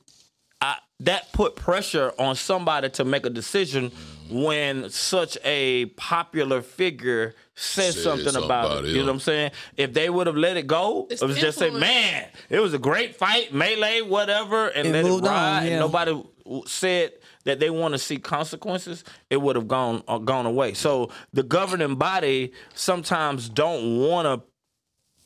Speaker 2: I, that put pressure on somebody to make a decision when such a popular figure says
Speaker 5: Said
Speaker 2: something, about
Speaker 5: something,
Speaker 2: it. You know
Speaker 5: yeah.
Speaker 2: what I'm saying? If they would have let it go,
Speaker 4: It's
Speaker 2: it was just say,
Speaker 4: influence.
Speaker 2: man, it was a great fight, melee, whatever, and
Speaker 8: It
Speaker 2: let it
Speaker 8: moved on,
Speaker 2: ride, and
Speaker 8: yeah.
Speaker 2: nobody w- said. That they want to see consequences, it would have gone uh, gone away. So the governing body sometimes don't want to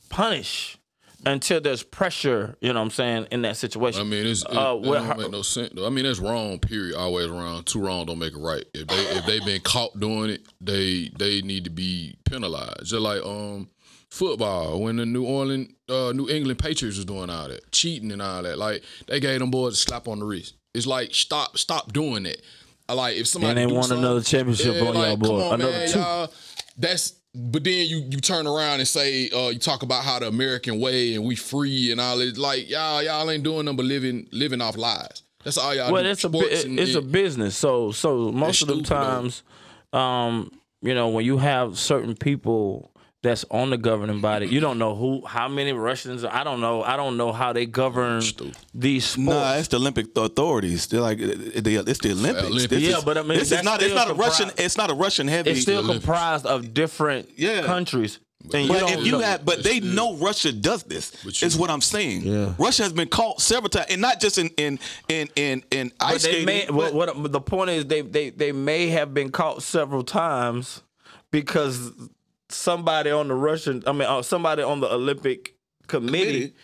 Speaker 2: punish until there's pressure, you know what I'm saying, in that situation.
Speaker 5: I mean, it's, it,
Speaker 2: Uh,
Speaker 5: it
Speaker 2: well,
Speaker 5: don't
Speaker 2: how-
Speaker 5: make no sense. Though. I mean, that's wrong. Period. Always wrong. Too wrong don't make it right. If they if they've been caught doing it, they they need to be penalized. Just like um football when the New Orleans uh, New England Patriots was doing all that cheating and all that. Like they gave them boys a slap on the wrist. It's like stop stop doing that. I Like if somebody
Speaker 2: And they
Speaker 5: do
Speaker 2: want
Speaker 5: something-
Speaker 2: another championship on y'all
Speaker 5: come
Speaker 2: boy.
Speaker 5: on,
Speaker 2: Another
Speaker 5: man,
Speaker 2: two.
Speaker 5: y'all. That's but then you you turn around and say uh, you talk about how the American way and we free and all that. Like y'all y'all ain't doing nothing but living living off lies. That's all y'all.
Speaker 2: well,
Speaker 5: do.
Speaker 2: it's a bu-
Speaker 5: Sports
Speaker 2: it-
Speaker 5: and-
Speaker 2: it's a
Speaker 5: and-
Speaker 2: business. So so most of the
Speaker 5: stupid, though.
Speaker 2: times, um, you know, when you have certain people that's on the governing body, you don't know who, how many Russians. I don't know. I don't know how they govern these sports.
Speaker 3: Nah, it's the Olympic authorities. They're like, it- it- it's the Olympics.
Speaker 5: Olympics.
Speaker 3: This
Speaker 2: Yeah,
Speaker 3: is-
Speaker 2: but I mean,
Speaker 3: this is
Speaker 2: that's
Speaker 3: not. It's
Speaker 2: still
Speaker 3: not a Russian.
Speaker 2: comprised-
Speaker 3: It's not a Russian heavy.
Speaker 2: it's still comprised of different
Speaker 3: Yeah.
Speaker 2: countries. And you
Speaker 3: But
Speaker 2: don't
Speaker 3: if you
Speaker 2: know-
Speaker 3: have, but they know Russia does this.
Speaker 5: But
Speaker 3: Is
Speaker 5: you-
Speaker 3: what I'm saying.
Speaker 1: Yeah.
Speaker 3: Russia has been caught several times, and not just in in in in in
Speaker 2: But
Speaker 3: ice
Speaker 2: they
Speaker 3: skating.
Speaker 2: may, what,
Speaker 3: but-
Speaker 2: what- but the point is they, they they may have been caught several times because somebody on the Russian, I mean, uh, somebody on the Olympic committee,
Speaker 3: Committee.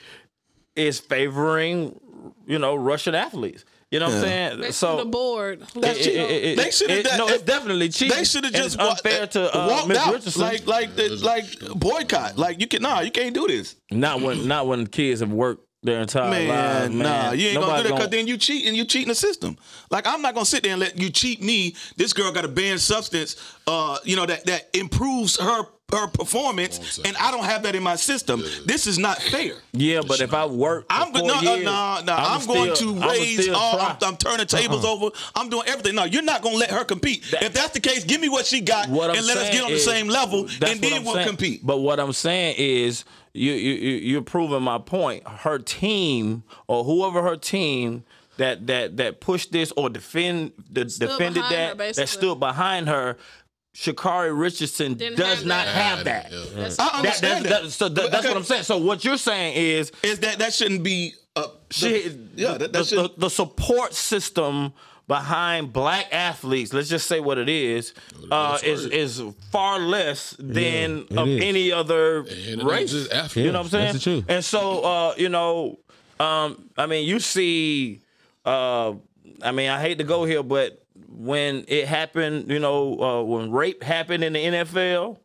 Speaker 2: is favoring, you know, Russian athletes. You know what I'm saying?
Speaker 4: They
Speaker 2: So
Speaker 4: so, the board.
Speaker 3: That shit-
Speaker 2: it- it-
Speaker 3: they should have
Speaker 2: it-
Speaker 3: done.
Speaker 2: no, it's definitely cheating,
Speaker 3: They should have
Speaker 2: and
Speaker 3: just
Speaker 2: it's unfair
Speaker 3: wa-
Speaker 2: to, uh,
Speaker 3: walked
Speaker 2: Miss
Speaker 3: out.
Speaker 2: Richardson.
Speaker 3: Like, like, the, like boycott. Like, you can nah, you can't do this,
Speaker 2: not when not when kids have worked their entire
Speaker 3: man.
Speaker 2: lives. Man,
Speaker 3: Nah, you ain't gonna
Speaker 2: Nobody
Speaker 3: do that because
Speaker 2: gonna-
Speaker 3: then you cheat and you cheating the system. Like, I'm not gonna sit there and let you cheat me. This girl got a banned substance, uh, you know that that improves her her performance, and I don't have that in my system. This is not fair.
Speaker 2: Yeah, but if I work,
Speaker 3: I'm
Speaker 2: for
Speaker 3: go-
Speaker 2: four
Speaker 3: no,
Speaker 2: years,
Speaker 3: no, no, no. I'm,
Speaker 2: I'ma
Speaker 3: going
Speaker 2: still-
Speaker 3: to
Speaker 2: I'ma
Speaker 3: raise
Speaker 2: still
Speaker 3: all.
Speaker 2: try. Uh-uh.
Speaker 3: I'm, I'm turning tables over. I'm doing everything. No, you're not going to let her compete.
Speaker 2: That-
Speaker 3: if that's the case, give me what she got
Speaker 2: what I'm
Speaker 3: and let us
Speaker 2: saying
Speaker 3: get on the
Speaker 2: is-
Speaker 3: same level,
Speaker 2: that's what
Speaker 3: and then
Speaker 2: I'm
Speaker 3: we'll
Speaker 2: saying.
Speaker 3: compete.
Speaker 2: But what I'm saying is, you you you- you're proving my point. Her team or whoever her team that that that pushed this or defend the defended
Speaker 4: behind her,
Speaker 2: that
Speaker 4: basically.
Speaker 2: that stood behind her. Shakari Richardson
Speaker 4: Didn't
Speaker 2: does
Speaker 4: have
Speaker 2: not
Speaker 4: that.
Speaker 5: Ah,
Speaker 2: have that.
Speaker 3: I
Speaker 2: That- that's,
Speaker 3: understand that.
Speaker 2: that- so that- that's
Speaker 3: Okay.
Speaker 2: what I'm saying. So what you're saying is
Speaker 3: Is that that shouldn't be? Uh,
Speaker 2: she,
Speaker 3: the- yeah, that,
Speaker 2: the,
Speaker 3: that should.
Speaker 2: the- the support system behind black athletes, let's just say what it is, uh, is is far less than
Speaker 1: it
Speaker 2: of
Speaker 1: is.
Speaker 2: any other
Speaker 5: and it
Speaker 2: race.
Speaker 5: ain't just Africa.
Speaker 2: You know what I'm saying?
Speaker 1: That's the truth.
Speaker 2: And so, uh, you know, um, I mean, you see, uh, I mean, I hate to go here, but when it happened, you know, uh, when rape happened in the NFL,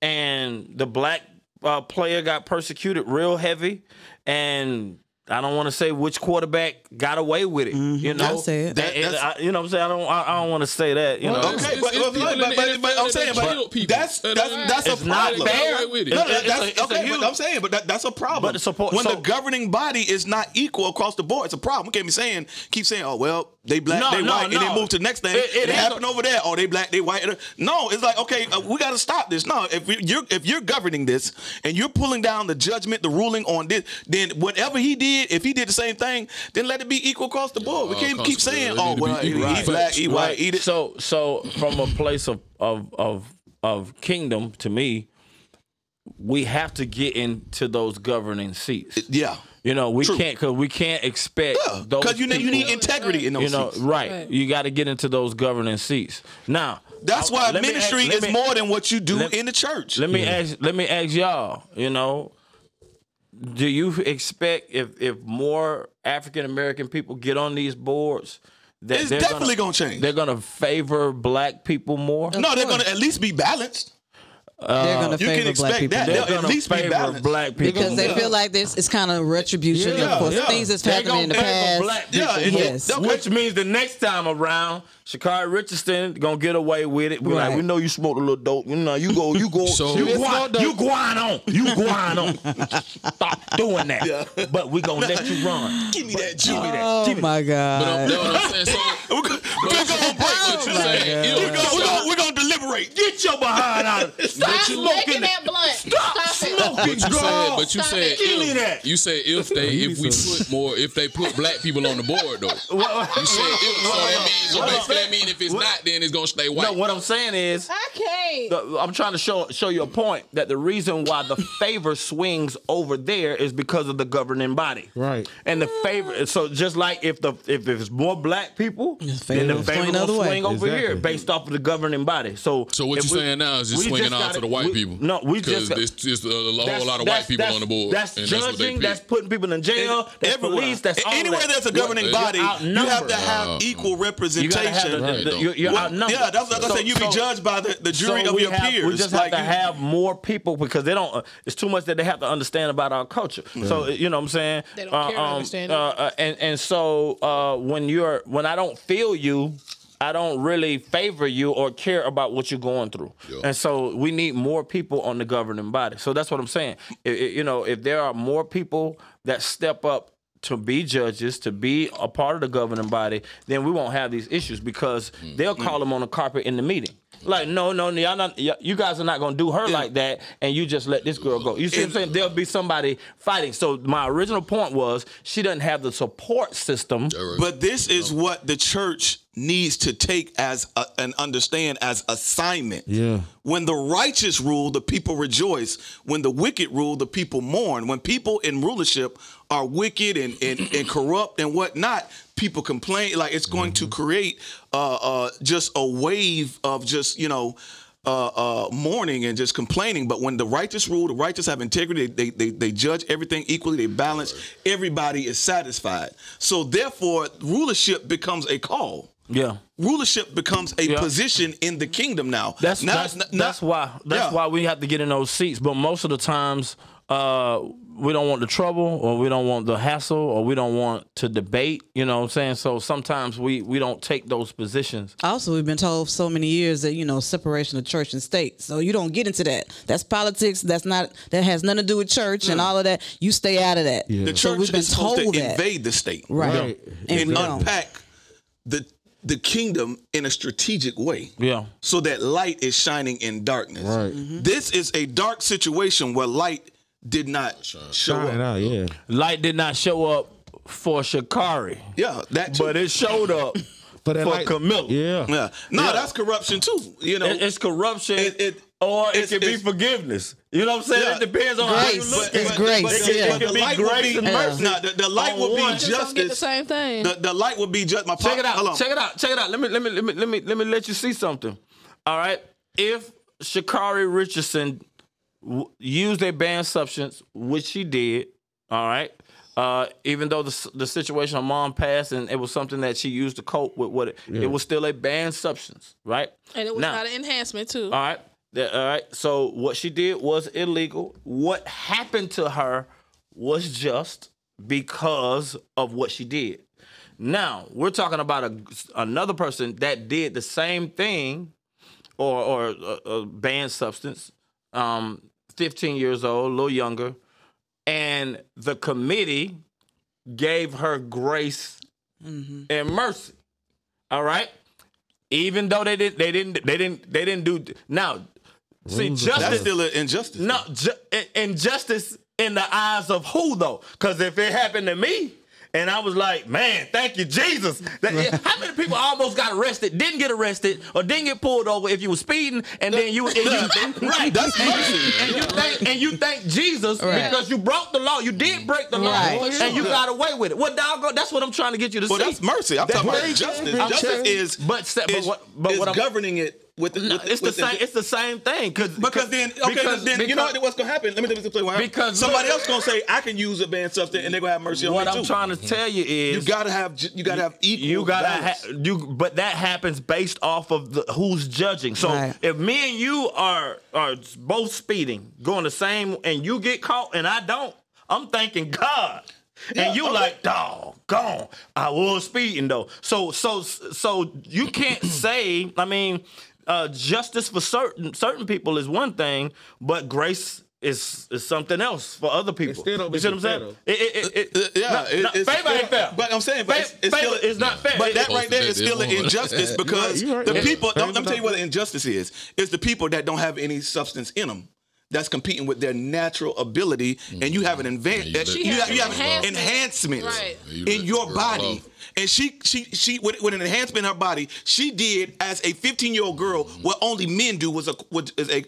Speaker 2: and the black uh, player got persecuted real heavy, and I don't want to say which quarterback got away with it. You know,
Speaker 8: I say it.
Speaker 2: That-
Speaker 3: That-
Speaker 2: I- you know what I'm saying. I don't. I, I don't want to say that. You know,
Speaker 3: Okay,
Speaker 5: It's-
Speaker 3: but,
Speaker 5: it's
Speaker 3: but,
Speaker 5: people
Speaker 3: but,
Speaker 5: in
Speaker 3: but,
Speaker 5: the
Speaker 3: but,
Speaker 5: NFL
Speaker 3: I'm saying,
Speaker 5: that killed
Speaker 3: but
Speaker 5: people.
Speaker 3: that's
Speaker 5: And
Speaker 3: that's
Speaker 5: I-
Speaker 3: that's a
Speaker 2: It's not
Speaker 3: problem.
Speaker 2: fair.
Speaker 5: Away with it.
Speaker 3: No,
Speaker 2: It's-
Speaker 3: that,
Speaker 2: it's
Speaker 3: that's
Speaker 2: a- it's a
Speaker 3: okay.
Speaker 2: huge-
Speaker 3: But I'm saying, but that, that's a problem.
Speaker 2: But the support-
Speaker 3: when
Speaker 2: so-
Speaker 3: the governing body is not equal across the board, it's a problem. We can't be saying, keep saying, oh well, they black,
Speaker 2: No,
Speaker 3: they
Speaker 2: no,
Speaker 3: white, and
Speaker 2: no.
Speaker 3: they move to the next thing.
Speaker 2: It-
Speaker 3: It,
Speaker 2: it is-
Speaker 3: happened over there. Oh, they black, they white. No, it's like okay, uh, we got to stop this. No, if we- you're if you're governing this and you're pulling down the judgment, the ruling on this, then whatever he did, if he did the same thing, then let it be equal across the board. We
Speaker 5: Uh,
Speaker 3: can't keep
Speaker 5: across the board.
Speaker 3: saying,
Speaker 5: It
Speaker 3: oh
Speaker 5: need to be
Speaker 3: well, he,
Speaker 5: equal.
Speaker 3: he
Speaker 5: Right.
Speaker 3: black, he white,
Speaker 2: Right.
Speaker 3: he this.
Speaker 2: So so from a place of of of of kingdom to me, we have to get into those governing seats.
Speaker 3: yeah.
Speaker 2: You know, we
Speaker 3: True.
Speaker 2: can't because we can't expect those
Speaker 3: Because you need you need
Speaker 2: people-
Speaker 3: integrity in those
Speaker 2: you know,
Speaker 3: seats.
Speaker 2: right?
Speaker 4: Right.
Speaker 2: You got to get into those governing seats. Now,
Speaker 3: That's
Speaker 2: I-
Speaker 3: why
Speaker 2: Oh, let me ask-
Speaker 3: ministry
Speaker 2: let
Speaker 3: is
Speaker 2: me-
Speaker 3: more than what you do
Speaker 2: let-
Speaker 3: in the church.
Speaker 2: Let me ask. Let me ask y'all. You know, do you expect if if more African American people get on these boards, that
Speaker 3: It's
Speaker 2: they're
Speaker 3: definitely gonna change.
Speaker 2: They're gonna favor black people more.
Speaker 3: no, they're going to at least be balanced.
Speaker 8: They're gonna
Speaker 3: Uh, you can
Speaker 8: favor black
Speaker 3: expect
Speaker 8: people
Speaker 3: that.
Speaker 2: They're
Speaker 3: They'll at
Speaker 2: gonna
Speaker 3: least be
Speaker 2: favor
Speaker 3: balanced.
Speaker 2: black people
Speaker 8: because they
Speaker 2: more.
Speaker 8: feel like this it's kind of retribution
Speaker 2: Yeah,
Speaker 8: for
Speaker 2: yeah.
Speaker 8: things that's
Speaker 2: They
Speaker 8: happened in the
Speaker 2: gonna favor
Speaker 8: past.
Speaker 2: black people
Speaker 3: Yeah, and
Speaker 2: more.
Speaker 8: yes.
Speaker 3: okay.
Speaker 2: Which means the next time around, Shakari Richardson gonna get away with it. We're like,
Speaker 8: Right.
Speaker 2: we know you smoked a little dope. You know, you go, you go,
Speaker 5: So-
Speaker 2: you
Speaker 5: It's
Speaker 1: not
Speaker 2: guan,
Speaker 1: dope.
Speaker 2: you guan on, you guan on. Stop doing that. But we gonna let you run.
Speaker 3: Give me that juice.
Speaker 8: Oh my
Speaker 3: uh,
Speaker 5: But I'm,
Speaker 8: god!
Speaker 5: that's what I'm saying. So,
Speaker 3: We're going to break.
Speaker 5: what you saying?
Speaker 3: We're
Speaker 5: ill-
Speaker 3: going we're going to deliberate.
Speaker 2: Get your behind out. of- Ah, Stop smoking that.
Speaker 9: making that blunt. Stop,
Speaker 2: Smoking,
Speaker 5: But you said,
Speaker 2: girl.
Speaker 5: but you
Speaker 9: Stop
Speaker 5: said,
Speaker 9: it.
Speaker 2: Give me
Speaker 5: if-
Speaker 2: that.
Speaker 5: you said if they, if we put more, if they put black people on the board though. You said if, so that means, so basically that means if it's not, then it's gonna stay
Speaker 2: No,
Speaker 5: white.
Speaker 2: what I'm saying is,
Speaker 9: I can't.
Speaker 2: the- I'm trying to show show you a point that the reason why the favor swings over there is because of the governing body.
Speaker 1: Right.
Speaker 2: And the favor, so just like if the if it's more black people, then
Speaker 8: favor
Speaker 2: the
Speaker 8: will
Speaker 2: favor
Speaker 8: swing
Speaker 2: will
Speaker 8: the other way.
Speaker 2: swing over here
Speaker 1: Exactly.
Speaker 2: based off of the governing body. So
Speaker 5: So what
Speaker 2: if
Speaker 5: you
Speaker 2: we-
Speaker 5: saying now is just
Speaker 2: we
Speaker 5: swinging
Speaker 2: just
Speaker 5: on
Speaker 2: gotta-
Speaker 5: to the white
Speaker 2: we-
Speaker 5: people?
Speaker 2: No, we
Speaker 5: because
Speaker 2: just got-
Speaker 5: there's just a whole
Speaker 2: that's-
Speaker 5: lot of
Speaker 2: that's-
Speaker 5: white people
Speaker 2: that's-
Speaker 5: on the board.
Speaker 2: That's
Speaker 5: and what they
Speaker 2: judging. That's,
Speaker 5: pick.
Speaker 2: putting people in jail. That's
Speaker 3: Everywhere.
Speaker 2: police. That's all
Speaker 3: Anywhere
Speaker 2: that.
Speaker 3: there's a governing
Speaker 5: You're
Speaker 3: body, you have
Speaker 2: outnumbered.
Speaker 3: to have equal
Speaker 2: You gotta have
Speaker 3: representation.
Speaker 2: the,
Speaker 5: Right,
Speaker 2: the-
Speaker 5: though.
Speaker 2: you're, you're
Speaker 3: Well,
Speaker 2: outnumbered.
Speaker 3: yeah, that's what I
Speaker 2: So-
Speaker 3: said. You be
Speaker 2: so-
Speaker 3: judged by the, the jury
Speaker 2: so
Speaker 3: of
Speaker 2: we
Speaker 3: your
Speaker 2: have-
Speaker 3: peers.
Speaker 2: We just have
Speaker 3: Like,
Speaker 2: to
Speaker 3: you-
Speaker 2: have more people because they don't. Uh, it's too much that they have to understand about our culture. So uh, you know what I'm saying.
Speaker 4: They don't care to understand it.
Speaker 2: uh, uh, and and so uh, when you're when I don't feel you. I don't really favor you or care about what you're going through,
Speaker 5: Yeah.
Speaker 2: and so we need more people on the governing body. So that's what I'm saying. I- I- you know, if there are more people that step up to be judges, to be a part of the governing body, then we won't have these issues because they'll call them on the carpet in the meeting. Like, no, no, y'all not, y- you guys are not gonna do her like that, and you just let this girl go. You see what I'm saying? There'll be somebody fighting. So my original point was she doesn't have the support system.
Speaker 3: But this is what the church needs to take as a, and understand as assignment.
Speaker 1: Yeah.
Speaker 3: When the righteous rule, the people rejoice. When the wicked rule, the people mourn. When people in rulership are wicked and and, and corrupt and whatnot, people complain. Like it's going to create uh, uh, just a wave of just you know. Uh, uh, mourning and just complaining, but when the righteous rule, the righteous have integrity. They they, they judge everything equally. They balance. Everybody is satisfied. So therefore, rulership becomes a call
Speaker 2: Yeah.
Speaker 3: rulership becomes a
Speaker 2: Yeah.
Speaker 3: position in the kingdom now.
Speaker 2: That's
Speaker 3: now,
Speaker 2: that's,
Speaker 3: now-
Speaker 2: that's why that's
Speaker 3: Yeah.
Speaker 2: why we have to get in those seats. But most of the times, uh, we don't want the trouble, or we don't want the hassle, or we don't want to debate. You know what I'm saying? So sometimes we we don't take those positions.
Speaker 8: Also, we've been told for so many years that you know separation of church and state. So you don't get into that. That's politics. That's not. That has nothing to do with church and all of that. You stay out of that.
Speaker 3: the
Speaker 8: So
Speaker 3: church
Speaker 8: we've been
Speaker 3: is supposed to
Speaker 8: told that.
Speaker 3: invade the state
Speaker 8: Right.
Speaker 1: Right.
Speaker 8: And
Speaker 3: and
Speaker 8: we don't.
Speaker 3: unpack the the kingdom in a strategic way.
Speaker 2: Yeah.
Speaker 3: So that light is shining in darkness.
Speaker 1: Right.
Speaker 2: Mm-hmm.
Speaker 8: Mm-hmm.
Speaker 3: This is a dark situation where light did not show
Speaker 1: Right
Speaker 3: up.
Speaker 1: now, yeah.
Speaker 2: Light did not show up for Shakari,
Speaker 3: Yeah, that too.
Speaker 2: but it showed up
Speaker 1: But that
Speaker 2: for
Speaker 1: light-
Speaker 2: Camilla.
Speaker 1: Yeah.
Speaker 3: yeah. No,
Speaker 2: Yeah.
Speaker 3: that's corruption too. You know,
Speaker 2: It- it's corruption,
Speaker 3: It- it-
Speaker 2: or it
Speaker 3: it's-
Speaker 2: can be
Speaker 3: it's-
Speaker 2: forgiveness. You know what I'm saying?
Speaker 3: Yeah.
Speaker 2: It depends on how you
Speaker 8: Grace.
Speaker 2: look at
Speaker 8: It's
Speaker 2: it.
Speaker 8: grace,
Speaker 3: But, the-
Speaker 8: yeah.
Speaker 3: but the
Speaker 2: It can be
Speaker 3: light will
Speaker 2: grace
Speaker 3: be-
Speaker 2: and mercy
Speaker 3: Nah, the, the light
Speaker 2: on
Speaker 3: will
Speaker 2: one.
Speaker 3: be
Speaker 2: Just
Speaker 4: Don't get the
Speaker 3: justice.
Speaker 4: same thing.
Speaker 3: The, the light will be just my
Speaker 2: check it
Speaker 3: Hold
Speaker 2: out.
Speaker 3: on.
Speaker 2: Check it out. Check it out. Let me let me let me let me let me let you see something. All right. If Shakari Richardson w- used a banned substance, which she did, all right. Uh, even though the s- the situation her mom passed and it was something that she used to cope with, what it, it was still a banned substance, right?
Speaker 4: and it was
Speaker 2: Now- Uh,
Speaker 4: not an enhancement too.
Speaker 2: All right. That- all right. So what she did was illegal. What happened to her was just. because of what she did. Now we're talking about a, another person that did the same thing, or or a, a banned substance, um, 15 years old, a little younger, and the committee gave her grace and mercy. All right, even though they did, they didn't, they didn't, they didn't do now. See,
Speaker 1: Rules of
Speaker 2: justice
Speaker 3: That's still an injustice.
Speaker 2: no, ju- in- injustice in the eyes of who though? Because if it happened to me, and I was like, man, thank you, Jesus. That- How many people almost got arrested, didn't get arrested, or didn't get pulled over if you were speeding, and then you, and you right,
Speaker 3: That's mercy.
Speaker 2: and you thank and you thank Jesus
Speaker 8: Right.
Speaker 2: because you broke the law, you did break the law,
Speaker 8: Right.
Speaker 2: and you got away with it. Well, dog, that's what I'm trying to get you to
Speaker 3: Well,
Speaker 2: see.
Speaker 3: that's mercy. I'm talking about justice.
Speaker 2: I'm
Speaker 3: Justice
Speaker 2: saying-
Speaker 3: is
Speaker 2: but se- but
Speaker 3: is-
Speaker 2: what- but
Speaker 3: is
Speaker 2: what I'm-
Speaker 3: governing it with,
Speaker 2: No,
Speaker 3: with
Speaker 2: it's the
Speaker 3: with
Speaker 2: same. It's the same thing. Cause,
Speaker 3: Because then, okay,
Speaker 2: because-
Speaker 3: then you know
Speaker 2: because-
Speaker 3: what- what's gonna happen. Let me just explain what happened.
Speaker 2: Because
Speaker 3: somebody
Speaker 2: look-
Speaker 3: else gonna say I can use a banned substance, and they're gonna have mercy on
Speaker 2: What
Speaker 3: me
Speaker 2: I'm
Speaker 3: too.
Speaker 2: trying to tell you is
Speaker 3: you gotta have, ju- you gotta have equal.
Speaker 2: You gotta
Speaker 3: balance.
Speaker 2: ha- you, but that happens based off of the, who's judging. So
Speaker 8: Right.
Speaker 2: if me and you are are both speeding, going the same, and you get caught and I don't, I'm thanking God. and you like, dog, gone. I was speeding though. So so so you can't say. I mean, uh, justice for certain certain people is one thing, but grace. Is, is something else for other people.
Speaker 1: still don't
Speaker 2: you
Speaker 1: make
Speaker 2: see what
Speaker 1: it
Speaker 2: I'm saying?
Speaker 1: fair,
Speaker 2: It, it, it,
Speaker 3: Uh,
Speaker 2: it,
Speaker 3: yeah,
Speaker 2: not-
Speaker 3: it-
Speaker 2: not-
Speaker 3: it's
Speaker 2: favor
Speaker 3: still-
Speaker 2: ain't fair.
Speaker 3: but I'm saying, but
Speaker 2: Fa-
Speaker 3: it's- it's
Speaker 2: favor
Speaker 3: still-
Speaker 2: is not fair.
Speaker 3: But that
Speaker 2: It-
Speaker 3: right there is
Speaker 5: Posted
Speaker 3: still an
Speaker 5: that
Speaker 3: injustice
Speaker 5: one.
Speaker 3: because
Speaker 1: You right,
Speaker 3: the
Speaker 1: you right.
Speaker 3: people.
Speaker 1: Fair
Speaker 3: Let me
Speaker 1: enough.
Speaker 3: tell you what an injustice is. It's the people that don't have any substance in them. That's competing with their natural ability, and you have an advan-
Speaker 5: Mm-hmm. Yeah, you
Speaker 4: She
Speaker 3: you,
Speaker 4: has
Speaker 3: have, you have
Speaker 4: enhancements.
Speaker 3: enhancements
Speaker 4: Right.
Speaker 5: Yeah, you let
Speaker 3: in
Speaker 5: the
Speaker 3: your
Speaker 5: girl
Speaker 3: body.
Speaker 5: off.
Speaker 3: And she, she, she, with, with an enhancement in her body, she did as a 15 year old girl
Speaker 5: Mm-hmm.
Speaker 3: what only men do was a, was is a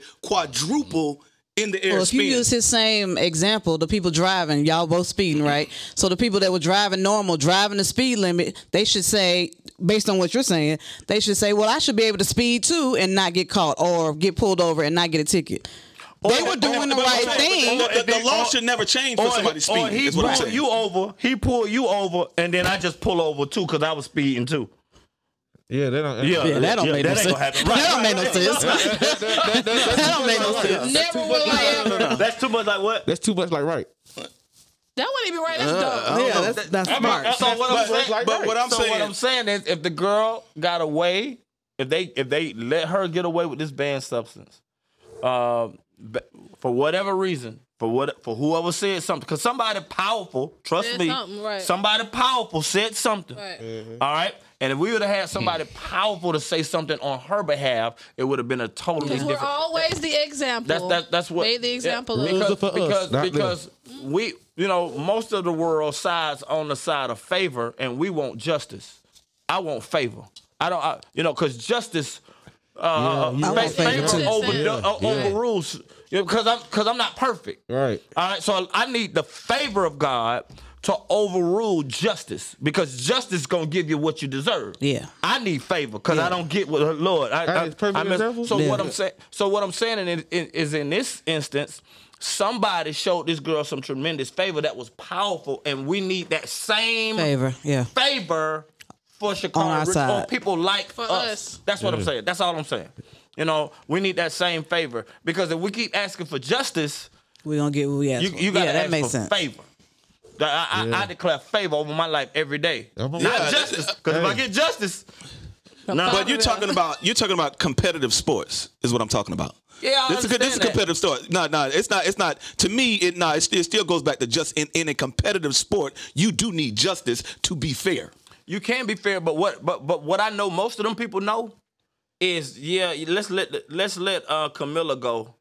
Speaker 3: quadruple
Speaker 5: Mm-hmm.
Speaker 3: in the air
Speaker 8: Well, if you
Speaker 3: spin.
Speaker 8: use his same example, the people driving, y'all both speeding, right? So the people that were driving normal, driving the speed limit, they should say, based on what you're saying, they should say, "Well, I should be able to speed too and not get caught, or get pulled over and not get a ticket." they were doing the
Speaker 3: But-
Speaker 8: right
Speaker 3: but- but
Speaker 8: thing.
Speaker 3: The, the- the
Speaker 2: Or-
Speaker 3: law should never change for somebody
Speaker 2: or
Speaker 3: speeding.
Speaker 2: he
Speaker 3: Is what I'm
Speaker 2: pull
Speaker 3: saying.
Speaker 2: you over, he pull you over, and then I just pull over too because I was speeding too.
Speaker 1: Yeah, they don't.
Speaker 2: Yeah,
Speaker 8: Yeah, that don't make no
Speaker 2: that ain't
Speaker 8: sense.
Speaker 2: gonna happen.
Speaker 8: That don't make no sense.
Speaker 1: that, that- that- that's
Speaker 8: That don't make no
Speaker 1: too much like
Speaker 8: sense.
Speaker 1: right.
Speaker 4: Never will I ever.
Speaker 2: That's too much. Like what?
Speaker 1: That's too much like right.
Speaker 4: That wouldn't even right. That's dope.
Speaker 8: Yeah, that's, that's smart.
Speaker 2: So what I'm
Speaker 3: But-
Speaker 2: saying,
Speaker 1: like
Speaker 3: but what I'm
Speaker 2: so what
Speaker 3: saying,
Speaker 2: I'm saying is, if the girl got away, if they if they let her get away with this banned substance, uh, b- for whatever reason, for what for whoever said something, because somebody powerful, trust
Speaker 4: Said
Speaker 2: me,
Speaker 4: something, right.
Speaker 2: somebody powerful said something.
Speaker 4: Right.
Speaker 2: All right. And if we would have had somebody powerful to say something on her behalf, it would have been a totally
Speaker 4: Because we're
Speaker 2: different.
Speaker 4: always the
Speaker 2: That's
Speaker 4: example.
Speaker 2: that's that's what
Speaker 4: made the example
Speaker 2: yeah,
Speaker 4: of.
Speaker 1: Rules
Speaker 2: because
Speaker 1: are for us,
Speaker 2: because,
Speaker 1: not them.
Speaker 2: because we you know most of the world sides on the side of favor, and we want justice. I want favor. I don't I, you know because justice. Uh,
Speaker 1: Yeah, you
Speaker 2: fa-
Speaker 8: want favor
Speaker 2: favor
Speaker 8: too.
Speaker 2: over,
Speaker 4: Yeah,
Speaker 2: uh, overrules because I'm because I'm not perfect.
Speaker 1: Right.
Speaker 2: All right, so I need the favor of God to overrule justice because justice gonna give you what you deserve.
Speaker 8: Yeah.
Speaker 2: I need favor because I don't get what Lord. I,
Speaker 1: That is perfect
Speaker 2: miss-
Speaker 1: example.
Speaker 2: so what I'm
Speaker 1: Yeah.
Speaker 2: saying, so what I'm saying in, in, is in this instance, somebody showed this girl some tremendous favor that was powerful, and we need that same
Speaker 8: Favor, yeah.
Speaker 2: favor
Speaker 8: On
Speaker 2: for
Speaker 8: our
Speaker 2: Chicago
Speaker 8: side.
Speaker 2: or people like
Speaker 4: For
Speaker 2: us.
Speaker 4: us.
Speaker 2: That's what I'm saying. That's all I'm saying. You know, we need that same favor because if we keep asking for justice.
Speaker 8: We're gonna get what we asked
Speaker 2: You,
Speaker 8: for.
Speaker 2: you gotta
Speaker 8: yeah, that
Speaker 2: ask
Speaker 8: makes
Speaker 2: for
Speaker 8: sense.
Speaker 2: favor. That I, I, I declare favor over my life every day.
Speaker 1: I'm a-
Speaker 2: Not
Speaker 1: Yeah,
Speaker 2: justice, because if I
Speaker 1: hey.
Speaker 2: get justice,
Speaker 3: But you're talking about you're talking about competitive sports is what I'm talking about.
Speaker 2: Yeah, I
Speaker 3: this is good. This
Speaker 2: understand
Speaker 3: is
Speaker 2: that.
Speaker 3: competitive sport. No, no, it's not. It's not. To me, it no. It, it still goes back to just in, in a competitive sport, you do need justice to be fair.
Speaker 2: you can be fair. But what, but but what I know, most of them people know, is yeah. Let's let the- let's let uh, Camilla go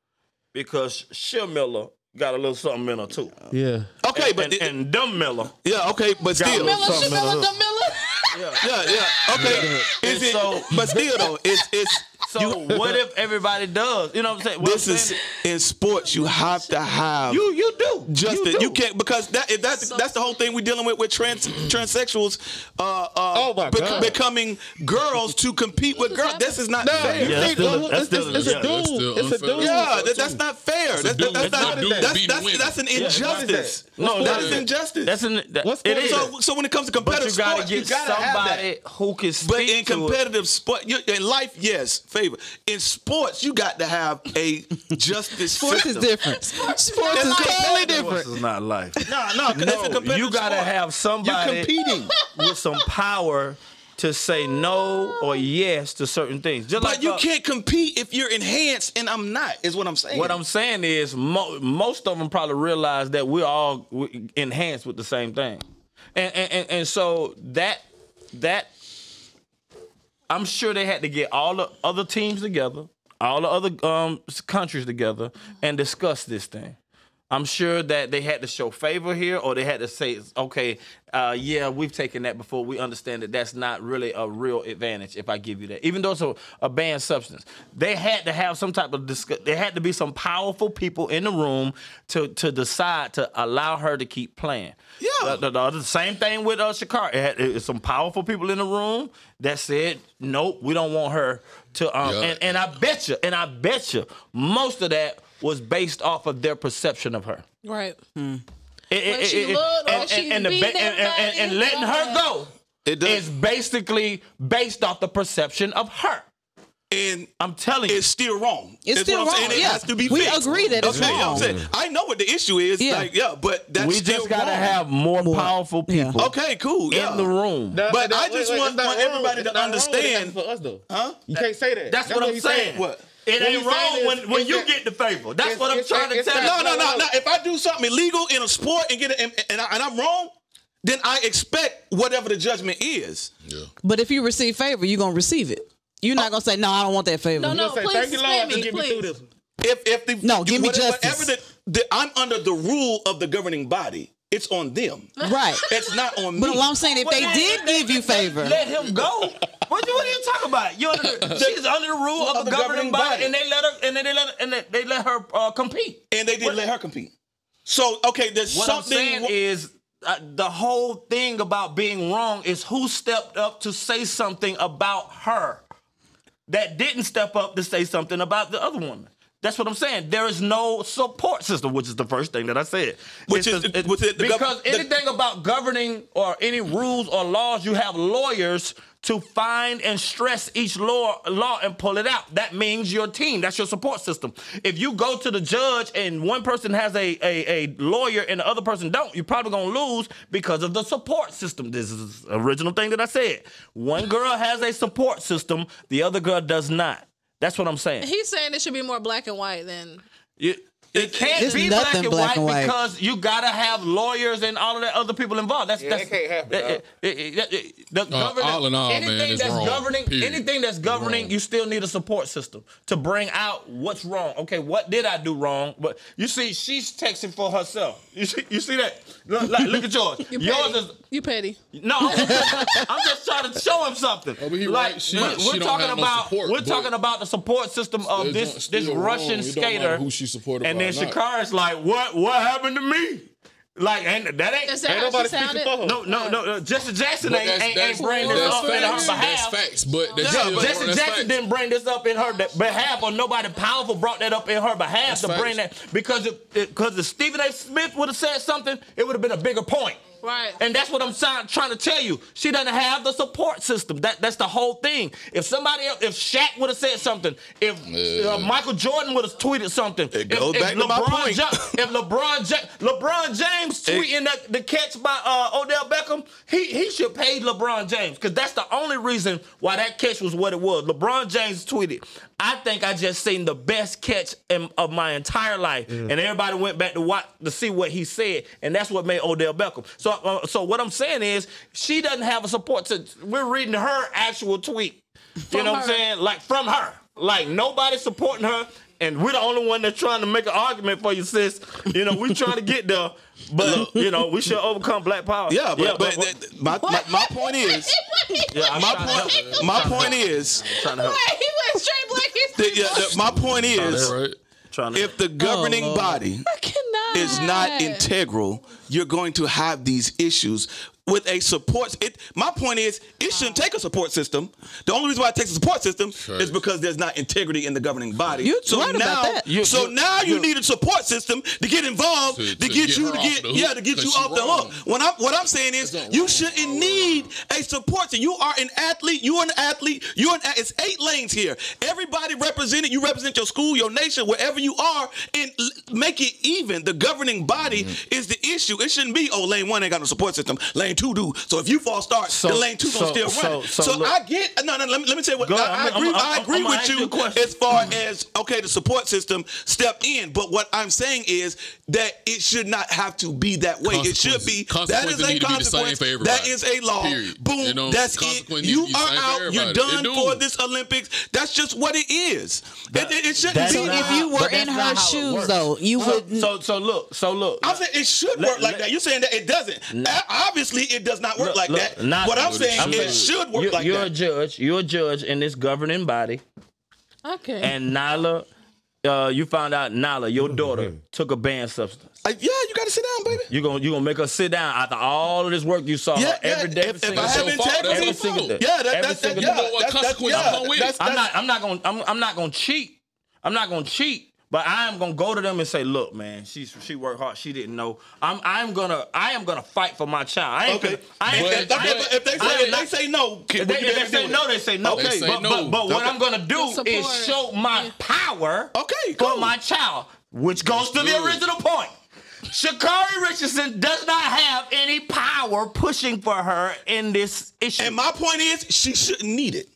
Speaker 2: because Shil Miller got a little something in her too.
Speaker 1: Yeah.
Speaker 3: Okay, but
Speaker 2: and,
Speaker 3: it-
Speaker 2: and dumb Miller.
Speaker 3: yeah, okay, but
Speaker 2: Got
Speaker 3: still,
Speaker 2: a little
Speaker 4: Miller,
Speaker 2: something in her.
Speaker 4: Shamilla, Demilla.
Speaker 3: yeah, yeah, okay. Is
Speaker 2: And
Speaker 3: it?
Speaker 2: so-
Speaker 3: but still, though, it's it's.
Speaker 2: So what if everybody does? You know what I'm saying? What
Speaker 3: This
Speaker 2: I'm
Speaker 3: is
Speaker 2: saying?
Speaker 3: in sports. You have to have
Speaker 2: you. You do
Speaker 3: Justin,
Speaker 2: do.
Speaker 3: you, can't because that if that's that's the whole thing we're dealing with with trans transsexuals. Uh, uh,
Speaker 1: Oh, my God.
Speaker 3: Becoming girls to compete with girls. This is not fair.
Speaker 1: You
Speaker 2: that's
Speaker 1: think-
Speaker 2: still a-
Speaker 1: oh,
Speaker 2: that's
Speaker 1: it's-
Speaker 2: still a-
Speaker 1: it's
Speaker 2: yeah,
Speaker 1: a
Speaker 2: that's
Speaker 1: dude.
Speaker 5: still
Speaker 1: It's a
Speaker 5: unfair.
Speaker 1: dude.
Speaker 3: Yeah, that, that's not fair. fair. That's,
Speaker 5: dude-
Speaker 3: that's,
Speaker 5: that's
Speaker 3: not-
Speaker 5: a dude
Speaker 3: that's-
Speaker 5: beating
Speaker 3: that's-
Speaker 5: women.
Speaker 3: that's an
Speaker 2: that's not-
Speaker 3: injustice.
Speaker 2: No,
Speaker 3: that
Speaker 2: that's-
Speaker 3: is injustice.
Speaker 2: That's an that,
Speaker 1: What's
Speaker 2: it
Speaker 1: going
Speaker 2: is.
Speaker 1: on?
Speaker 3: so, so when it comes to
Speaker 2: but
Speaker 3: competitive
Speaker 2: you gotta
Speaker 3: sport,
Speaker 2: get
Speaker 3: you gotta have that.
Speaker 2: somebody who can speak
Speaker 3: But in
Speaker 2: to it.
Speaker 3: competitive sport, you, in life, yes, favor. In sports, you got to have a justice
Speaker 8: Sports is
Speaker 3: system.
Speaker 8: different. Sports is
Speaker 3: That's
Speaker 8: totally
Speaker 3: competitive.
Speaker 8: different.
Speaker 2: This is not life.
Speaker 3: No, no, 'cause it's a competitive
Speaker 2: you gotta
Speaker 3: sport.
Speaker 2: have somebody
Speaker 3: You're competing.
Speaker 2: with some power to say no or yes to certain things. Just
Speaker 3: But
Speaker 2: like
Speaker 3: you
Speaker 2: uh,
Speaker 3: can't compete if you're enhanced, and I'm not. Is what I'm saying.
Speaker 2: What I'm saying is, mo- most of them probably realize that we're all w- enhanced with the same thing, and and, and and so that that I'm sure they had to get all the other teams together, all the other um s- countries together, and discuss this thing. I'm sure that they had to show favor here, or they had to say, okay, uh, yeah, we've taken that before. We understand that that's not really a real advantage if I give you that, even though it's a, a banned substance. They had to have some type of discuss. There had to be some powerful people in the room to to decide to allow her to keep playing.
Speaker 3: Yeah.
Speaker 2: The, the- the other- same thing with uh, Shakar. It had- it- it's some powerful people in the room that said, nope, we don't want her to. Um,
Speaker 5: Yeah.
Speaker 2: and, and I bet you, and I bet you, most of that was based off of their perception of her.
Speaker 4: Right.
Speaker 2: It- it-
Speaker 4: she
Speaker 2: it- it-
Speaker 4: looked, or
Speaker 2: and-
Speaker 4: she
Speaker 2: and- and the
Speaker 4: beat
Speaker 2: ba- and- and- and- and letting her
Speaker 4: everybody.
Speaker 2: go
Speaker 3: It
Speaker 2: is
Speaker 3: does,
Speaker 2: basically based off the perception of her.
Speaker 3: and
Speaker 2: I'm telling you.
Speaker 3: it's still wrong.
Speaker 8: It's
Speaker 3: That's what
Speaker 8: still
Speaker 3: I'm saying.
Speaker 8: wrong,
Speaker 3: It
Speaker 8: yeah.
Speaker 3: has to be
Speaker 8: We
Speaker 3: fixed.
Speaker 8: agree that it's
Speaker 3: Okay, you know what I'm
Speaker 8: wrong.
Speaker 3: saying? i know what the issue is.
Speaker 8: Yeah.
Speaker 3: Like, yeah, but that's
Speaker 2: we
Speaker 3: still
Speaker 2: just gotta
Speaker 3: wrong.
Speaker 2: have more powerful
Speaker 8: Yeah.
Speaker 2: people
Speaker 3: Okay, cool. Yeah.
Speaker 2: in the room.
Speaker 3: But I just want- want everybody to understand-
Speaker 1: for us though. Huh? You can't say that.
Speaker 2: That's, what, I'm
Speaker 1: he's
Speaker 2: saying.
Speaker 3: What?
Speaker 2: It
Speaker 1: What
Speaker 2: ain't
Speaker 1: he's saying
Speaker 2: wrong
Speaker 1: is-
Speaker 2: when, when
Speaker 1: is
Speaker 2: you
Speaker 1: that-
Speaker 2: get the favor. That's
Speaker 1: it's-
Speaker 2: what I'm
Speaker 1: it's
Speaker 2: trying
Speaker 1: that-
Speaker 2: to
Speaker 1: it's
Speaker 2: tell
Speaker 1: that-
Speaker 3: No,
Speaker 2: you.
Speaker 3: no, no, no. If I do something illegal in a sport and get it, and, and, I, and I'm wrong, then I expect whatever the judgment is.
Speaker 8: But if you receive favor, you're gonna receive it. You're not gonna say, No, I don't want that favor.
Speaker 4: No, no,
Speaker 1: Say,
Speaker 4: please
Speaker 1: Thank you, Lord,
Speaker 4: spin
Speaker 1: for
Speaker 4: me,
Speaker 1: getting me through
Speaker 4: please.
Speaker 1: this.
Speaker 3: If if the
Speaker 8: No, give me
Speaker 3: whatever-
Speaker 8: justice.
Speaker 3: whatever the, the, I'm under the rule of the governing body. It's on them.
Speaker 8: Right.
Speaker 3: It's not on me.
Speaker 8: But what I'm saying, if
Speaker 2: Well,
Speaker 8: they
Speaker 2: let-
Speaker 8: did
Speaker 2: let-
Speaker 8: give you favor,
Speaker 2: Let him go. What, you- what are you talking about? You under the, she's under the rule of, the governing body, and they let her, and then they let, her, and they, they let her uh, compete.
Speaker 3: and they didn't let her compete. So okay, there's
Speaker 2: What
Speaker 3: something.
Speaker 2: I'm saying
Speaker 3: wo-
Speaker 2: is uh, the whole thing about being wrong is who stepped up to say something about her that didn't step up to say something about the other woman. That's what I'm saying. There is no support system, which is the first thing that I said.
Speaker 3: Which is-
Speaker 2: the- it-
Speaker 3: which is the gov-
Speaker 2: because
Speaker 3: the-
Speaker 2: anything about governing or any rules or laws, you have lawyers to find and stress each law, law and pull it out. That means your team. That's your support system. If you go to the judge and one person has a a, a lawyer and the other person don't, you're probably gonna lose because of the support system. This is the original thing that I said. One girl has a support system, the other girl does not. That's what I'm saying.
Speaker 4: He's saying it should be more black and white than
Speaker 2: It, it can't
Speaker 8: It's
Speaker 2: be black
Speaker 8: nothing
Speaker 2: and,
Speaker 8: black
Speaker 2: white
Speaker 8: and white.
Speaker 2: because you gotta have lawyers and all of that other people involved. That's that's
Speaker 1: that can't happen,
Speaker 2: that- it- it- that- it- the
Speaker 5: Uh,
Speaker 2: governing-
Speaker 5: all in all, man,
Speaker 2: anything
Speaker 5: it's
Speaker 2: that's
Speaker 5: wrong,
Speaker 2: governing,
Speaker 5: period.
Speaker 2: anything that's governing, you still need a support system to bring out what's wrong. Okay, what did I do wrong? But you see, she's texting for herself. You see, you see that? Look, like, look at yours. yours
Speaker 4: petty.
Speaker 2: is
Speaker 4: you petty.
Speaker 2: no, I'm just, I'm just trying to show him something.
Speaker 5: Oh, but he
Speaker 2: like
Speaker 5: right. She-
Speaker 2: we're,
Speaker 5: she
Speaker 2: we're
Speaker 5: don't
Speaker 2: talking
Speaker 5: have no
Speaker 2: about
Speaker 5: support,
Speaker 2: we're
Speaker 5: but-
Speaker 2: talking about the support system of
Speaker 5: Still don't-
Speaker 2: this
Speaker 5: still
Speaker 2: this
Speaker 5: wrong.
Speaker 2: Russian
Speaker 5: It don't matter
Speaker 2: skater.
Speaker 5: who she supported
Speaker 2: and then
Speaker 5: by or not.
Speaker 2: Shakara's like, what what happened to me? Like, and that ain't
Speaker 4: Is that
Speaker 1: Ain't
Speaker 4: how
Speaker 1: nobody
Speaker 4: she
Speaker 1: speaking
Speaker 4: sounded?
Speaker 1: for her.
Speaker 2: no no no. no Jesse Jackson
Speaker 5: But
Speaker 2: ain't ain't, ain't bring this
Speaker 5: that's
Speaker 2: up in her
Speaker 5: facts.
Speaker 2: behalf.
Speaker 5: That's facts, but that's
Speaker 2: Yeah,
Speaker 5: still
Speaker 2: Jesse
Speaker 5: wrong. That's
Speaker 2: Jackson
Speaker 5: facts.
Speaker 2: didn't bring this up in her de- behalf, or nobody powerful brought that up in her behalf
Speaker 5: That's
Speaker 2: to bring that because if, because if Stephen A. Smith would have said something, it would have been a bigger point.
Speaker 4: Right.
Speaker 2: And that's what I'm trying, trying to tell you. She doesn't have the support system. That that's the whole thing. If somebody else, if Shaq would have said something, if uh, Michael Jordan would have tweeted something,
Speaker 3: It
Speaker 2: if,
Speaker 3: goes
Speaker 2: if
Speaker 3: back to my
Speaker 2: LeBron
Speaker 3: point.
Speaker 2: Ja- if LeBron ja- LeBron James tweeting that the catch by uh, Odell Beckham, he he should pay LeBron James because that's the only reason why that catch was what it was. LeBron James tweeted, "I think I just seen the best catch in, of my entire life,"
Speaker 3: Mm.
Speaker 2: and everybody went back to watch to see what he said, and that's what made Odell Beckham. So uh, so what I'm saying is she doesn't have a support. To we're reading her actual tweet. you know what I'm
Speaker 4: her.
Speaker 2: saying? Like from her. Like nobody supporting her. And we're the only one that's trying to make an argument for you, sis. You know, we trying to get there, but you know, we should overcome black power.
Speaker 3: yeah, but, but, that- my, my my point is
Speaker 2: yeah, I'm
Speaker 3: my
Speaker 2: trying to help
Speaker 3: point my point is
Speaker 2: trying to help.
Speaker 4: Wait, he went straight black. He's
Speaker 3: that, yeah, that- my point is
Speaker 5: Right?
Speaker 2: Trying to
Speaker 3: if the governing
Speaker 8: Oh,
Speaker 3: body
Speaker 4: I cannot.
Speaker 3: is not integral, you're going to have these issues. with a support. It. My point is, it shouldn't take a support system. The only reason why it takes a support system is because there's not integrity in the governing body.
Speaker 8: You're
Speaker 3: so
Speaker 8: right
Speaker 3: now,
Speaker 8: about that.
Speaker 2: You-
Speaker 3: so
Speaker 2: you-
Speaker 3: now you
Speaker 2: you-
Speaker 3: need a support system to get involved
Speaker 5: To-
Speaker 3: to,
Speaker 5: to
Speaker 3: get,
Speaker 5: get
Speaker 3: you
Speaker 5: her
Speaker 3: to
Speaker 5: off
Speaker 3: get
Speaker 5: the hook,
Speaker 3: yeah to get
Speaker 5: 'cause
Speaker 3: you
Speaker 5: she
Speaker 3: off the
Speaker 5: wrong.
Speaker 3: hook. When I'm what I'm saying is,
Speaker 5: That's not
Speaker 3: you
Speaker 5: wrong.
Speaker 3: shouldn't need a support system. You are an athlete. You're an athlete. You're an. a- It's eight lanes here. Everybody represented. You represent your school, your nation, wherever you are, and l- make it even. The governing body
Speaker 2: Mm-hmm.
Speaker 3: is the issue. It shouldn't be oh lane one ain't got no support system. Lane two do. So if you false start,
Speaker 2: So-
Speaker 3: then lane two
Speaker 2: so-
Speaker 3: gonna still
Speaker 2: so-
Speaker 3: run. it.
Speaker 2: so
Speaker 3: So,
Speaker 2: look-
Speaker 3: I get no no. Let me, let me tell you what.
Speaker 2: Go
Speaker 3: I,
Speaker 2: ahead. I'm-
Speaker 3: I agree.
Speaker 2: I'm- I'm-
Speaker 3: I agree
Speaker 2: I'm gonna
Speaker 3: with
Speaker 2: ask you a
Speaker 3: you
Speaker 2: question. Mm-hmm.
Speaker 3: as far as okay, the support system stepped in, but what I'm saying is that it should not have to be that way. It should be that is
Speaker 5: Consequences.
Speaker 3: a
Speaker 5: Consequences need to be the same
Speaker 3: consequence.
Speaker 5: for everybody.
Speaker 3: that is a law.
Speaker 5: Period.
Speaker 3: Boom.
Speaker 5: You know,
Speaker 3: that's it.
Speaker 5: consequences
Speaker 3: You
Speaker 5: need to be
Speaker 3: are
Speaker 5: the same for
Speaker 3: out. You're
Speaker 5: everybody.
Speaker 3: done
Speaker 5: They do.
Speaker 3: for this Olympics. That's just what it is. It- it, it shouldn't
Speaker 2: That's
Speaker 3: be.
Speaker 8: So
Speaker 2: not
Speaker 8: if
Speaker 2: how-
Speaker 8: you were
Speaker 2: but
Speaker 8: in
Speaker 2: that's not
Speaker 8: her
Speaker 2: how it
Speaker 8: shoes,
Speaker 2: works.
Speaker 8: though, you
Speaker 2: So-
Speaker 8: wouldn't-
Speaker 2: So so look, so look.
Speaker 3: I'm saying it should
Speaker 2: Let-
Speaker 3: work like
Speaker 2: let-
Speaker 3: that. You're saying that it doesn't. That- obviously, it does not work
Speaker 2: Look,
Speaker 3: like
Speaker 2: look,
Speaker 3: that.
Speaker 2: not-
Speaker 3: what I'm saying,
Speaker 2: I'm saying
Speaker 3: it should work
Speaker 2: you-
Speaker 3: like
Speaker 2: you're
Speaker 3: that.
Speaker 2: a judge. You're a judge in this governing body,
Speaker 4: Okay.
Speaker 2: and Nala, uh, you found out Nala, your daughter, took a banned substance.
Speaker 3: Uh, yeah, you got to sit down, baby.
Speaker 2: You gonna you gonna make her sit down after all of this work you saw
Speaker 3: Yeah,
Speaker 2: her every
Speaker 3: yeah,
Speaker 2: day.
Speaker 3: if- if
Speaker 2: every
Speaker 3: I
Speaker 2: single
Speaker 3: have
Speaker 2: day.
Speaker 5: That's your
Speaker 3: integrity-
Speaker 5: fault. That's your
Speaker 2: Every single
Speaker 5: fault.
Speaker 2: day.
Speaker 3: Yeah, that,
Speaker 2: Every
Speaker 3: that's that,
Speaker 2: single
Speaker 3: yeah,
Speaker 5: You know what
Speaker 3: that's, that's,
Speaker 5: consequence
Speaker 3: yeah,
Speaker 5: I'm gonna with.
Speaker 3: that's,
Speaker 2: I'm
Speaker 3: that's-
Speaker 2: not. I'm not gonna. I'm, I'm not gonna cheat. I'm not gonna cheat. But I am gonna go to them and say, "Look, man, she's she worked hard. She didn't know. I'm I'm gonna I am gonna fight for my child. I ain't
Speaker 3: Okay.
Speaker 2: gonna. I ain't
Speaker 5: But-
Speaker 2: gonna-
Speaker 3: If,
Speaker 2: I
Speaker 3: they-
Speaker 2: ain't-
Speaker 3: if they
Speaker 2: I
Speaker 3: say,
Speaker 2: am
Speaker 3: if
Speaker 2: not-
Speaker 3: they say no,
Speaker 2: If they, if they say no, they say no.
Speaker 5: They say
Speaker 2: but,
Speaker 5: no.
Speaker 2: but, but what
Speaker 3: Okay.
Speaker 2: I'm gonna do
Speaker 4: Support.
Speaker 2: is show my
Speaker 4: Yeah.
Speaker 2: power
Speaker 3: Okay,
Speaker 2: for
Speaker 3: cool.
Speaker 2: my child, which goes to the
Speaker 5: good.
Speaker 2: original point. Shakari Richardson does not have any power pushing for her in this issue.
Speaker 3: And my point is, she shouldn't need it.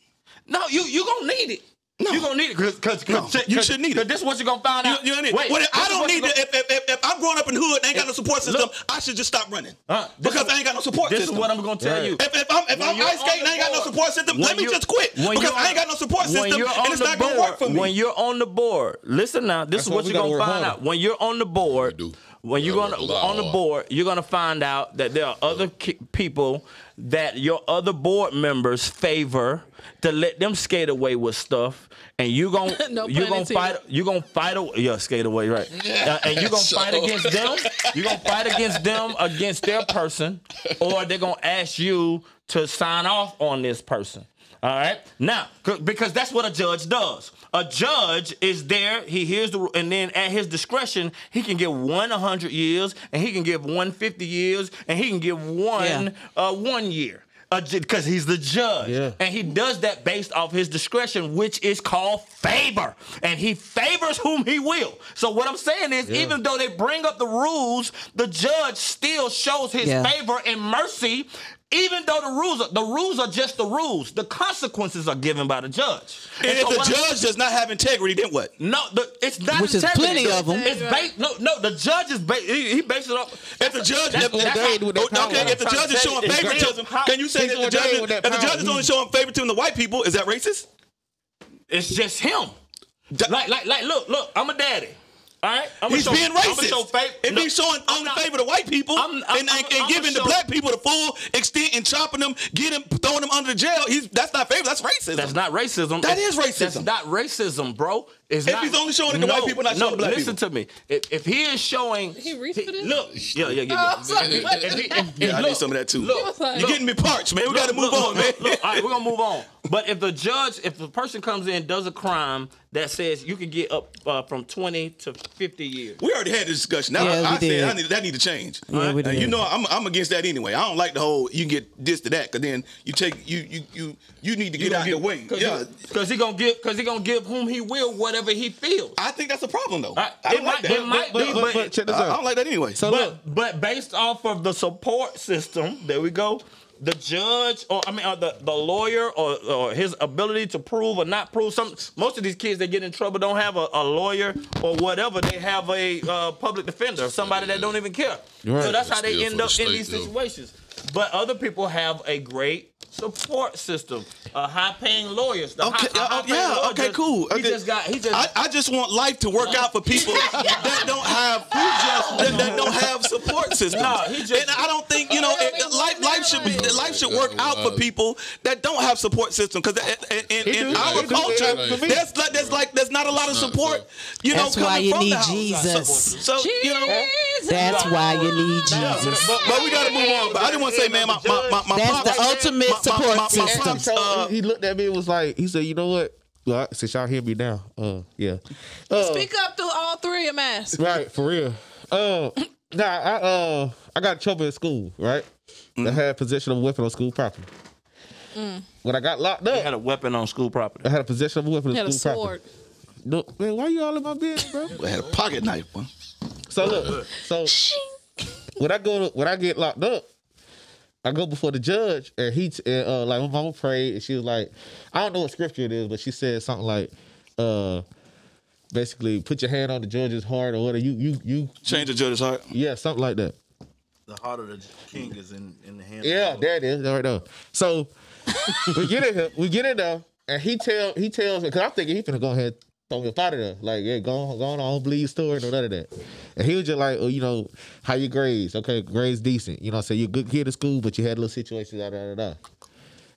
Speaker 2: no, you you gonna need it. No. You gonna need it because because
Speaker 3: No, you should need it.
Speaker 2: This is what you gonna find
Speaker 3: You,
Speaker 2: out.
Speaker 3: you know what I mean?
Speaker 2: Wait,
Speaker 3: What if
Speaker 2: this
Speaker 3: I
Speaker 2: is
Speaker 3: don't
Speaker 2: what you
Speaker 3: need
Speaker 2: gonna-
Speaker 3: to. If, if, if, if I'm growing up in the hood, and ain't got no support system.
Speaker 2: Look.
Speaker 3: I should just stop running
Speaker 2: Huh? This
Speaker 3: because
Speaker 2: is-
Speaker 3: I ain't got no support
Speaker 2: This
Speaker 3: system.
Speaker 2: is what I'm gonna tell you.
Speaker 3: If, if I'm, if
Speaker 2: When
Speaker 3: I'm
Speaker 2: you're
Speaker 3: ice skating,
Speaker 2: on
Speaker 3: I ain't got
Speaker 2: the
Speaker 3: no
Speaker 2: board,
Speaker 3: support system.
Speaker 2: when
Speaker 3: Let me
Speaker 2: you-
Speaker 3: just quit
Speaker 2: when
Speaker 3: because
Speaker 2: you're
Speaker 3: I
Speaker 2: on-
Speaker 3: ain't got no support
Speaker 2: when
Speaker 3: system,
Speaker 2: you're on
Speaker 3: and it's
Speaker 2: the
Speaker 3: not gonna
Speaker 2: board-
Speaker 3: work for
Speaker 2: When
Speaker 3: me.
Speaker 2: you're on the board, listen now. This
Speaker 1: That's
Speaker 2: is
Speaker 1: why
Speaker 2: what
Speaker 1: we
Speaker 2: you're
Speaker 1: gotta
Speaker 2: gonna
Speaker 1: work
Speaker 2: find
Speaker 1: harder.
Speaker 2: out. When you're on the board,
Speaker 5: do.
Speaker 2: when
Speaker 5: We
Speaker 2: you're
Speaker 5: gotta
Speaker 2: gonna
Speaker 5: work a lot
Speaker 2: on the
Speaker 5: harder.
Speaker 2: board, you're gonna find out that there are other ki- people that your other board members favor to let them skate away with stuff, and you gonna
Speaker 4: No
Speaker 2: you
Speaker 4: pun
Speaker 2: gonna
Speaker 4: intended.
Speaker 2: fight you gonna fight away yeah skate away right, Uh, and you gonna
Speaker 5: So-
Speaker 2: fight against them. You gonna fight against them against their person, or they're gonna ask you to sign off on this person. All right, now c- because that's what a judge does. A judge is there. He hears the, ru- and then at his discretion, he can give one hundred years, and he can give one fifty years, and he can give one uh, one year. Because he's the judge,
Speaker 1: Yeah.
Speaker 2: and he does that based off his discretion, which is called favor. And he favors whom he will. So what I'm saying is,
Speaker 1: Yeah.
Speaker 2: even though they bring up the rules, the judge still shows his
Speaker 8: Yeah.
Speaker 2: favor and mercy. Even though the rules, are, the rules are just the rules. The consequences are given by the judge.
Speaker 3: And if
Speaker 2: so what
Speaker 3: the
Speaker 2: I'm-
Speaker 3: judge does not have integrity, then what?
Speaker 2: no, the, it's not
Speaker 8: Which is
Speaker 2: integrity.
Speaker 8: plenty
Speaker 2: The-
Speaker 8: of 'em.
Speaker 2: It's based, no, no. The judge is ba- he, he based it up.
Speaker 3: If the judge, if,
Speaker 1: that's
Speaker 3: if-
Speaker 1: ordained with
Speaker 2: Oh,
Speaker 1: that power.
Speaker 3: okay, if the judge is showing
Speaker 2: It's ordained.
Speaker 3: favoritism, can you say
Speaker 1: It's
Speaker 3: that the
Speaker 1: ordained
Speaker 3: judge,
Speaker 1: with
Speaker 3: is- if
Speaker 1: that
Speaker 3: the
Speaker 1: power.
Speaker 3: judge is only showing favoritism to white people, is that racist?
Speaker 2: It's just him. Like, like, like. Look, look. I'm a daddy. All right. I'm
Speaker 3: He's
Speaker 2: show,
Speaker 3: being
Speaker 2: I'm
Speaker 3: racist.
Speaker 2: show fav-
Speaker 3: if
Speaker 2: no,
Speaker 3: he's showing
Speaker 2: I'm
Speaker 3: only
Speaker 2: not-
Speaker 3: favor to white people
Speaker 2: I'm- I'm-
Speaker 3: and,
Speaker 2: I'm-
Speaker 3: and
Speaker 2: I'm
Speaker 3: giving the
Speaker 2: show-
Speaker 3: black people the full extent and chopping them, getting throwing them under the jail, he's that's not favor. That's racism.
Speaker 2: That's not racism.
Speaker 3: That
Speaker 2: That is
Speaker 3: is racism.
Speaker 2: That's not racism, bro. It's
Speaker 3: If
Speaker 2: not,
Speaker 3: he's only showing it to white people, not
Speaker 2: no,
Speaker 3: showing it to black
Speaker 2: listen to me. If, if he is showing,
Speaker 4: He reached for this?
Speaker 2: Look, yeah, yeah, yeah. yeah.
Speaker 4: Oh, sorry. What
Speaker 2: If he- if- if-
Speaker 3: yeah, I need
Speaker 2: look,
Speaker 3: some of that too.
Speaker 2: Look,
Speaker 4: You're
Speaker 3: You're
Speaker 4: look.
Speaker 3: getting me parched, man. We got to move
Speaker 2: look,
Speaker 3: on, man.
Speaker 2: look, look. All right, we're gonna move on. But if the judge, if the person comes in does a crime that says you can get up uh, from twenty to fifty years,
Speaker 3: We already had this discussion. Now,
Speaker 8: Yeah,
Speaker 3: I,
Speaker 8: we
Speaker 3: I
Speaker 8: did.
Speaker 3: said I need, that need to change.
Speaker 8: Yeah, we
Speaker 3: Uh, you
Speaker 8: did.
Speaker 3: know, I'm, I'm against that anyway. I don't like the whole you get this to that because then you take you you you you need to get out of your way.
Speaker 2: Cause
Speaker 3: Yeah,
Speaker 2: because he gonna give, because he gonna give whom he will whatever he feels.
Speaker 3: I think that's a problem though.
Speaker 2: I-
Speaker 3: I,
Speaker 2: it
Speaker 3: don't like
Speaker 2: might- it
Speaker 3: that.
Speaker 2: might
Speaker 1: But,
Speaker 2: be,
Speaker 1: but, but check this
Speaker 3: I, I
Speaker 1: out.
Speaker 3: don't like that anyway.
Speaker 1: So look,
Speaker 2: But but based off of the support system, there we go. The judge, or I mean, or the the lawyer, or, or his ability to prove or not prove. Some most of these kids that get in trouble don't have a, a lawyer or whatever. They have a uh, public defender, or somebody that don't even care.
Speaker 1: Right.
Speaker 2: So that's how they
Speaker 5: Still for
Speaker 2: end
Speaker 5: the
Speaker 2: up in
Speaker 5: state,
Speaker 2: these
Speaker 5: though.
Speaker 2: situations. But other people have a great support system, uh, high-paying lawyers. The
Speaker 3: Okay,
Speaker 2: high- a
Speaker 3: uh,
Speaker 2: high-paying
Speaker 3: yeah,
Speaker 2: lawyer
Speaker 3: okay,
Speaker 2: just-
Speaker 3: cool.
Speaker 2: He
Speaker 3: Okay.
Speaker 2: just got. He just.
Speaker 3: I, I just want life to work out for people that don't have who just that, that don't have support systems.
Speaker 2: Nah, he just-
Speaker 3: and I don't think you know it,
Speaker 9: Wait, wait,
Speaker 3: life
Speaker 9: wait,
Speaker 3: life should be
Speaker 9: wait.
Speaker 3: life should work out for people that don't have support systems because in, in,
Speaker 1: It do.
Speaker 3: our
Speaker 1: It do.
Speaker 3: culture
Speaker 1: It do. For me.
Speaker 3: there's like there's like there's not a lot of
Speaker 5: It's not,
Speaker 3: support.
Speaker 5: bro.
Speaker 3: You know,
Speaker 8: That's
Speaker 3: coming
Speaker 8: why you
Speaker 3: from
Speaker 8: need
Speaker 3: the house.
Speaker 8: Jesus.
Speaker 3: So you know,
Speaker 8: That's why you need Jesus.
Speaker 3: But, but we gotta move on. But I didn't want to say, man, my my my, my
Speaker 8: That's
Speaker 3: pop-
Speaker 8: the ultimate
Speaker 3: my- my-
Speaker 8: support
Speaker 3: my- my
Speaker 8: system.
Speaker 3: pops, uh,
Speaker 1: he looked at me and was like, he said, you know what? Well, I- since y'all hear me now, uh, yeah, uh,
Speaker 4: Speak up through all three of mass.
Speaker 1: right for real. Uh, nah, I uh, I got in trouble in school, right? I had possession of a weapon on school property.
Speaker 4: Mm.
Speaker 1: When I got locked
Speaker 2: had
Speaker 1: up,
Speaker 2: a weapon on school property.
Speaker 1: I had a possession of a weapon on
Speaker 4: Had a
Speaker 1: school
Speaker 4: sword.
Speaker 1: property. Look, man, why you all in my business, bro?
Speaker 3: I had a pocket knife, boy.
Speaker 1: So look, so when I go to, when I get locked up, I go before the judge and he t- and, uh, like my mama prayed and she was like, I don't know what scripture it is, but she said something like, uh, basically put your hand on the judge's heart or whatever. You you you
Speaker 3: Change the judge's heart.
Speaker 1: yeah something like that.
Speaker 2: The heart of the king is in, in the hand.
Speaker 1: Yeah, there it is right there. So we get in here, we get in there, and he tell he tells me because I'm thinking he finna go ahead and throw me up out of there. Like, yeah, go on, go on, I don't believe your story, no none of that. And he was just like, oh, you know, how your grades? Okay, grades decent. You know, say so you're a good kid at school, but you had little situations, da da da da.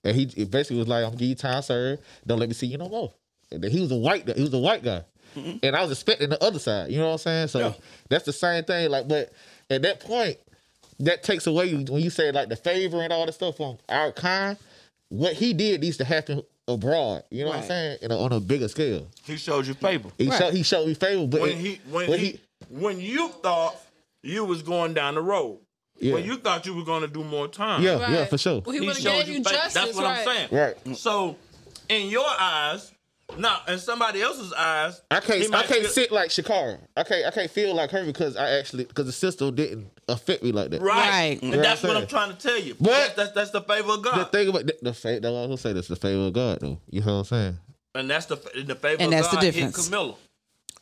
Speaker 1: And he he basically was like, I'm gonna give you time, sir. Don't let me see you no more. And then he was a white guy. He was a white guy. And I was expecting the other side. You know what I'm saying? So that's the same thing. Like, but at that point, that takes away when you say like the favor and all that stuff on our kind. What he did needs to happen abroad. You know what I'm
Speaker 8: Right.
Speaker 1: saying? And on a bigger scale.
Speaker 2: He showed you favor.
Speaker 1: He
Speaker 8: Right.
Speaker 1: showed he showed me favor, but
Speaker 2: When
Speaker 1: it-
Speaker 2: he when, he, when you thought you was going down the road.
Speaker 1: yeah,
Speaker 2: When you thought you were gonna do more time.
Speaker 1: yeah, yeah, for sure.
Speaker 4: Well, he,
Speaker 2: He
Speaker 4: would have
Speaker 2: showed
Speaker 4: gave
Speaker 2: you
Speaker 4: you
Speaker 2: favor.
Speaker 4: justice,
Speaker 2: That's what
Speaker 4: right?
Speaker 2: I'm saying.
Speaker 1: Right.
Speaker 2: So, in your eyes, now in somebody else's eyes,
Speaker 1: I
Speaker 2: he
Speaker 1: can't I
Speaker 2: might
Speaker 1: can't
Speaker 2: feel-
Speaker 1: sit like Shakara. I can't I can't feel like her because I actually because the system didn't affect me like that.
Speaker 2: Right,
Speaker 8: Right.
Speaker 2: and
Speaker 1: Yeah,
Speaker 2: that's
Speaker 1: I'm
Speaker 2: what I'm
Speaker 1: saying.
Speaker 2: trying to tell you.
Speaker 1: But-
Speaker 2: That's, that's that's the favor of
Speaker 1: The
Speaker 2: God,
Speaker 1: thing about the, the favor, I was gonna say this, the favor of God though. You know what I'm saying?
Speaker 2: and that's the the favor
Speaker 8: And
Speaker 2: of
Speaker 8: that's the
Speaker 2: God
Speaker 8: difference.
Speaker 2: hit Camilla.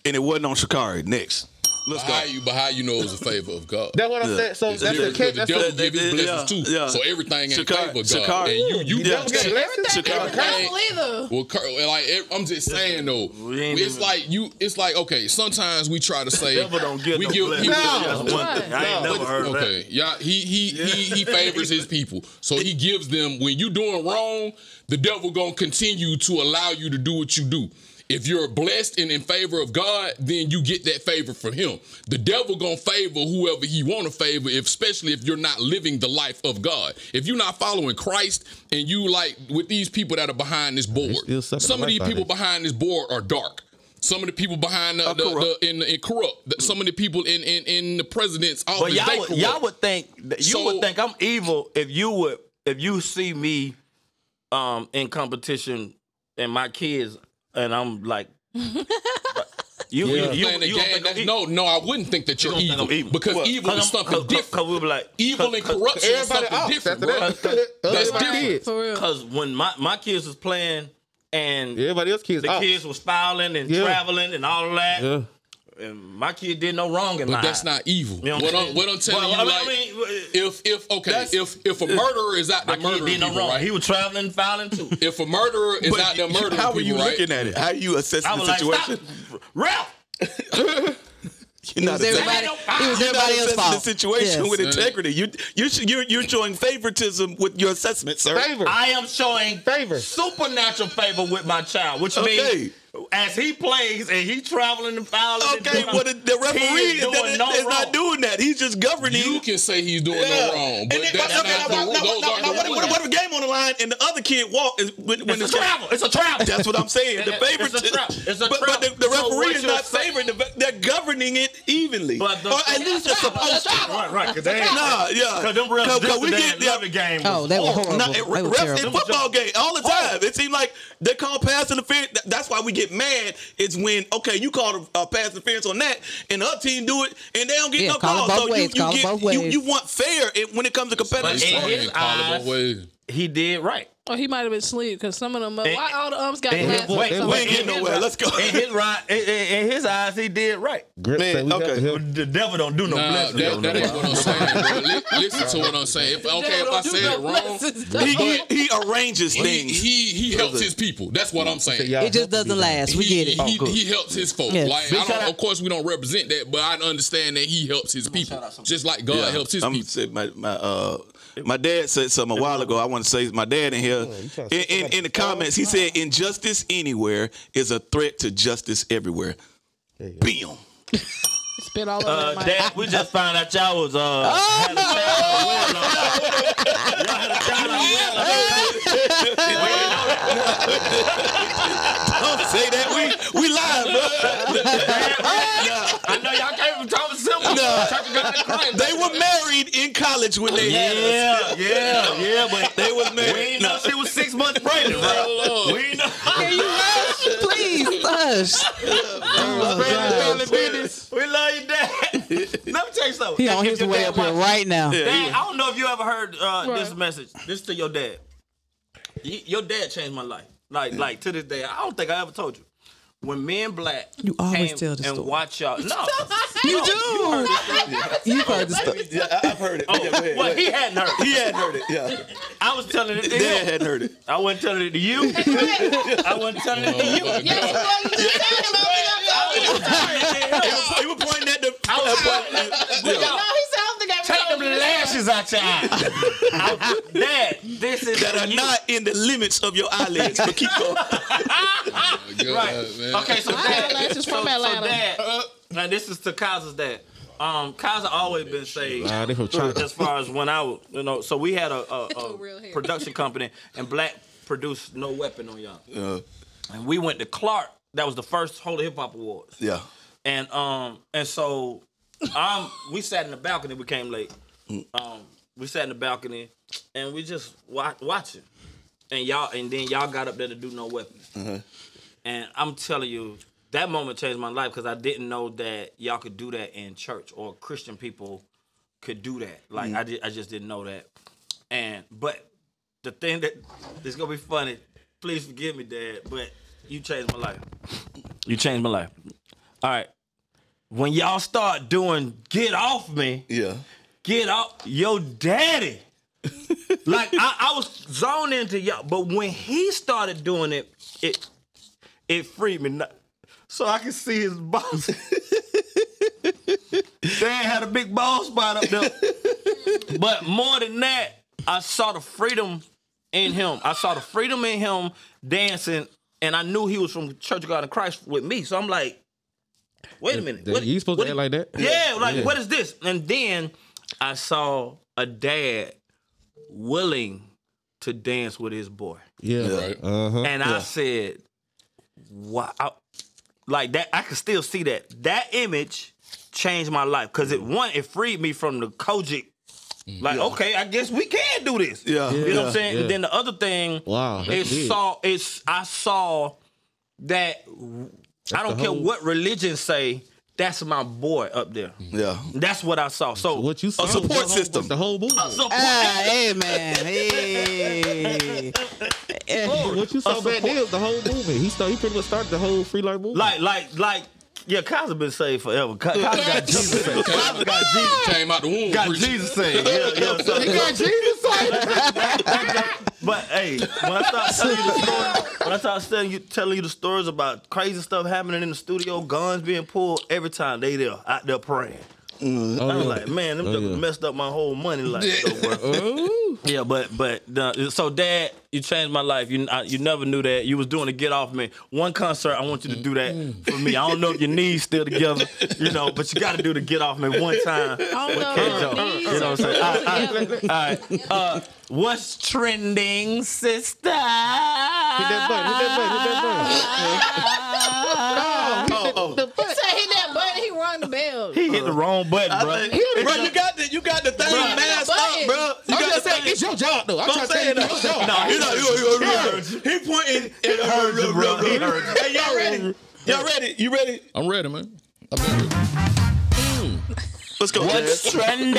Speaker 3: And it wasn't on Shakari. Next. Let's go.
Speaker 5: How you, but how you know it's a favor of God?
Speaker 1: That's what I'm
Speaker 3: Yeah.
Speaker 1: saying. So
Speaker 5: It's
Speaker 1: that's
Speaker 5: different,
Speaker 1: the case.
Speaker 5: 'cause the
Speaker 1: That's
Speaker 5: devil
Speaker 1: the,
Speaker 3: the-
Speaker 5: give his
Speaker 3: the- yeah,
Speaker 5: blessings too.
Speaker 3: yeah.
Speaker 5: So everything ain't
Speaker 3: Shakari-
Speaker 5: favor of God.
Speaker 3: Shakari-
Speaker 5: And you, you
Speaker 3: Yeah.
Speaker 5: don't
Speaker 1: devil get
Speaker 5: get
Speaker 1: blessings.
Speaker 4: Everything
Speaker 5: Shakari-
Speaker 4: ain't gospel either.
Speaker 5: Well, cur- like it- I'm just saying though,
Speaker 2: We ain't
Speaker 5: it's
Speaker 2: even-
Speaker 5: like you. It's like okay. Sometimes we try to say
Speaker 2: Devil don't give
Speaker 5: we
Speaker 2: no
Speaker 5: give
Speaker 2: blessings.
Speaker 5: people.
Speaker 1: No.
Speaker 2: That's one thing. I ain't
Speaker 1: No.
Speaker 2: never heard of that.
Speaker 5: Okay, yeah, he he, he he favors his people, so he gives them. When you doing wrong, the devil gonna continue to allow you to do what you do. If you're blessed and in favor of God, then you get that favor from Him. The devil gonna favor whoever he want to favor, if, especially if you're not living the life of God. If you're not following Christ, and you like with these people that are behind this board,
Speaker 1: still sucking
Speaker 5: some
Speaker 1: the
Speaker 5: of these
Speaker 1: life out of
Speaker 5: people
Speaker 1: it.
Speaker 5: behind this board are dark. Some of the people behind the, the,
Speaker 3: corrupt.
Speaker 5: the in, in corrupt. The- Some of the people in in, in the president's office.
Speaker 2: But
Speaker 5: they
Speaker 2: y'all would,
Speaker 5: corrupt.
Speaker 2: y'all would think that you
Speaker 5: So-
Speaker 2: would think I'm evil if you would if you see me um in competition and my kids and I'm like you
Speaker 5: You
Speaker 2: you, you,
Speaker 5: playing the
Speaker 2: you don't
Speaker 5: game,
Speaker 2: think I'm
Speaker 5: that's-
Speaker 2: evil.
Speaker 5: no, no, I wouldn't think that you're
Speaker 2: don't think
Speaker 5: evil,
Speaker 2: I'm evil.
Speaker 5: because
Speaker 2: What?
Speaker 5: evil is
Speaker 2: Cause I'm-
Speaker 5: something
Speaker 2: cause-
Speaker 5: different.
Speaker 2: Cause we be like
Speaker 5: evil
Speaker 2: cause-
Speaker 5: and
Speaker 2: cause-
Speaker 5: corruption is
Speaker 1: everybody
Speaker 5: something
Speaker 1: off
Speaker 5: different.
Speaker 1: after
Speaker 5: bro.
Speaker 1: that. Other
Speaker 5: That's
Speaker 1: than my
Speaker 5: different.
Speaker 1: kids.
Speaker 4: For real.
Speaker 2: Cause when my my kids was playing and
Speaker 1: Everybody else kids
Speaker 2: the
Speaker 1: off.
Speaker 2: kids was filing and
Speaker 1: Yeah.
Speaker 2: traveling and all of that,
Speaker 1: Yeah.
Speaker 2: and my kid did no wrong in
Speaker 5: But
Speaker 2: my
Speaker 5: that's
Speaker 2: eyes.
Speaker 5: not evil.
Speaker 2: You know
Speaker 5: what,
Speaker 2: what
Speaker 5: I'm, what I'm telling
Speaker 2: Well,
Speaker 5: you,
Speaker 2: I mean-
Speaker 5: like,
Speaker 2: I mean,
Speaker 5: if if okay, if if a murderer is out
Speaker 2: my
Speaker 5: there
Speaker 2: kid
Speaker 5: murdering
Speaker 2: did no
Speaker 5: people,
Speaker 2: wrong.
Speaker 5: right?
Speaker 2: He was traveling and filing too.
Speaker 5: If a murderer is out there murdering
Speaker 3: how are you
Speaker 5: people, right?
Speaker 3: looking at it? How are you
Speaker 2: I
Speaker 3: assessing
Speaker 2: was
Speaker 3: the
Speaker 2: like,
Speaker 3: situation?
Speaker 2: stop, Ralph.
Speaker 3: You're not
Speaker 8: It was
Speaker 3: assessing-
Speaker 8: everybody, it was
Speaker 3: You're not
Speaker 8: everybody else's
Speaker 3: assessing the
Speaker 8: fault.
Speaker 3: situation
Speaker 8: Yes.
Speaker 3: with integrity. You you should- you're you're showing favoritism with your assessment, sir.
Speaker 1: Favor.
Speaker 2: I am showing
Speaker 1: Favor.
Speaker 2: supernatural favor with my child, which
Speaker 3: Okay.
Speaker 2: means as he plays and he traveling and fouling. and
Speaker 3: Okay,
Speaker 2: doing-
Speaker 3: well the, the referee
Speaker 2: he
Speaker 3: is,
Speaker 2: doing no
Speaker 3: is not
Speaker 2: wrong.
Speaker 3: doing that. He's just governing.
Speaker 5: You can say he's doing
Speaker 3: Yeah.
Speaker 5: no wrong, but
Speaker 3: And then-
Speaker 5: that's
Speaker 3: okay,
Speaker 5: not
Speaker 3: now- now-
Speaker 5: the those
Speaker 3: now-
Speaker 5: are
Speaker 3: now
Speaker 5: the
Speaker 3: what, if- what, if-
Speaker 5: rules.
Speaker 3: what if game on the line and the other kid walk is when, when
Speaker 2: It's
Speaker 3: the
Speaker 2: a travel. It's a travel.
Speaker 3: That's what I'm saying. The
Speaker 2: It's a
Speaker 3: favorite,
Speaker 2: trap. It's a
Speaker 3: but,
Speaker 2: trap.
Speaker 3: but the, the
Speaker 2: So
Speaker 3: referee
Speaker 2: what
Speaker 3: is
Speaker 2: you're
Speaker 3: not
Speaker 2: saying-
Speaker 3: favoring. The, they're governing it evenly,
Speaker 2: But the-
Speaker 3: or at least they're supposed to.
Speaker 2: Right, right. Cause they ain't.
Speaker 3: Nah, yeah.
Speaker 2: Cause them refs
Speaker 3: Cause-
Speaker 2: Cause,
Speaker 3: cause we get- yeah.
Speaker 2: the game.
Speaker 8: Oh, they were
Speaker 3: Oh,
Speaker 8: horrible.
Speaker 3: nah,
Speaker 8: they
Speaker 3: it-
Speaker 8: were
Speaker 3: refs in
Speaker 8: terrible.
Speaker 3: football game all the time.
Speaker 2: Oh.
Speaker 3: It seems like they call pass interference. Th- That's why we get mad. Is when okay, you call a, a pass interference on that, and the other team do it, and they don't get
Speaker 8: Yeah,
Speaker 3: no
Speaker 8: call it
Speaker 3: call.
Speaker 8: both
Speaker 3: so
Speaker 8: ways,
Speaker 3: you,
Speaker 8: call
Speaker 3: you
Speaker 8: it
Speaker 3: get
Speaker 8: both
Speaker 3: you,
Speaker 8: ways.
Speaker 3: you want fair it, when it comes to competitive
Speaker 2: But in
Speaker 3: sports.
Speaker 5: You
Speaker 2: his
Speaker 5: can't call it
Speaker 2: eyes-
Speaker 5: both ways.
Speaker 2: He did right.
Speaker 4: Or he might have been asleep because some of them.
Speaker 2: And-
Speaker 4: why all the ums got
Speaker 2: and-
Speaker 4: glasses?
Speaker 2: wait,
Speaker 4: on?
Speaker 3: We ain't getting nowhere. Let's go.
Speaker 2: In his right, in, in- in his eyes, he did right.
Speaker 1: Grip
Speaker 3: Man,
Speaker 1: say we
Speaker 3: okay.
Speaker 1: helping him.
Speaker 2: The devil don't do no
Speaker 5: Nah,
Speaker 2: blessing.
Speaker 5: Uh, that, that ain't what I'm saying. bro. Li- Listen to what I'm saying. If, okay, if I
Speaker 4: Don't do
Speaker 5: said it
Speaker 4: no
Speaker 5: wrong,
Speaker 4: blessings.
Speaker 3: He, he, he arranges
Speaker 5: he,
Speaker 3: things.
Speaker 5: he he helps his people. That's what I'm saying.
Speaker 1: Y'all
Speaker 8: It just
Speaker 1: helping me.
Speaker 8: doesn't last. We
Speaker 5: he,
Speaker 8: get it.
Speaker 1: Oh,
Speaker 5: He, he helps his folks.
Speaker 8: Yes.
Speaker 5: Like, I don't, of course, we don't represent that, but I understand that he helps his people, just like God helps his
Speaker 3: I'm
Speaker 5: people.
Speaker 3: say my my uh my dad said something a while ago. I want to say my dad in here
Speaker 1: trying to
Speaker 3: in, in, in the comments. He said injustice anywhere is a threat to justice everywhere. Bam.
Speaker 8: Spit all over
Speaker 2: Uh,
Speaker 8: my
Speaker 2: Dad, we just found out y'all was uh had a child on Will on y'all. Y'all had a child on Will on
Speaker 3: Don't say that. We we live, bro.
Speaker 2: I know y'all came from Trauma Simple.
Speaker 3: Nah.
Speaker 2: Church of God in Christ.
Speaker 3: They were married in college when they had us.
Speaker 2: Yeah, yeah, yeah, but
Speaker 3: They was
Speaker 2: we
Speaker 3: married.
Speaker 2: ain't know she was six months pregnant, bro.
Speaker 5: Oh,
Speaker 2: We ain't know.
Speaker 8: Can you hush? Please hush.
Speaker 2: Family business. We love you, Dad. Let me tell you something.
Speaker 8: He on
Speaker 2: If
Speaker 8: his
Speaker 2: your
Speaker 8: way
Speaker 2: dad
Speaker 8: up here
Speaker 2: watch-
Speaker 8: right now.
Speaker 2: Dad, I don't know if you ever heard uh, this
Speaker 4: Right.
Speaker 2: message. This to your dad. Y- your dad changed my life. Like, like to this day, I don't think I ever told you. When men black
Speaker 8: You always
Speaker 2: came
Speaker 8: tell the
Speaker 2: and
Speaker 8: story.
Speaker 2: watch y'all. No,
Speaker 8: You do. You've heard the story.
Speaker 3: Yeah, I- I've heard it.
Speaker 2: oh,
Speaker 3: Yeah, go
Speaker 2: well,
Speaker 3: ahead, go ahead.
Speaker 2: he hadn't heard.
Speaker 3: he
Speaker 2: it.
Speaker 3: had heard it. Yeah,
Speaker 2: I was telling it to
Speaker 3: Dad
Speaker 2: him.
Speaker 3: had heard it.
Speaker 2: I wasn't telling it to you. I wasn't telling it to you.
Speaker 4: Yes, boy, you just said it,
Speaker 2: I
Speaker 4: man.
Speaker 2: was telling it to him.
Speaker 3: He was pointing at the.
Speaker 2: I was telling it to him.
Speaker 4: No, he said, I don't think I
Speaker 2: Take them
Speaker 4: told you.
Speaker 2: lashes out your eyes. I- Dad, this is
Speaker 3: That
Speaker 2: for
Speaker 3: are
Speaker 2: you.
Speaker 3: not in the limits of your eyelids. But keep going.
Speaker 5: Good,
Speaker 2: Right.
Speaker 5: man.
Speaker 2: Okay, so
Speaker 4: My
Speaker 2: dad,
Speaker 4: eyelashes
Speaker 2: so,
Speaker 4: from
Speaker 2: so
Speaker 4: Atlanta.
Speaker 2: dad, now this is to Kaza's dad. Um, Kaza always been saved
Speaker 1: Nah, they from China.
Speaker 2: as far as when I, was- you know, so we had a, a, a
Speaker 4: Real hair.
Speaker 2: production company and Black produced No Weapon on y'all, and we went to Clark. That was the first Holy Hip Hop Awards.
Speaker 3: Yeah.
Speaker 2: And um and so um we sat in the balcony. We came late. Um we sat in the balcony and we just wa- watching. And y'all and then y'all got up there to do no weapon. And I'm telling you, that moment changed my life because I didn't know that y'all could do that in church or Christian people could do that. Like I did, I just didn't know that. And but the thing that is gonna be funny. Please forgive me, Dad, but you changed my life. You changed my life. All right. When y'all start doing get off me,
Speaker 3: Yeah.
Speaker 2: get off your daddy. like I, I was zoned into y'all, but when he started doing it, it it freed me. Not- So I could see his boss. Dad had a big ball spot up there. but more than that, I saw the freedom in him. I saw the freedom in him dancing, and I knew he was from Church of God in Christ with me. So I'm like, wait a minute. what-
Speaker 1: You supposed
Speaker 2: what-
Speaker 1: to act like that?
Speaker 2: yeah, like what is this? And then I saw a dad willing to dance with his boy,
Speaker 1: Yeah.
Speaker 5: Right.
Speaker 1: Uh huh.
Speaker 2: and I said, "Wow!" Like that, I could still see that. That image changed my life because
Speaker 1: Mm.
Speaker 2: it one, it freed me from the Kojic. Like, okay, I guess we can do this.
Speaker 3: Yeah.
Speaker 2: You know what I'm saying?
Speaker 1: yeah.
Speaker 2: And then the other thing,
Speaker 1: Wow.
Speaker 2: it
Speaker 1: that's big.
Speaker 2: saw it's I saw that I don't
Speaker 1: the
Speaker 2: care
Speaker 1: whole-
Speaker 2: what religion say, that's my boy up there.
Speaker 3: Yeah.
Speaker 2: That's what I saw. So
Speaker 1: Mm. What you saw
Speaker 3: A
Speaker 1: was
Speaker 3: support
Speaker 1: the whole- was
Speaker 3: system.
Speaker 1: The whole movement.
Speaker 2: So-
Speaker 8: Ah, hey, man. Hey.
Speaker 1: What you saw back then was the whole movement. He started. He pretty much started the whole free life movement.
Speaker 2: like, like, like, yeah, Kyle's been saved forever. Ky- Kyle's got Jesus. saved. Kyle's got Jesus.
Speaker 5: Came out the womb.
Speaker 2: Got
Speaker 5: preaching.
Speaker 2: Jesus saved. Yeah, yeah. So,
Speaker 1: Jesus.
Speaker 2: but hey, when I start telling you the story, when I start telling you telling you the stories about crazy stuff happening in the studio, guns being pulled every time they there out there praying. I was like, man, them just
Speaker 1: Mm-hmm. Oh, yeah.
Speaker 2: messed up my whole money life. though, bro. Yeah, but but uh, so dad, you changed my life. You I, you never knew that you was doing the get off me. One concert, I want you to do that
Speaker 1: Mm.
Speaker 2: for me. I don't know if your knees still together, you know, but you got to do the get off me one time.
Speaker 4: I
Speaker 2: with
Speaker 4: don't
Speaker 2: K.
Speaker 4: know.
Speaker 2: Joe.
Speaker 4: Please.
Speaker 2: You know what I'm saying? All right, all right, all right. Uh, what's trending, sister?
Speaker 1: Hit that button. Hit that button. Hit that button. Oh, oh,
Speaker 4: He said he that button, he rung the bell.
Speaker 2: He hit the wrong button, bro.
Speaker 3: Bro, you got the you got the thing masked
Speaker 4: button.
Speaker 3: up, bro. You got
Speaker 1: I'm just
Speaker 3: the
Speaker 1: saying,
Speaker 3: thing.
Speaker 1: it's your job though. I'm trying to tell you, it's your job.
Speaker 2: No,
Speaker 3: You know, you- you- you- he pointing. It heard
Speaker 2: you, bro. He heard you.
Speaker 3: Hey, y'all ready? Y'all ready? You ready?
Speaker 5: I'm ready, man. I've been ready.
Speaker 3: Let's go.
Speaker 2: What's
Speaker 3: Jazz.
Speaker 2: trending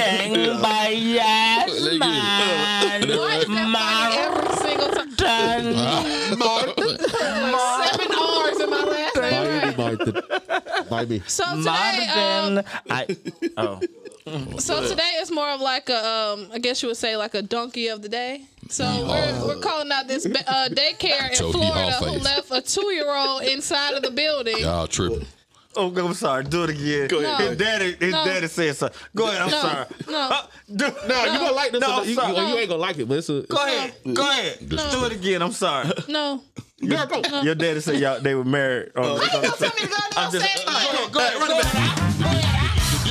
Speaker 2: by
Speaker 5: Look at
Speaker 2: Yasmin?
Speaker 5: it.
Speaker 4: Why is that funny every single time? Like seven R's in my last name.
Speaker 1: Bite
Speaker 4: right?
Speaker 1: me, Martin. Bite me.
Speaker 4: So today, um,
Speaker 1: uh,
Speaker 2: Marvin, I oh
Speaker 4: so today is more of like a, um, I guess you would say like a donkey of the day. So we're, we're calling out this ba- uh, daycare in
Speaker 5: Toby
Speaker 4: Florida
Speaker 5: Hall
Speaker 4: who
Speaker 5: face.
Speaker 4: left a two-year-old inside of the building.
Speaker 5: Y'all tripping.
Speaker 2: Oh, I'm sorry. Do it again.
Speaker 3: Go ahead.
Speaker 4: No.
Speaker 2: His daddy, his
Speaker 4: No.
Speaker 2: daddy said something. Go ahead. I'm
Speaker 4: No.
Speaker 2: sorry.
Speaker 4: No.
Speaker 2: Uh, do,
Speaker 1: No, you gonna like this?
Speaker 2: No,
Speaker 1: or
Speaker 2: I'm
Speaker 1: not. you,
Speaker 2: sorry.
Speaker 1: you- you ain't gonna like it, but it's a.
Speaker 2: Go ahead. Go ahead. Do it again. I'm sorry.
Speaker 4: No,
Speaker 1: There it go.
Speaker 2: Your daddy
Speaker 4: Uh,
Speaker 2: said y'all they were married. on-
Speaker 4: don't tell me to go. Don't
Speaker 2: just-
Speaker 4: say it.
Speaker 2: go ahead. Go ahead. Go ahead.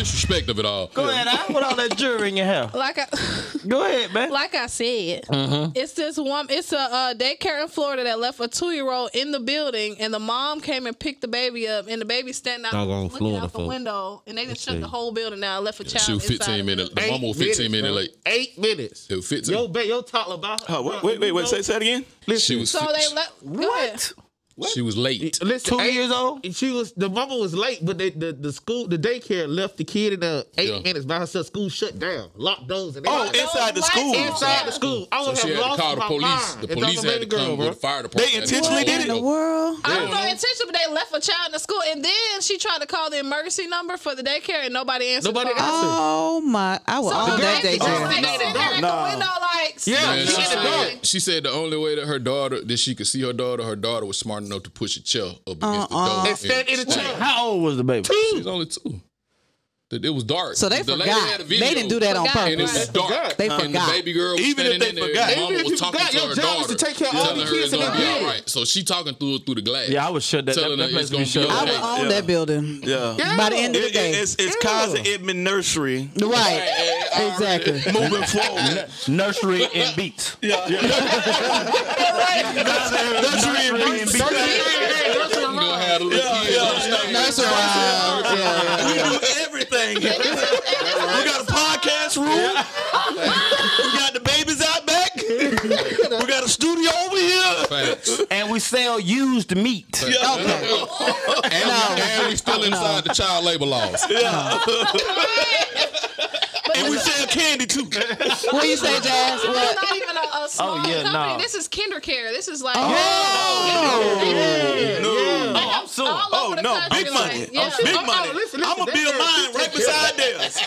Speaker 5: respect of it all.
Speaker 2: Go ahead, I put all that jewelry in your hair.
Speaker 4: Like I.
Speaker 2: Go ahead, man.
Speaker 4: like I said, it's this one. It's a uh, daycare in Florida that left a two year old in the building, and the mom came and picked the baby up, and the baby standing out
Speaker 1: Doggone
Speaker 4: looking
Speaker 1: Florida
Speaker 4: out the
Speaker 1: folk.
Speaker 4: window, and they just shut
Speaker 1: see.
Speaker 4: the whole building down, left a child.
Speaker 5: She was
Speaker 4: inside
Speaker 5: 15
Speaker 4: of
Speaker 5: minutes.
Speaker 4: it.
Speaker 5: The mama was 15 minutes
Speaker 1: minutes,
Speaker 5: late.
Speaker 1: bro. Eight minutes.
Speaker 5: It was 15.
Speaker 1: Yo, bet your talk about.
Speaker 3: Huh, wait, wait, wait, wait. Say, say that again.
Speaker 5: she was.
Speaker 4: So they left. What?
Speaker 5: She was late.
Speaker 1: Listen,
Speaker 2: Two
Speaker 1: eight-
Speaker 2: years old?
Speaker 1: She was the mama was late, but they, the the school the daycare left the kid in the eight
Speaker 5: Yeah.
Speaker 1: minutes by herself. School shut down, locked doors, and
Speaker 3: Oh,
Speaker 1: everything.
Speaker 3: inside the
Speaker 4: Lights
Speaker 3: school.
Speaker 4: out.
Speaker 1: inside the school. I
Speaker 5: So
Speaker 1: would
Speaker 5: she
Speaker 1: have
Speaker 5: had to
Speaker 1: lost
Speaker 5: call the
Speaker 1: my
Speaker 5: police.
Speaker 1: mind
Speaker 5: The
Speaker 1: if I
Speaker 5: police
Speaker 1: was a
Speaker 5: had to
Speaker 1: baby girl,
Speaker 5: come
Speaker 1: bro.
Speaker 5: with the fire department.
Speaker 3: They intentionally
Speaker 8: in
Speaker 3: did
Speaker 8: the
Speaker 3: it?
Speaker 8: world?
Speaker 4: I don't know intention, but they left a child in the school, and then she tried to call the emergency number for the daycare, and nobody answered.
Speaker 1: Nobody
Speaker 4: the phone.
Speaker 1: answered.
Speaker 8: Oh my! I will
Speaker 4: So
Speaker 8: own
Speaker 4: the
Speaker 8: that
Speaker 4: baby just
Speaker 8: daycare.
Speaker 4: sitting there at
Speaker 3: No.
Speaker 4: the window, like
Speaker 2: Yeah,
Speaker 5: And
Speaker 4: sitting
Speaker 5: she,
Speaker 1: in the
Speaker 4: there.
Speaker 1: dark.
Speaker 5: said, she said the only way that her daughter that she could see her daughter, her daughter was smart enough to push a chair up against
Speaker 8: Uh-uh.
Speaker 5: the door.
Speaker 1: And stand in the chair.
Speaker 2: How old was the baby?
Speaker 5: She's only two. It it was dark.
Speaker 8: So they
Speaker 5: the lady
Speaker 8: forgot.
Speaker 5: had a
Speaker 8: They
Speaker 5: video,
Speaker 8: didn't do that on
Speaker 4: Forgot.
Speaker 5: And it was
Speaker 8: purpose.
Speaker 1: Right.
Speaker 5: dark.
Speaker 8: They
Speaker 5: And the
Speaker 8: forgot.
Speaker 5: baby girl was
Speaker 3: Even if
Speaker 5: standing
Speaker 3: they
Speaker 5: in there.
Speaker 3: forgot.
Speaker 5: and Mama
Speaker 1: Even if
Speaker 5: was
Speaker 1: you
Speaker 5: talking
Speaker 1: forgot,
Speaker 5: to
Speaker 1: your
Speaker 5: her
Speaker 1: job is
Speaker 5: daughter.
Speaker 1: to take care of all
Speaker 5: telling
Speaker 1: the
Speaker 5: her
Speaker 1: kids
Speaker 5: it's
Speaker 1: in
Speaker 5: gonna
Speaker 1: the
Speaker 5: be all
Speaker 1: building.
Speaker 5: right. So she talking through through the glass.
Speaker 2: Yeah, I would shut that.
Speaker 5: Telling
Speaker 2: that
Speaker 5: her it's
Speaker 2: place
Speaker 5: gonna
Speaker 2: would
Speaker 5: be
Speaker 2: shut
Speaker 5: all
Speaker 8: I
Speaker 2: down.
Speaker 5: right.
Speaker 8: will
Speaker 3: Yeah.
Speaker 8: own that building
Speaker 3: Yeah.
Speaker 8: by the end of the
Speaker 3: It- it-
Speaker 8: day.
Speaker 3: it's it's Kaiser Edmund Nursery
Speaker 8: Right?
Speaker 5: Hey, I already-
Speaker 8: Exactly.
Speaker 3: moving forward.
Speaker 2: uh, Nursery and beats.
Speaker 3: Nursery and beats.
Speaker 5: You gonna have the little
Speaker 3: Yeah,
Speaker 5: kids
Speaker 3: yeah, yeah.
Speaker 8: Nurse around. Yeah.
Speaker 3: We do everything. here. We got a podcast room. We got the babies out back. We got a studio over here.
Speaker 5: Facts.
Speaker 2: And we sell used meat.
Speaker 5: And, we, and we still inside the child labor laws.
Speaker 3: And we sell candy too.
Speaker 8: What do you say, Jazz?
Speaker 4: This is
Speaker 8: What?
Speaker 4: not even a, a small
Speaker 2: yeah,
Speaker 4: company.
Speaker 2: nah.
Speaker 4: This is KinderCare. This is like
Speaker 3: No.
Speaker 2: I'm suing.
Speaker 4: all
Speaker 3: Oh
Speaker 4: over the
Speaker 3: no,
Speaker 4: country,
Speaker 3: big
Speaker 4: like,
Speaker 3: money.
Speaker 4: yeah.
Speaker 3: Big
Speaker 1: Oh,
Speaker 3: money.
Speaker 1: oh, listen, listen,
Speaker 3: I'm gonna
Speaker 1: that
Speaker 3: build
Speaker 1: girl
Speaker 3: mine right beside theirs.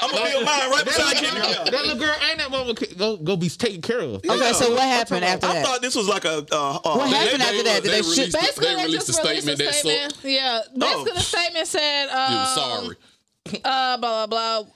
Speaker 3: I'm gonna build mine right beside Kendrick.
Speaker 1: That little girl ain't that mama could go go be taken care of.
Speaker 8: Okay, so what happened after
Speaker 3: I
Speaker 8: that?
Speaker 3: thought this was like a. Uh, uh,
Speaker 8: What happened after that? Did they
Speaker 5: they
Speaker 8: shit?
Speaker 5: released it.
Speaker 4: Basically,
Speaker 5: They
Speaker 4: they
Speaker 5: released
Speaker 4: just
Speaker 5: a
Speaker 4: released
Speaker 5: statement
Speaker 4: a
Speaker 5: that so-
Speaker 4: statement. yeah, basically the statement said,
Speaker 5: Dude,
Speaker 4: um,
Speaker 5: sorry.
Speaker 4: uh, blah blah blah.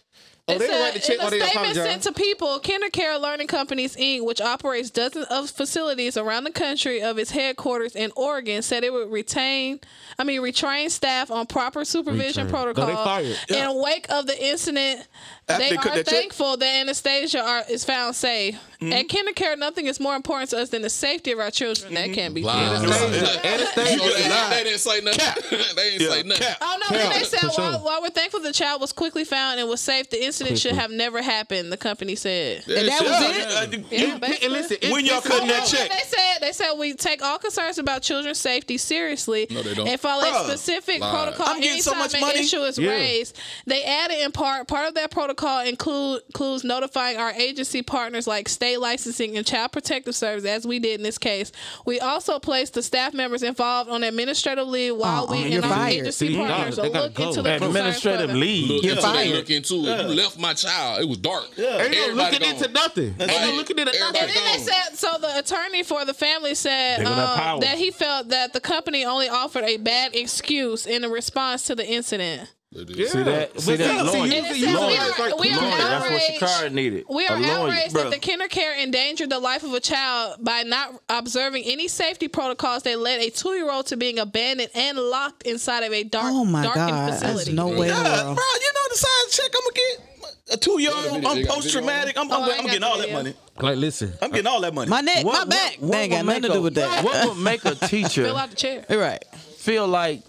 Speaker 1: Oh,
Speaker 4: It
Speaker 1: they
Speaker 4: said,
Speaker 1: didn't write the check
Speaker 4: in
Speaker 1: or
Speaker 4: a
Speaker 1: they
Speaker 4: statement
Speaker 1: apologize.
Speaker 4: sent to people, KinderCare Learning Companies Inc., which operates dozens of facilities around the country of its headquarters in Oregon, said it would retain, I mean, retrain staff on proper supervision
Speaker 1: Retrain.
Speaker 4: protocol.
Speaker 1: No, they fired.
Speaker 4: In wake of the incident,
Speaker 3: After
Speaker 4: they
Speaker 3: they cut
Speaker 4: are
Speaker 3: that check?
Speaker 4: thankful that Anastasia are, is found safe.
Speaker 1: Mm-hmm.
Speaker 4: At KinderCare, nothing is more important to us than the safety of our children.
Speaker 1: Mm-hmm.
Speaker 4: That can't be.
Speaker 5: Lies.
Speaker 1: Anastasia. Anastasia.
Speaker 5: You know, they, they didn't say nothing. they didn't say
Speaker 3: Yeah,
Speaker 5: nothing.
Speaker 3: cap.
Speaker 4: Oh no!
Speaker 1: Yeah,
Speaker 4: they said
Speaker 1: for sure.
Speaker 4: while, while we're thankful the child was quickly found and was safe, the incident should have never happened. The company said.
Speaker 8: And that was it.
Speaker 3: Uh,
Speaker 4: Yeah, basically.
Speaker 1: And listen,
Speaker 3: When
Speaker 1: it-
Speaker 3: y'all
Speaker 1: it's
Speaker 3: cutting that
Speaker 1: all-
Speaker 3: check?
Speaker 4: They said they said we take all concerns about children's safety seriously
Speaker 5: No, they don't.
Speaker 4: and follow a
Speaker 3: Bruh.
Speaker 4: specific
Speaker 5: Lies.
Speaker 4: protocol
Speaker 3: I'm getting so
Speaker 4: anytime
Speaker 3: much
Speaker 4: an
Speaker 3: money.
Speaker 4: issue is
Speaker 1: Yeah.
Speaker 4: raised. They added in part part of that protocol include includes notifying our agency partners like state licensing and child protective service as we did in this case. We also placed the staff members involved on administrative leave while
Speaker 8: Uh-uh,
Speaker 4: we
Speaker 8: you're
Speaker 4: and our
Speaker 8: fired.
Speaker 4: agency
Speaker 1: See,
Speaker 4: partners
Speaker 1: nah, they
Speaker 4: will
Speaker 1: gotta
Speaker 4: look
Speaker 1: go.
Speaker 4: into the concerns
Speaker 2: Administrative
Speaker 4: further.
Speaker 2: leave.
Speaker 5: Look
Speaker 8: You're
Speaker 5: into it,
Speaker 8: fired.
Speaker 5: Look into it. You left my child. It was dark.
Speaker 1: Ain't no
Speaker 5: Everybody
Speaker 1: looking into
Speaker 5: gone.
Speaker 1: nothing. Ain't no
Speaker 5: Right.
Speaker 1: looking into
Speaker 5: Everybody
Speaker 1: nothing.
Speaker 4: And then they said so. The attorney for the family said
Speaker 2: They gonna have
Speaker 4: um,
Speaker 2: power.
Speaker 4: that he felt that the company only offered a bad excuse in response to the incident.
Speaker 2: See that? See that?
Speaker 1: see,
Speaker 2: Lawyer.
Speaker 1: you-
Speaker 4: And it
Speaker 1: you
Speaker 4: says
Speaker 1: lawyer.
Speaker 4: we are-
Speaker 1: Like,
Speaker 4: we are
Speaker 1: come on.
Speaker 2: Lawyer, That's what
Speaker 4: outraged.
Speaker 2: Shakira needed.
Speaker 4: We are
Speaker 2: a lawyer.
Speaker 4: outraged that the KinderCare endangered the life of a child by not observing any safety protocols that led a two-year-old to being abandoned and locked inside of a dark,
Speaker 8: Oh my
Speaker 4: darkened
Speaker 8: God! That's
Speaker 4: facility.
Speaker 8: no way in the
Speaker 3: Uh, bro,
Speaker 8: world.
Speaker 3: you know the size check I'm gonna get. A two year
Speaker 5: They got a
Speaker 3: old,
Speaker 5: video- they
Speaker 3: I'm
Speaker 5: got a
Speaker 3: post traumatic. I'm,
Speaker 1: Oh,
Speaker 3: I'm,
Speaker 4: video.
Speaker 3: I'm getting all that money.
Speaker 1: Like, listen.
Speaker 3: I'm getting all that money.
Speaker 8: My neck,
Speaker 2: What-
Speaker 8: my back.
Speaker 2: what-
Speaker 8: They ain't got
Speaker 2: what would
Speaker 8: nothing to
Speaker 2: make
Speaker 8: do
Speaker 2: a-
Speaker 8: with that.
Speaker 2: What would make a teacher?
Speaker 4: Fill out the chair.
Speaker 8: You're right.
Speaker 2: feel like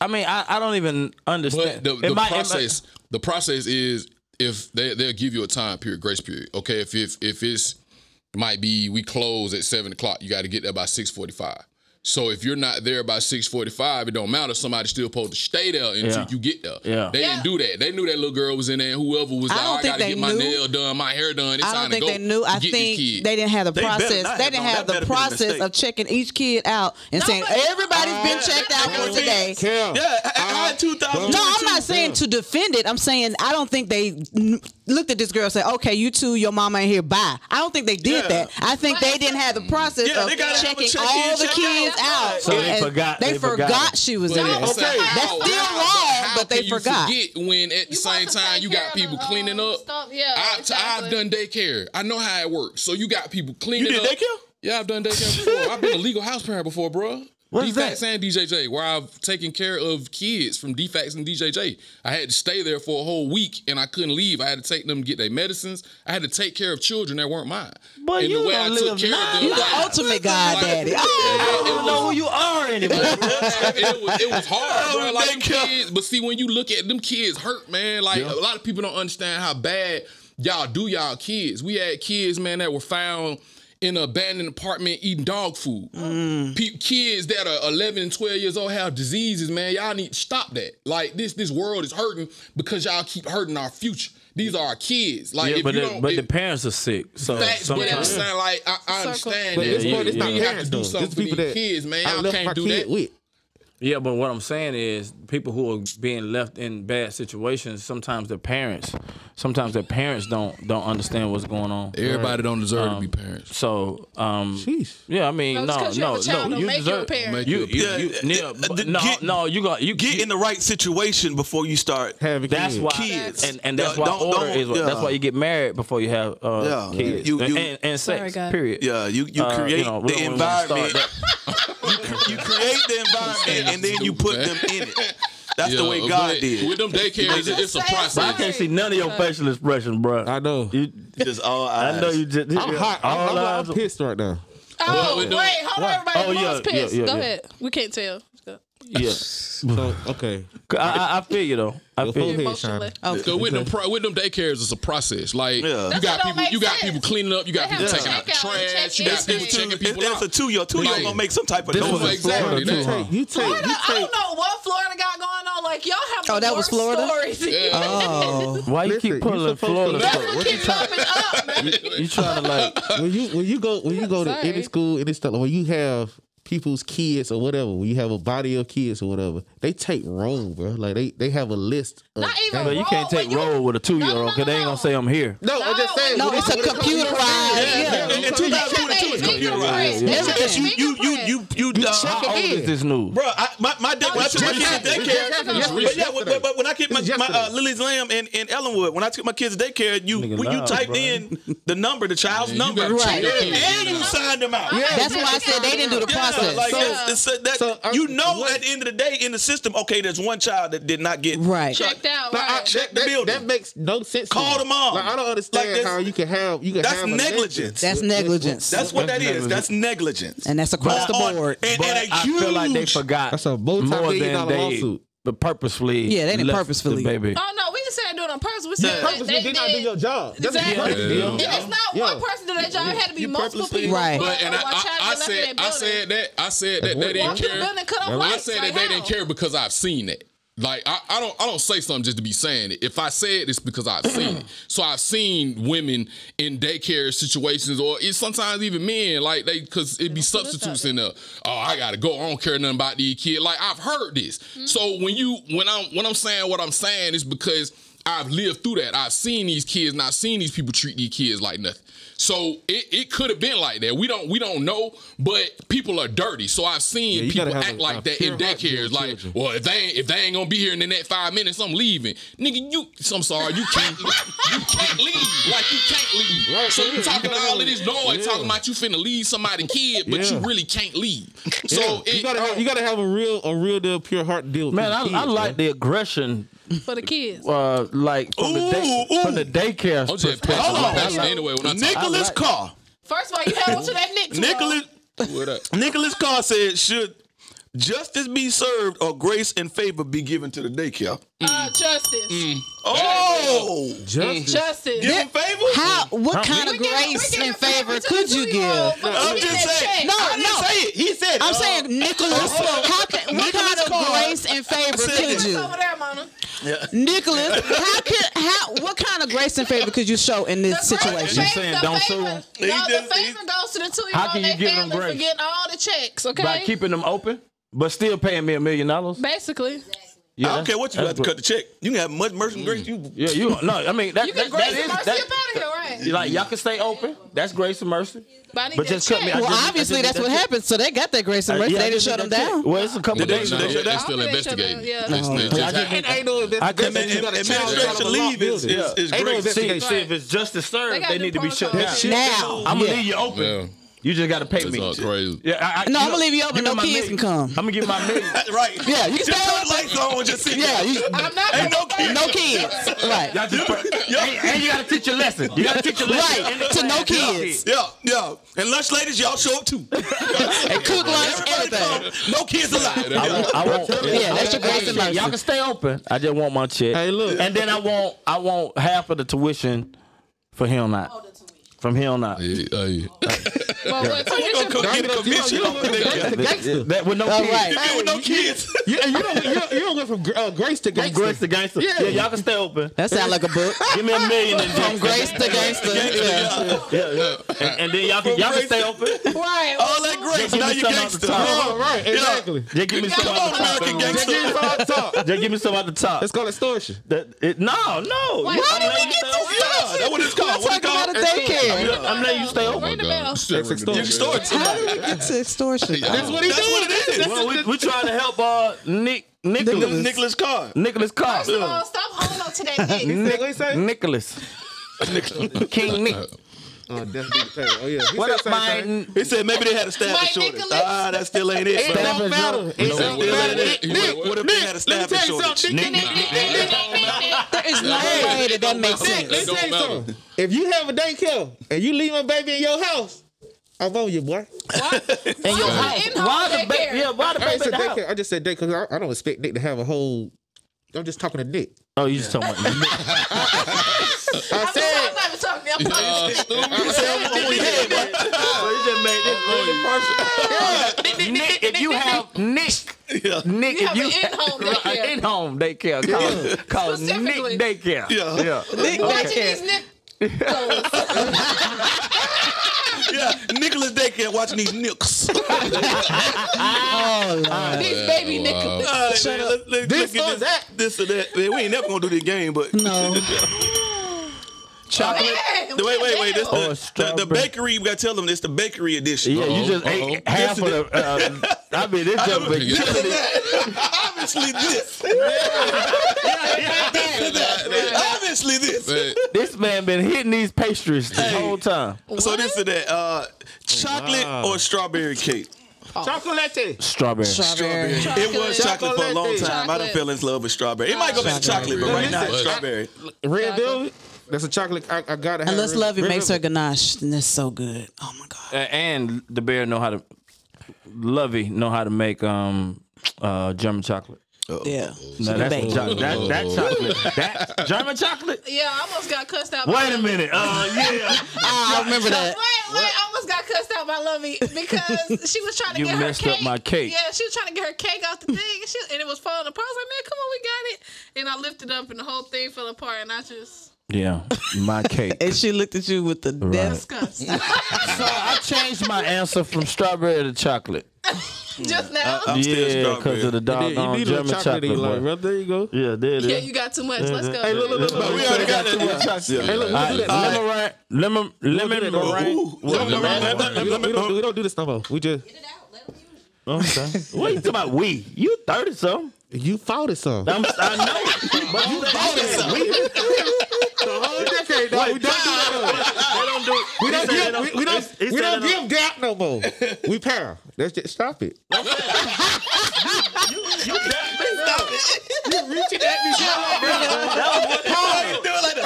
Speaker 2: I mean I, I don't even
Speaker 5: But
Speaker 2: understand
Speaker 5: the,
Speaker 2: It
Speaker 5: the
Speaker 2: might- it might-
Speaker 5: process, the process is if they they'll give you a time period, grace period. Okay, if if if it's might be we close at seven o'clock, you got to get there by six forty five. So if you're not there by six forty five, it don't matter. Somebody still supposed to stay there until
Speaker 2: Yeah.
Speaker 5: you get there.
Speaker 2: Yeah.
Speaker 5: they
Speaker 4: Yeah.
Speaker 5: didn't do that. They knew that little girl was in there. and Whoever was
Speaker 8: I
Speaker 5: like,
Speaker 8: don't
Speaker 5: oh, I
Speaker 8: think
Speaker 5: gotta
Speaker 8: they
Speaker 5: get my
Speaker 8: knew.
Speaker 5: nail done, my hair done. It's
Speaker 8: I
Speaker 5: time
Speaker 8: don't
Speaker 5: to
Speaker 8: think
Speaker 5: go
Speaker 8: they knew. I
Speaker 5: get this
Speaker 8: think
Speaker 5: kid.
Speaker 8: they didn't have the
Speaker 3: better not
Speaker 8: process.
Speaker 3: have
Speaker 8: They didn't
Speaker 3: known.
Speaker 8: have
Speaker 3: That
Speaker 8: the
Speaker 3: better been a
Speaker 8: process
Speaker 3: mistake.
Speaker 8: of checking each kid out and saying
Speaker 4: Nobody-
Speaker 8: everybody's been checked out for
Speaker 3: Nobody-
Speaker 8: today.
Speaker 1: Cam.
Speaker 3: yeah, I, I had two thousand.
Speaker 8: No, I'm not saying to defend it. I'm saying I don't think they n- looked at this girl and said, "Okay, you two, your mama ain't here." Bye. I don't think they did
Speaker 3: Yeah.
Speaker 8: that. I think they didn't have the process
Speaker 3: Yeah,
Speaker 8: of
Speaker 3: they gotta have a
Speaker 8: checking
Speaker 3: check-in,
Speaker 8: all the
Speaker 3: check-out.
Speaker 8: kids out.
Speaker 2: So they
Speaker 8: And
Speaker 2: forgot-
Speaker 8: They,
Speaker 2: they
Speaker 8: forgot,
Speaker 2: forgot.
Speaker 8: she was in
Speaker 5: But
Speaker 8: there.
Speaker 5: at the same
Speaker 1: Okay.
Speaker 5: time,
Speaker 8: That's still
Speaker 5: how-
Speaker 8: wrong,
Speaker 5: how
Speaker 8: but they
Speaker 5: can you
Speaker 8: forgot.
Speaker 5: forget when at the same time you got people cleaning up.
Speaker 4: Yeah,
Speaker 5: I've,
Speaker 4: exactly.
Speaker 5: I've done daycare. I know how it works. So you got people cleaning
Speaker 3: You did
Speaker 5: up.
Speaker 3: daycare?
Speaker 5: Yeah, I've done daycare before. I've been a legal house parent before, bro.
Speaker 2: What is
Speaker 5: DFAX
Speaker 2: that?
Speaker 5: and DJJ, where I've taken care of kids from DFAX and DJJ. I had to stay there for a whole week and I couldn't leave. I had to take them to get their medicines. I you done lived life. I had to take care of children that weren't mine.
Speaker 2: Boy,
Speaker 5: and
Speaker 2: you done lived life.
Speaker 8: You the ultimate god daddy. Oh,
Speaker 2: I don't even know who you are anymore.
Speaker 5: it, was, it was hard,
Speaker 1: Oh,
Speaker 5: bro. Like them kids, but see, when you look at them kids, hurt, man. Like a lot of people don't understand how bad y'all do y'all kids. We had kids, man, that were found in an abandoned apartment eating dog food.
Speaker 1: Mm.
Speaker 5: Pe- kids that are 11 and 12 years old have diseases, man. Y'all need to stop that. Like this, this world is hurting because y'all keep hurting our future. These are our kids.
Speaker 4: Uh,
Speaker 5: Like
Speaker 2: yeah,
Speaker 5: if
Speaker 2: but
Speaker 5: you
Speaker 2: the,
Speaker 5: don't,
Speaker 2: but
Speaker 5: it-
Speaker 2: the parents are sick. So
Speaker 5: Facts, but I'm
Speaker 2: sometimes
Speaker 5: saying like I, I understand
Speaker 1: But
Speaker 5: that.
Speaker 1: it's
Speaker 2: yeah,
Speaker 1: more, it's
Speaker 2: yeah.
Speaker 1: not
Speaker 5: We have to
Speaker 1: parents
Speaker 5: do
Speaker 1: though.
Speaker 5: something
Speaker 1: It's
Speaker 5: for
Speaker 1: people
Speaker 5: these
Speaker 1: that
Speaker 5: kids, man.
Speaker 1: I
Speaker 5: Y'all
Speaker 1: left
Speaker 5: can't
Speaker 1: my
Speaker 5: do
Speaker 1: kid
Speaker 5: that.
Speaker 1: with.
Speaker 2: Yeah, but what I'm saying is people who are being left in bad situations, sometimes their parents, sometimes their parents don't don't understand what's going on.
Speaker 5: Everybody don't deserve
Speaker 2: Um,
Speaker 5: to be parents.
Speaker 2: So, um
Speaker 1: Jeez.
Speaker 2: yeah, I mean,
Speaker 4: No, just
Speaker 2: no,
Speaker 4: 'cause you have
Speaker 2: no,
Speaker 4: a
Speaker 2: no,
Speaker 4: child don't
Speaker 2: you
Speaker 4: make you a
Speaker 2: deserve
Speaker 4: parent.
Speaker 2: you, you,
Speaker 3: Yeah,
Speaker 2: you, yeah,
Speaker 3: uh,
Speaker 2: but
Speaker 3: the-
Speaker 2: no,
Speaker 3: get-
Speaker 2: no, you got you
Speaker 3: Get
Speaker 2: you-
Speaker 3: in the right situation before you start.
Speaker 1: Having
Speaker 2: That's
Speaker 1: kids.
Speaker 2: why
Speaker 3: Kids.
Speaker 2: and and that's
Speaker 3: Yeah,
Speaker 2: why
Speaker 3: don't-
Speaker 2: order
Speaker 3: don't-
Speaker 2: is what, that's
Speaker 3: yeah.
Speaker 2: why you get married before you have uh,
Speaker 3: Yeah.
Speaker 2: kids
Speaker 3: You- you-
Speaker 2: and, and
Speaker 4: Sorry,
Speaker 2: sex.
Speaker 4: God.
Speaker 2: period.
Speaker 3: Yeah, you you
Speaker 2: Uh,
Speaker 3: create
Speaker 2: know, we
Speaker 3: the
Speaker 2: don't wanna start
Speaker 3: environment.
Speaker 2: that.
Speaker 3: you create the environment and then you put them in it. That's the way God
Speaker 5: With
Speaker 3: did.
Speaker 5: them daycares, it's a process.
Speaker 2: But I can't see none of your facial expressions, bro.
Speaker 1: I know.
Speaker 2: You,
Speaker 3: Just all eyes.
Speaker 2: I know you just.
Speaker 1: I'm hot.
Speaker 2: All
Speaker 1: I'm, I'm,
Speaker 2: eyes
Speaker 1: I'm
Speaker 2: are-
Speaker 1: pissed right now.
Speaker 4: Oh,
Speaker 5: we
Speaker 4: wait,
Speaker 5: doing?
Speaker 4: hold on, everybody.
Speaker 2: Oh,
Speaker 4: Oh,
Speaker 2: yeah, yeah,
Speaker 4: pissed.
Speaker 2: yeah,
Speaker 4: Go
Speaker 2: yeah.
Speaker 4: ahead. We can't tell. Go.
Speaker 2: Yeah,
Speaker 1: So okay,
Speaker 2: I, I, I feel you though. I
Speaker 1: Your
Speaker 2: feel
Speaker 1: forehead
Speaker 2: you.
Speaker 4: Emotionally.
Speaker 1: shining.
Speaker 5: So with them pro- with them daycares, it's a process. Like
Speaker 3: Yeah.
Speaker 5: you
Speaker 3: That's
Speaker 5: got
Speaker 4: what
Speaker 5: people,
Speaker 4: don't
Speaker 5: you
Speaker 4: make
Speaker 5: got
Speaker 4: sense.
Speaker 5: people cleaning up, you got
Speaker 4: They
Speaker 5: people
Speaker 4: have
Speaker 5: taking out the
Speaker 4: check out and
Speaker 5: trash,
Speaker 4: check
Speaker 5: you got
Speaker 4: everything.
Speaker 5: people checking people
Speaker 3: That's a
Speaker 5: out.
Speaker 3: two year. Two year
Speaker 5: Yeah.
Speaker 3: gonna make some type of
Speaker 2: This was
Speaker 3: noise.
Speaker 2: in Florida
Speaker 5: Exactly.
Speaker 2: too.
Speaker 5: That's
Speaker 2: huh?
Speaker 5: right.
Speaker 1: you take
Speaker 4: Florida,
Speaker 1: you
Speaker 4: I
Speaker 1: take.
Speaker 4: don't know what Florida got going on. Like y'all have the
Speaker 8: Oh, that was
Speaker 4: worst
Speaker 8: Florida?
Speaker 4: stories.
Speaker 8: oh.
Speaker 2: Why you
Speaker 1: Listen,
Speaker 2: keep
Speaker 1: you
Speaker 2: pulling
Speaker 1: supposed to
Speaker 2: Florida?
Speaker 1: laugh.
Speaker 2: stuff?
Speaker 4: That's what
Speaker 1: What you
Speaker 4: keeps popping up. man.
Speaker 2: You trying to like?
Speaker 1: when you when you go when you go to
Speaker 4: Sorry.
Speaker 1: any school any stuff when you have people's kids or whatever when you have a body of kids or whatever they take roll bro like they they have a list of
Speaker 4: Not even
Speaker 1: things.
Speaker 2: But you
Speaker 4: Roll
Speaker 2: can't take
Speaker 4: when you-
Speaker 2: roll with a two year old because they ain't gonna say "Oh, I'm here.
Speaker 1: no, I'm just saying
Speaker 8: No,
Speaker 1: when
Speaker 8: it's a
Speaker 1: they-
Speaker 8: computerized.
Speaker 1: yeah,
Speaker 8: Yeah.
Speaker 1: you
Speaker 3: And
Speaker 1: come-
Speaker 3: two year two and two is computerized. That's you you you you you.
Speaker 2: How
Speaker 1: check
Speaker 2: old
Speaker 1: it
Speaker 2: is
Speaker 1: in.
Speaker 2: this news?
Speaker 3: Bro, I, my my day, when I took my kids to daycare, but yeah, but, but, but when I get my,
Speaker 1: This is
Speaker 3: my uh,
Speaker 1: yesterday.
Speaker 3: Lily's Lamb in, in Ellenwood, when I took my kids to daycare, you
Speaker 2: Nigga
Speaker 3: when you
Speaker 2: loud,
Speaker 3: typed
Speaker 2: bro.
Speaker 3: in the number, the child's
Speaker 5: Yeah, you
Speaker 3: number,
Speaker 5: gotta
Speaker 8: check
Speaker 5: your kids.
Speaker 3: and you signed them out.
Speaker 8: That's why I said they didn't do the
Speaker 3: Yeah,
Speaker 8: process.
Speaker 3: like it's- it's- uh, that,
Speaker 1: So, uh,
Speaker 3: you know,
Speaker 1: what-
Speaker 3: at the end of the day, in the system, okay, there's one child that did not get
Speaker 8: Right.
Speaker 4: checked out.
Speaker 1: Like, I,
Speaker 4: Right.
Speaker 1: that,
Speaker 3: the
Speaker 1: that,
Speaker 3: building.
Speaker 1: that makes no sense. to
Speaker 3: Call
Speaker 1: me.
Speaker 3: the mom.
Speaker 1: Like, I don't
Speaker 3: Like,
Speaker 1: understand
Speaker 3: that's-
Speaker 1: how you can have you can
Speaker 3: That's
Speaker 1: have a
Speaker 3: negligence.
Speaker 8: That's negligence.
Speaker 3: That's what that is. That's negligence.
Speaker 8: and that's across
Speaker 3: But
Speaker 8: the
Speaker 3: on-
Speaker 8: board.
Speaker 3: and, and a
Speaker 2: I
Speaker 3: huge,
Speaker 2: feel like they forgot.
Speaker 1: That's a multi-billion
Speaker 2: more than
Speaker 1: dollar
Speaker 2: they-
Speaker 1: lawsuit.
Speaker 2: But purposefully,
Speaker 8: Yeah, they didn't
Speaker 2: left
Speaker 8: purposefully.
Speaker 2: the baby.
Speaker 4: Oh no, we just said do it on purpose. We said
Speaker 1: You
Speaker 4: that
Speaker 1: purposely
Speaker 4: they
Speaker 1: did not do your job. That's
Speaker 4: Exactly.
Speaker 1: a crazy deal.
Speaker 4: And it's not
Speaker 1: Yeah.
Speaker 4: one person did that job. It had to be
Speaker 3: You
Speaker 4: multiple
Speaker 3: purposely-
Speaker 4: people.
Speaker 8: Right.
Speaker 5: But and I,
Speaker 4: While
Speaker 5: I,
Speaker 4: child
Speaker 5: I
Speaker 4: left in
Speaker 5: said
Speaker 4: that
Speaker 5: I
Speaker 4: building.
Speaker 5: said that I said that they didn't
Speaker 4: Walk through the
Speaker 5: care.
Speaker 4: building, cut off
Speaker 5: I
Speaker 4: lights,
Speaker 5: said
Speaker 4: like,
Speaker 5: that they didn't
Speaker 4: how?
Speaker 5: care because I've seen it. Like I, I don't I don't say something just to be saying it. If I say it, it's because I've seen it. So I've seen women in daycare situations, or it's sometimes even men. Like they, because it'd be substitutes in there. Oh, I gotta go. I don't care nothing about these kids. Like I've heard this. So when you when I'm when I'm saying what I'm saying is because I've lived through that. I've seen these kids, and I've seen these people treat these kids like nothing. So it, it could have been like that. We don't we don't know, but people are dirty. So I've seen
Speaker 1: Yeah, you
Speaker 5: people
Speaker 1: gotta have
Speaker 5: act
Speaker 1: a-
Speaker 5: like
Speaker 1: a
Speaker 5: that
Speaker 1: pure
Speaker 5: in
Speaker 1: heart to deal
Speaker 5: daycares.
Speaker 1: with
Speaker 5: Like,
Speaker 1: children.
Speaker 5: well, if they ain't, if they ain't gonna be here in the next five minutes, I'm leaving. Nigga, you. I'm sorry, you can't you can't leave. Like you can't leave.
Speaker 1: Right,
Speaker 5: so
Speaker 1: yeah,
Speaker 5: you
Speaker 1: you
Speaker 5: talking
Speaker 1: gotta
Speaker 5: all
Speaker 1: have-
Speaker 5: of this noise,
Speaker 1: yeah.
Speaker 5: talking about you finna leave somebody kid, but you
Speaker 1: Yeah.
Speaker 5: really can't leave. So it,
Speaker 1: Yeah.
Speaker 5: oh.
Speaker 1: you gotta have, you gotta have a real a real deal pure heart deal. with
Speaker 2: Man,
Speaker 1: these
Speaker 2: I,
Speaker 1: kids,
Speaker 2: I
Speaker 1: bro.
Speaker 2: like the aggression,
Speaker 4: for the kids.
Speaker 2: uh, like from, the, day,
Speaker 3: Ooh, ooh.
Speaker 2: from the daycare.
Speaker 5: I'm just
Speaker 2: perspective.
Speaker 5: passing
Speaker 3: Hold on.
Speaker 5: I'm passing anyway when I talk.
Speaker 2: I
Speaker 3: Nicholas
Speaker 2: like-
Speaker 3: Carr.
Speaker 4: First of all, you held on to that Nick.
Speaker 3: Nicholas
Speaker 5: What up?
Speaker 3: Nicholas Carr said, "Should justice be served or grace and favor be given to the daycare?"
Speaker 4: uh, justice,
Speaker 3: Oh,
Speaker 1: justice.
Speaker 4: justice.
Speaker 3: give him favor.
Speaker 8: How? What kind
Speaker 4: We
Speaker 8: of
Speaker 4: giving-
Speaker 8: grace
Speaker 4: we giving
Speaker 8: and
Speaker 4: favor
Speaker 8: favor
Speaker 4: to
Speaker 8: could
Speaker 4: the
Speaker 8: you
Speaker 4: two-year-old
Speaker 8: give?
Speaker 4: for
Speaker 3: I'm
Speaker 4: getting
Speaker 3: just
Speaker 4: that
Speaker 3: saying.
Speaker 4: check.
Speaker 8: No,
Speaker 3: I didn't
Speaker 8: no.
Speaker 3: say it. He said.
Speaker 8: I'm
Speaker 3: it.
Speaker 8: saying Nicholas. How can, what kind of
Speaker 3: Carr
Speaker 8: grace and favor
Speaker 3: said
Speaker 8: could
Speaker 3: that-
Speaker 8: you?
Speaker 4: Over there, Mona.
Speaker 8: Nicholas, how could how what kind of grace and favor could you show in this
Speaker 4: The favor-
Speaker 8: situation?
Speaker 4: the
Speaker 2: saying
Speaker 4: favor-
Speaker 2: don't sue 'em?
Speaker 4: No,
Speaker 3: He
Speaker 4: the
Speaker 3: just-
Speaker 4: favor
Speaker 3: he-
Speaker 4: goes to the two-year-old.
Speaker 2: How can you
Speaker 4: and
Speaker 2: give
Speaker 4: their
Speaker 2: 'em
Speaker 4: family for
Speaker 2: grace?
Speaker 4: getting all the checks? Okay.
Speaker 2: By keeping them open, but still paying me a million dollars.
Speaker 4: Basically,
Speaker 2: Yeah,
Speaker 3: I don't
Speaker 2: that's-
Speaker 3: care what you do, I have
Speaker 2: that's
Speaker 3: to cut the check. You can have much mercy and
Speaker 8: Mm.
Speaker 3: grace. You
Speaker 2: Yeah, you no. I mean, that,
Speaker 4: you
Speaker 2: that, that
Speaker 4: can grace
Speaker 2: is
Speaker 4: and mercy up
Speaker 2: that.
Speaker 4: out of here, right?
Speaker 2: Like y'all can stay open. That's grace and mercy.
Speaker 4: But, I need
Speaker 2: But
Speaker 4: that
Speaker 2: just cut me-
Speaker 4: check.
Speaker 2: I
Speaker 8: Well,
Speaker 2: just- I
Speaker 8: obviously
Speaker 2: just-
Speaker 8: that's what happened. So they got that grace and
Speaker 2: I-
Speaker 8: mercy.
Speaker 2: Uh, yeah, I
Speaker 8: They didn't
Speaker 2: just
Speaker 8: shut them
Speaker 2: did that
Speaker 8: down.
Speaker 2: shit. Well, it's a couple
Speaker 5: They,
Speaker 2: days.
Speaker 5: they-
Speaker 2: now.
Speaker 5: they- they
Speaker 4: I
Speaker 5: still
Speaker 4: think they
Speaker 5: investigating.
Speaker 4: should've, yeah.
Speaker 5: They still-
Speaker 8: Oh,
Speaker 5: they
Speaker 2: I just-
Speaker 5: just-
Speaker 1: And ain't no
Speaker 2: couldn't-
Speaker 1: investigation. You gotta
Speaker 3: administration
Speaker 1: child out of
Speaker 3: leave
Speaker 1: the
Speaker 3: is-
Speaker 1: building.
Speaker 3: is- is
Speaker 1: Ain't no
Speaker 3: grace.
Speaker 2: See,
Speaker 1: investigation.
Speaker 2: see, if it's justice served,
Speaker 4: They
Speaker 2: they,
Speaker 4: got
Speaker 2: need to
Speaker 4: the
Speaker 2: be shut down.
Speaker 4: protocols.
Speaker 8: Now,
Speaker 2: I'm gonna
Speaker 8: yeah.
Speaker 2: leave you open.
Speaker 5: Yeah.
Speaker 2: You just gotta pay
Speaker 5: It's
Speaker 2: me.
Speaker 5: all crazy.
Speaker 2: Yeah, I, I,
Speaker 8: No, I'ma leave you up and no kids can come.
Speaker 2: I'm gonna get my million.
Speaker 3: Right.
Speaker 8: Yeah, you can
Speaker 3: Just
Speaker 8: stay
Speaker 3: turn
Speaker 8: up.
Speaker 3: the lights on and just sit
Speaker 8: Yeah,
Speaker 3: there.
Speaker 8: you,
Speaker 4: I'm not
Speaker 3: Ain't no kids.
Speaker 8: no kids. Right.
Speaker 2: Y'all just put- and, and you gotta teach your lesson. You gotta teach your lesson.
Speaker 8: Right,
Speaker 2: in the
Speaker 8: to no
Speaker 2: class. Yeah.
Speaker 8: kids.
Speaker 3: Yeah, yeah. And lunch ladies, y'all show up too.
Speaker 8: And cook lunch,
Speaker 3: Everybody
Speaker 8: everything.
Speaker 3: come. No kids allowed.
Speaker 2: I want, I want,
Speaker 8: Yeah, that's your grace and mercy.
Speaker 2: Y'all can stay open. I just want my check.
Speaker 1: Hey, look.
Speaker 2: And then I want I want half of the tuition for him not. From here on out.
Speaker 5: Yeah, uh, yeah.
Speaker 4: Well, when
Speaker 3: Gonna
Speaker 4: tuition,
Speaker 3: come get a commission off of that.
Speaker 1: That's a gangster.
Speaker 2: That with no
Speaker 8: All
Speaker 2: kids.
Speaker 8: right.
Speaker 3: If it with no kids.
Speaker 1: You, you don't, you, don't- you don't go from gr- uh, grace to
Speaker 2: From
Speaker 1: gangster.
Speaker 2: grace to gangster.
Speaker 1: Yeah.
Speaker 2: Yeah. y'all can stay open.
Speaker 8: That sounds like a book.
Speaker 2: Give me a million and
Speaker 8: From
Speaker 2: just,
Speaker 8: grace to gangster. Yeah.
Speaker 2: yeah, yeah. And, and then y'all can y'all can stay open.
Speaker 4: right?
Speaker 3: All that grace,
Speaker 2: Give
Speaker 3: now
Speaker 2: me
Speaker 3: you
Speaker 2: some out the
Speaker 3: gangster.
Speaker 2: top.
Speaker 1: Oh, right, exactly.
Speaker 2: Just give me some out
Speaker 3: Come on,
Speaker 2: the top.
Speaker 3: American
Speaker 1: Just give
Speaker 3: gangster.
Speaker 1: it all the top.
Speaker 2: Just give me some out the top.
Speaker 1: Let's call extortion.
Speaker 2: That, it, no, no.
Speaker 4: Why
Speaker 2: You-
Speaker 4: did
Speaker 2: I'm
Speaker 4: we
Speaker 2: letting you
Speaker 4: get
Speaker 2: stay
Speaker 4: this
Speaker 2: open.
Speaker 3: Yeah, that's what it's called. What it's
Speaker 8: Talking
Speaker 3: called.
Speaker 8: about a daycare.
Speaker 2: I'm letting you stay open.
Speaker 4: Ring the bell.
Speaker 5: Shit,
Speaker 1: It's
Speaker 5: ring the
Speaker 1: extortion.
Speaker 8: How
Speaker 3: Extort
Speaker 5: bell.
Speaker 3: somebody.
Speaker 8: did we get to extortion?
Speaker 1: That's what he
Speaker 3: That's
Speaker 1: doing.
Speaker 3: what it is.
Speaker 2: Well, we we trying to help uh Nick Nicholas
Speaker 3: Nicholas Carr.
Speaker 2: Nicholas Cox.
Speaker 4: First of all, stop holding on to that dick.
Speaker 1: Nick, what he say?
Speaker 2: Nicholas. King Nick.
Speaker 1: Oh, that's the potato. Oh, yeah. He
Speaker 2: What
Speaker 1: said
Speaker 2: up,
Speaker 1: same thing.
Speaker 2: mine?
Speaker 3: He said maybe they had a staffing
Speaker 4: Mike
Speaker 3: shortage.
Speaker 4: Nicholas.
Speaker 3: Ah, that still ain't it.
Speaker 1: It
Speaker 3: bro.
Speaker 1: don't matter. It
Speaker 5: No,
Speaker 1: don't
Speaker 5: what about
Speaker 1: matter.
Speaker 5: it?
Speaker 1: Nick,
Speaker 5: What
Speaker 1: Nick,
Speaker 5: about it?
Speaker 3: What if they had a
Speaker 1: let me
Speaker 3: staffing
Speaker 1: tell you
Speaker 3: shortage?
Speaker 1: something. Nick, Nick, Nick, Nick, Nick, Nick,
Speaker 8: There is no way that that makes
Speaker 1: Nick, let
Speaker 8: sense.
Speaker 1: me tell
Speaker 5: Don't
Speaker 1: you
Speaker 5: matter. Uh,
Speaker 1: something. If you have a daycare and you leave my baby in your house, I'm on you, boy.
Speaker 4: In your house.
Speaker 2: Why the baby? Yeah, why the
Speaker 1: I, ain't
Speaker 2: baby?
Speaker 1: said
Speaker 2: in the house?
Speaker 1: daycare. I just said daycare 'cause I, I don't expect Nick to have a whole. I'm just talking to Nick.
Speaker 2: Oh, you just talking about Nick.
Speaker 1: I said.
Speaker 4: I'm not even talking. I'm not even talking.
Speaker 2: So you just made this really personal. Nick, if you have Nick, Nick,
Speaker 4: You
Speaker 2: if
Speaker 4: have
Speaker 2: you
Speaker 4: an in-home
Speaker 2: in
Speaker 4: daycare.
Speaker 2: home daycare, call, call
Speaker 4: Specifically.
Speaker 2: Nick daycare.
Speaker 3: Yeah.
Speaker 4: Nick watching these Nick.
Speaker 3: Yeah, Nicholas Daycare watching these nicks.
Speaker 8: Oh, Lord.
Speaker 4: These baby Nicholas.
Speaker 3: Shut man, up. Let,
Speaker 1: This
Speaker 3: get
Speaker 1: or
Speaker 3: this,
Speaker 1: that.
Speaker 3: This or that. Man, we ain't never gonna do this game, but
Speaker 8: No.
Speaker 3: chocolate.
Speaker 4: Man,
Speaker 3: wait, wait, wait. This
Speaker 2: Or
Speaker 3: the, the, the
Speaker 2: strawberry.
Speaker 3: bakery. We gotta tell them it's the bakery edition.
Speaker 2: Yeah, you just
Speaker 5: Uh-oh,
Speaker 2: ate half of the. Uh, I mean, it's just been
Speaker 5: Yeah.
Speaker 2: killing it.
Speaker 3: Obviously this. Obviously this.
Speaker 5: Man,
Speaker 2: This man been hitting these pastries the whole time.
Speaker 3: So this or that. Uh, chocolate or strawberry cake.
Speaker 1: Chocolate.
Speaker 2: Strawberry.
Speaker 8: Strawberry.
Speaker 3: It was chocolate for a long
Speaker 1: Chocolate.
Speaker 3: time. I done fell in love with strawberry. It might go back to chocolate, but right now it's strawberry.
Speaker 1: Red velvet. That's a chocolate. I, I gotta have.
Speaker 8: Unless
Speaker 1: red-
Speaker 8: love you
Speaker 1: red
Speaker 8: makes her
Speaker 1: velvet.
Speaker 8: ganache, and that's so good. Oh my god.
Speaker 2: and the bear know how to. Lovey know how to make um uh German chocolate.
Speaker 8: Yeah.
Speaker 2: No, that's
Speaker 8: Bake.
Speaker 2: cho- that, that chocolate. That German chocolate.
Speaker 4: Yeah, I almost got cussed out. by
Speaker 2: Wait a minute. Uh, yeah.
Speaker 8: Ah, I remember that.
Speaker 4: Wait, wait, I almost got cussed out by Lovey because she was trying to
Speaker 2: You
Speaker 4: get
Speaker 2: messed
Speaker 4: her
Speaker 2: up
Speaker 4: cake.
Speaker 2: my cake.
Speaker 4: Yeah, she was trying to get her cake off the thing, and, she, and it was falling apart. I was like, "Man, come on, we got it!" And I lifted up, and the whole thing fell apart, and I just
Speaker 2: Yeah, my cake.
Speaker 8: And she looked at you with the death.
Speaker 4: cussed
Speaker 2: So uh, I changed my answer from strawberry to chocolate.
Speaker 4: just now.
Speaker 2: Uh-uh.
Speaker 3: I'm still
Speaker 2: yeah,
Speaker 3: strawberry.
Speaker 2: because of the
Speaker 1: Yeah,
Speaker 2: doggone
Speaker 1: you need a little
Speaker 2: German
Speaker 1: chocolate.
Speaker 2: chocolate.
Speaker 1: in your life,
Speaker 2: boy.
Speaker 1: brother. There you go.
Speaker 2: yeah, there it is.
Speaker 4: yeah, you got too much. Let's go.
Speaker 1: Hey, look, look, look.
Speaker 2: But
Speaker 1: look.
Speaker 3: we already got that.
Speaker 1: Hey, look,
Speaker 2: All
Speaker 1: we do
Speaker 2: right,
Speaker 1: that. now.
Speaker 2: lemon rind, lemon, lemon
Speaker 1: that, right?
Speaker 2: meringue.
Speaker 3: Ooh, lemon meringue.
Speaker 1: We don't, we, don't, do- we don't do this no more. We just
Speaker 9: Get it out. Let them use it.
Speaker 2: Okay. What you talking about? We? You thirty something?
Speaker 1: you fought it some.
Speaker 2: I'm, I know, but you thought
Speaker 1: whole decade, dog. We don't do that. no more.
Speaker 2: They don't do.
Speaker 1: We don't
Speaker 2: he said
Speaker 1: give. We, we
Speaker 2: he
Speaker 1: don't.
Speaker 2: said
Speaker 1: We
Speaker 2: they
Speaker 1: don't give gap no more. We pound. That's just stop it.
Speaker 3: Stop it.
Speaker 1: You reaching at me, girl, bro.
Speaker 3: Why you doing like that?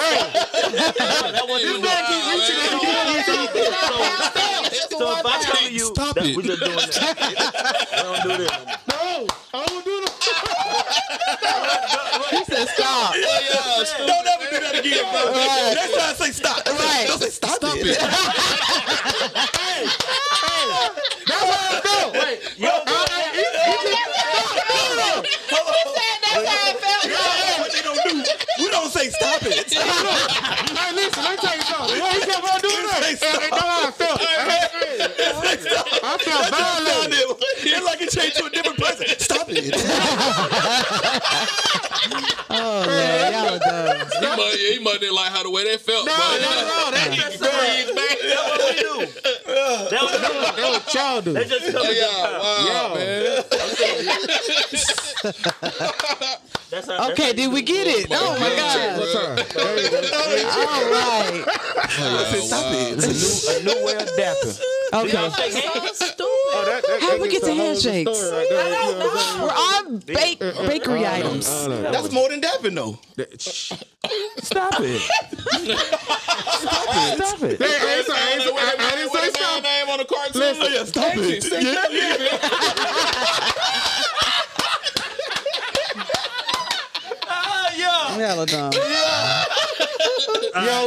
Speaker 1: This man keep reaching at me.
Speaker 2: So if I tell you,
Speaker 5: Stop
Speaker 2: that
Speaker 5: it.
Speaker 2: we just doing that. We don't do this.
Speaker 1: No, I don't do the.
Speaker 8: He said, "Stop."
Speaker 3: Don't ever do that again, bro. Next time I say stop.
Speaker 8: Right.
Speaker 3: Don't say stop,
Speaker 5: Stop
Speaker 3: it.
Speaker 5: it.
Speaker 1: That's how I felt. Wait,
Speaker 2: You don't do that.
Speaker 3: That's what they don't do. We don't say stop it.
Speaker 1: hey, listen. Let me tell you something. What he kept on doing that?
Speaker 3: Say
Speaker 1: And they know how I felt. I felt violated.
Speaker 3: It's like it changed to a different person. Stop it.
Speaker 8: Oh, man, y'all are dumb.
Speaker 5: he might, he might didn't like how the way that felt.
Speaker 1: No,
Speaker 5: but-
Speaker 1: no, no, that
Speaker 2: That's what we do. That was good.
Speaker 1: that was childish.
Speaker 2: They just come and just
Speaker 5: Yeah, wow,
Speaker 1: Yo.
Speaker 5: man.
Speaker 2: That's how,
Speaker 8: Okay, did we get it? Oh my
Speaker 1: Check
Speaker 8: god.
Speaker 1: one time.
Speaker 8: All right.
Speaker 3: Stop it.
Speaker 2: a new way of dapping.
Speaker 8: Okay.
Speaker 4: so stupid.
Speaker 1: Oh, that- that-
Speaker 8: How
Speaker 1: that
Speaker 8: we
Speaker 1: gets
Speaker 8: get to
Speaker 1: a whole other
Speaker 8: handshakes?
Speaker 1: story right there, you know what
Speaker 8: We're on bake, bakery items.
Speaker 1: I'm saying?
Speaker 3: That's more than dapping though.
Speaker 2: Stop it. Stop it.
Speaker 1: Hey, hey, it's all right, it's all right. I didn't say stop.
Speaker 5: name on the cartoon.
Speaker 1: Listen.
Speaker 5: yeah, stop it.
Speaker 8: Hella dumb.
Speaker 1: Yo,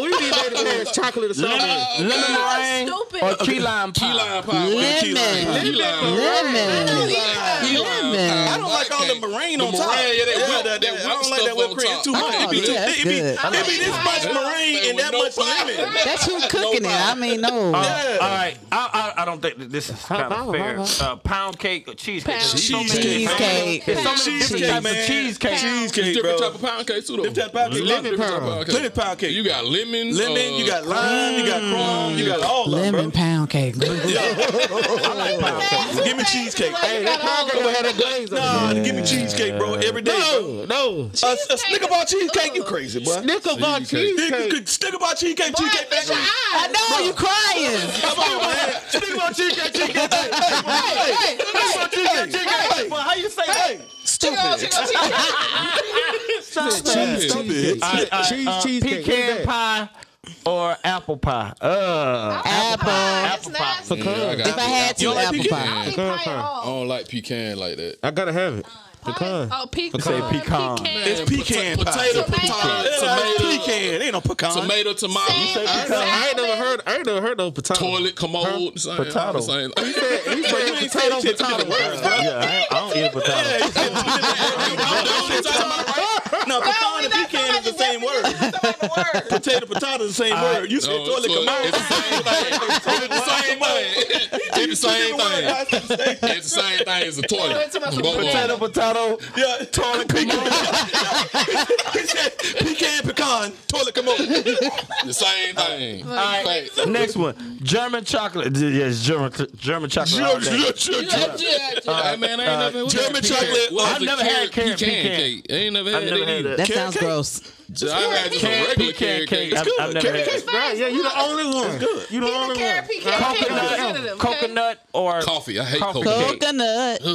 Speaker 1: we need that man's chocolate or something.
Speaker 2: Lemon meringue
Speaker 4: Stupid.
Speaker 2: or key lime pie.
Speaker 5: Key lime pie. with key lime pie. Key lime pie.
Speaker 8: Lemon.
Speaker 5: Key lime
Speaker 8: Lemon.
Speaker 5: pie.
Speaker 3: I don't like all the moraine on top.
Speaker 5: moraine, yeah, that
Speaker 3: Yeah,
Speaker 5: whipped-
Speaker 3: that-
Speaker 5: that
Speaker 3: I don't
Speaker 5: whipped
Speaker 3: like that
Speaker 5: stuff
Speaker 3: whipped
Speaker 5: on
Speaker 3: cream
Speaker 5: top.
Speaker 3: too much.
Speaker 8: Oh,
Speaker 3: It be
Speaker 8: yeah,
Speaker 3: too
Speaker 8: that's
Speaker 3: thick. It be-
Speaker 8: good.
Speaker 3: it be this much moraine and that
Speaker 5: no
Speaker 3: much
Speaker 5: pie.
Speaker 3: lemon.
Speaker 8: That's who cooking it. I mean, no.
Speaker 2: Uh, all right, I, I, I don't think that this is kind of
Speaker 8: Uh-huh.
Speaker 1: Pound-
Speaker 2: fair.
Speaker 1: pound-
Speaker 2: Uh, pound cake or cheesecake?
Speaker 4: Pound
Speaker 2: There's
Speaker 4: cake.
Speaker 8: Cheesecake.
Speaker 2: There's so many
Speaker 3: Cheesecake,
Speaker 2: different types
Speaker 3: man.
Speaker 2: of cheesecake.
Speaker 5: There's
Speaker 3: Cheesecake,
Speaker 5: different
Speaker 3: bro.
Speaker 5: type of pound cake too though.
Speaker 3: Different type of pound cake.
Speaker 5: Lemon
Speaker 1: Lemon
Speaker 5: pound
Speaker 1: pound.
Speaker 5: cake.
Speaker 3: Lemon pound cake.
Speaker 5: You got lemon. uh,
Speaker 3: Lemon, you got lime, you got crumb, you got all of
Speaker 8: Lemon
Speaker 3: them,
Speaker 8: pound cake.
Speaker 3: bro. Give me cheesecake.
Speaker 1: Hey, that pound gonna have a glaze on
Speaker 3: Nah, give me cheesecake, bro. Every day. bro.
Speaker 1: it. No,
Speaker 3: A, a snicker bar cheesecake, you crazy, boy.
Speaker 1: Snicker bar
Speaker 5: Cheesecake.
Speaker 1: cheesecake.
Speaker 3: Snicker bar cheesecake, cheesecake.
Speaker 4: Shut
Speaker 3: factory.
Speaker 4: your eyes.
Speaker 8: I know you crying.
Speaker 3: Come on, man. Snicker bar cheesecake, cheesecake.
Speaker 8: Hey,
Speaker 3: Snicker bar cheesecake, cheesecake.
Speaker 2: Well, how you say that?
Speaker 3: Hey, stupid.
Speaker 1: Cheese,
Speaker 3: Stupid.
Speaker 2: All right, all right,
Speaker 1: cheese,
Speaker 2: uh,
Speaker 1: cheesecake.
Speaker 2: pecan pie or apple pie? Uh,
Speaker 8: Apple.
Speaker 4: It's nasty.
Speaker 5: Yeah, I got
Speaker 8: If I had
Speaker 5: you
Speaker 8: two
Speaker 5: like
Speaker 8: apple
Speaker 5: pecan?
Speaker 8: pie.
Speaker 4: I don't eat
Speaker 1: Pecan
Speaker 4: pie
Speaker 1: pie.
Speaker 4: at
Speaker 5: I
Speaker 4: all.
Speaker 5: don't like pecan like that.
Speaker 1: I gotta have it. Pecan.
Speaker 4: Oh, pecan.
Speaker 2: say pecan.
Speaker 3: It's pecan pie.
Speaker 5: Potato,
Speaker 4: Tomato.
Speaker 5: potato,
Speaker 4: Yeah,
Speaker 3: It's
Speaker 5: tomato,
Speaker 3: pecan. Ain't no pecan.
Speaker 5: tomato, tomato,
Speaker 4: Same.
Speaker 1: I ain't never- I ain't never heard. I ain't never heard no potato.
Speaker 5: toilet, commode, same, all the
Speaker 2: Potato.
Speaker 5: same.
Speaker 1: He said, he
Speaker 3: You
Speaker 1: said
Speaker 3: ain't
Speaker 1: potato,
Speaker 3: said shit.
Speaker 1: potato.
Speaker 2: yeah, I, I don't eat potato.
Speaker 3: No, pecan and pecan is the same word. Potato, potato is the same word. You said
Speaker 5: No,
Speaker 3: toilet
Speaker 5: it's what-
Speaker 3: commode.
Speaker 5: It's the same thing. It's the same thing. It's the same thing. It's the same thing as a toilet.
Speaker 2: Potato, potato.
Speaker 3: Yeah, toilet commode. He said pecan, pecan, toilet commode.
Speaker 5: The same thing. Like,
Speaker 2: Next one, German chocolate. Yes, German German chocolate. all day.
Speaker 5: Hey, man, I ain't never had
Speaker 3: German
Speaker 5: pecan-
Speaker 3: chocolate.
Speaker 5: what
Speaker 3: I've
Speaker 5: was it?
Speaker 2: never had
Speaker 5: Carrot
Speaker 2: carrot pecan.
Speaker 5: cake. I ain't never
Speaker 2: I've
Speaker 5: had
Speaker 2: never
Speaker 5: it
Speaker 2: had
Speaker 5: either.
Speaker 2: that.
Speaker 8: That sounds gross.
Speaker 5: I had some
Speaker 2: Carrot
Speaker 5: regular
Speaker 2: pecan
Speaker 5: carrot
Speaker 2: cake.
Speaker 5: cake.
Speaker 2: I've, I've never had it.
Speaker 1: Right, yeah, you the only one. You the only
Speaker 4: Carrot
Speaker 1: one.
Speaker 4: pecan.
Speaker 2: Coconut, coconut or
Speaker 5: Coffee. I hate
Speaker 2: Coffee
Speaker 5: coconut.
Speaker 2: cake.
Speaker 8: Coconut.
Speaker 5: Ugh,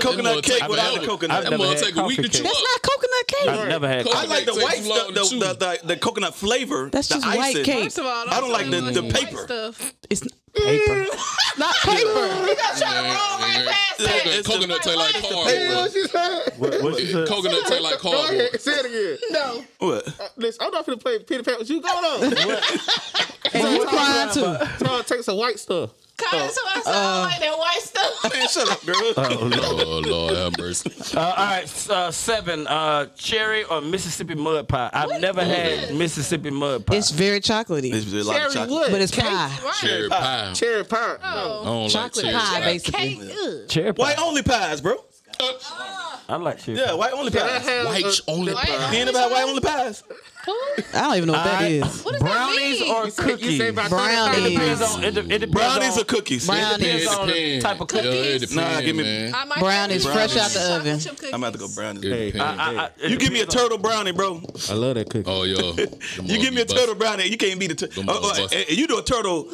Speaker 3: Coconut
Speaker 5: that
Speaker 3: cake
Speaker 5: mother
Speaker 3: without the
Speaker 5: take forever.
Speaker 3: coconut.
Speaker 5: That
Speaker 2: I've
Speaker 5: mother
Speaker 2: never
Speaker 5: take
Speaker 2: had
Speaker 5: a week to
Speaker 2: coffee
Speaker 5: chew
Speaker 2: cake.
Speaker 8: That's
Speaker 5: up.
Speaker 8: not coconut
Speaker 2: I've
Speaker 8: cake.
Speaker 2: never had.
Speaker 5: Coconut
Speaker 3: I like the
Speaker 5: takes
Speaker 3: white
Speaker 5: long
Speaker 3: stuff, the,
Speaker 5: to chew.
Speaker 3: the, the, the coconut flavor.
Speaker 8: That's
Speaker 3: the
Speaker 8: just white
Speaker 3: icing.
Speaker 8: cake.
Speaker 4: First of all,
Speaker 3: I don't like the, the
Speaker 4: do white
Speaker 3: paper.
Speaker 4: stuff.
Speaker 8: It's paper. Not paper.
Speaker 5: Coconut- Coconut taste like
Speaker 1: You know
Speaker 5: cardboard.
Speaker 1: what she said?
Speaker 2: What, what you said?
Speaker 5: Coconut taste like
Speaker 1: Go
Speaker 5: cardboard.
Speaker 1: ahead, say it again.
Speaker 4: No.
Speaker 3: What?
Speaker 1: Listen, I'm not finna play Peter Pan. What you going on?
Speaker 8: And you crying too.
Speaker 1: Trying to take some white stuff.
Speaker 2: Oh.
Speaker 4: Cotton, so I said I don't like that white stuff.
Speaker 3: Man, shut up, girl.
Speaker 5: Oh Lord, have mercy.
Speaker 2: Uh, all right, s- uh, seven. Uh, cherry or Mississippi mud pie. I've never had Mississippi mud pie.
Speaker 8: It's very chocolatey,
Speaker 3: It's a lot of
Speaker 1: Cherry
Speaker 3: chocolate.
Speaker 1: wood.
Speaker 8: but it's pie.
Speaker 5: Cherry pie.
Speaker 1: Cherry pie.
Speaker 5: I don't like
Speaker 8: Chocolate
Speaker 5: cherry
Speaker 8: pie,
Speaker 5: pie.
Speaker 8: basically.
Speaker 2: cherry pie.
Speaker 3: White only pies, bro.
Speaker 2: I like cherry.
Speaker 3: Yeah, white only
Speaker 1: I
Speaker 3: pies.
Speaker 1: have
Speaker 5: White
Speaker 1: a-
Speaker 5: only
Speaker 4: White.
Speaker 5: pie.
Speaker 3: You ain't about white only pies?
Speaker 8: I don't even know what that
Speaker 2: Alright.
Speaker 8: is.
Speaker 4: What does
Speaker 2: Brownies
Speaker 4: that mean?
Speaker 2: or
Speaker 1: You
Speaker 2: cookies?
Speaker 1: say about
Speaker 8: Brownies.
Speaker 2: It depends on. It, de- it depends
Speaker 3: Brownies
Speaker 2: on,
Speaker 3: or cookies?
Speaker 8: Brownies.
Speaker 2: depends on the
Speaker 5: Depend.
Speaker 2: type of
Speaker 5: Yeah,
Speaker 2: cookies.
Speaker 5: it depend,
Speaker 3: Nah, give me-
Speaker 5: man.
Speaker 4: I might
Speaker 8: Brownies
Speaker 4: have
Speaker 8: fresh out the
Speaker 4: chocolate
Speaker 8: oven.
Speaker 4: chip cookies.
Speaker 3: I'm about to go brownies.
Speaker 5: It
Speaker 2: I-
Speaker 5: depend.
Speaker 2: I- it
Speaker 3: You give me a
Speaker 2: depends on-
Speaker 3: turtle brownie, bro.
Speaker 1: I love that cookie.
Speaker 5: Oh yeah.
Speaker 3: You give me a turtle brownie, you can't beat a turtle.
Speaker 5: Them
Speaker 3: Uh, uh,
Speaker 5: motherfuckers.
Speaker 3: and- and you do a turtle,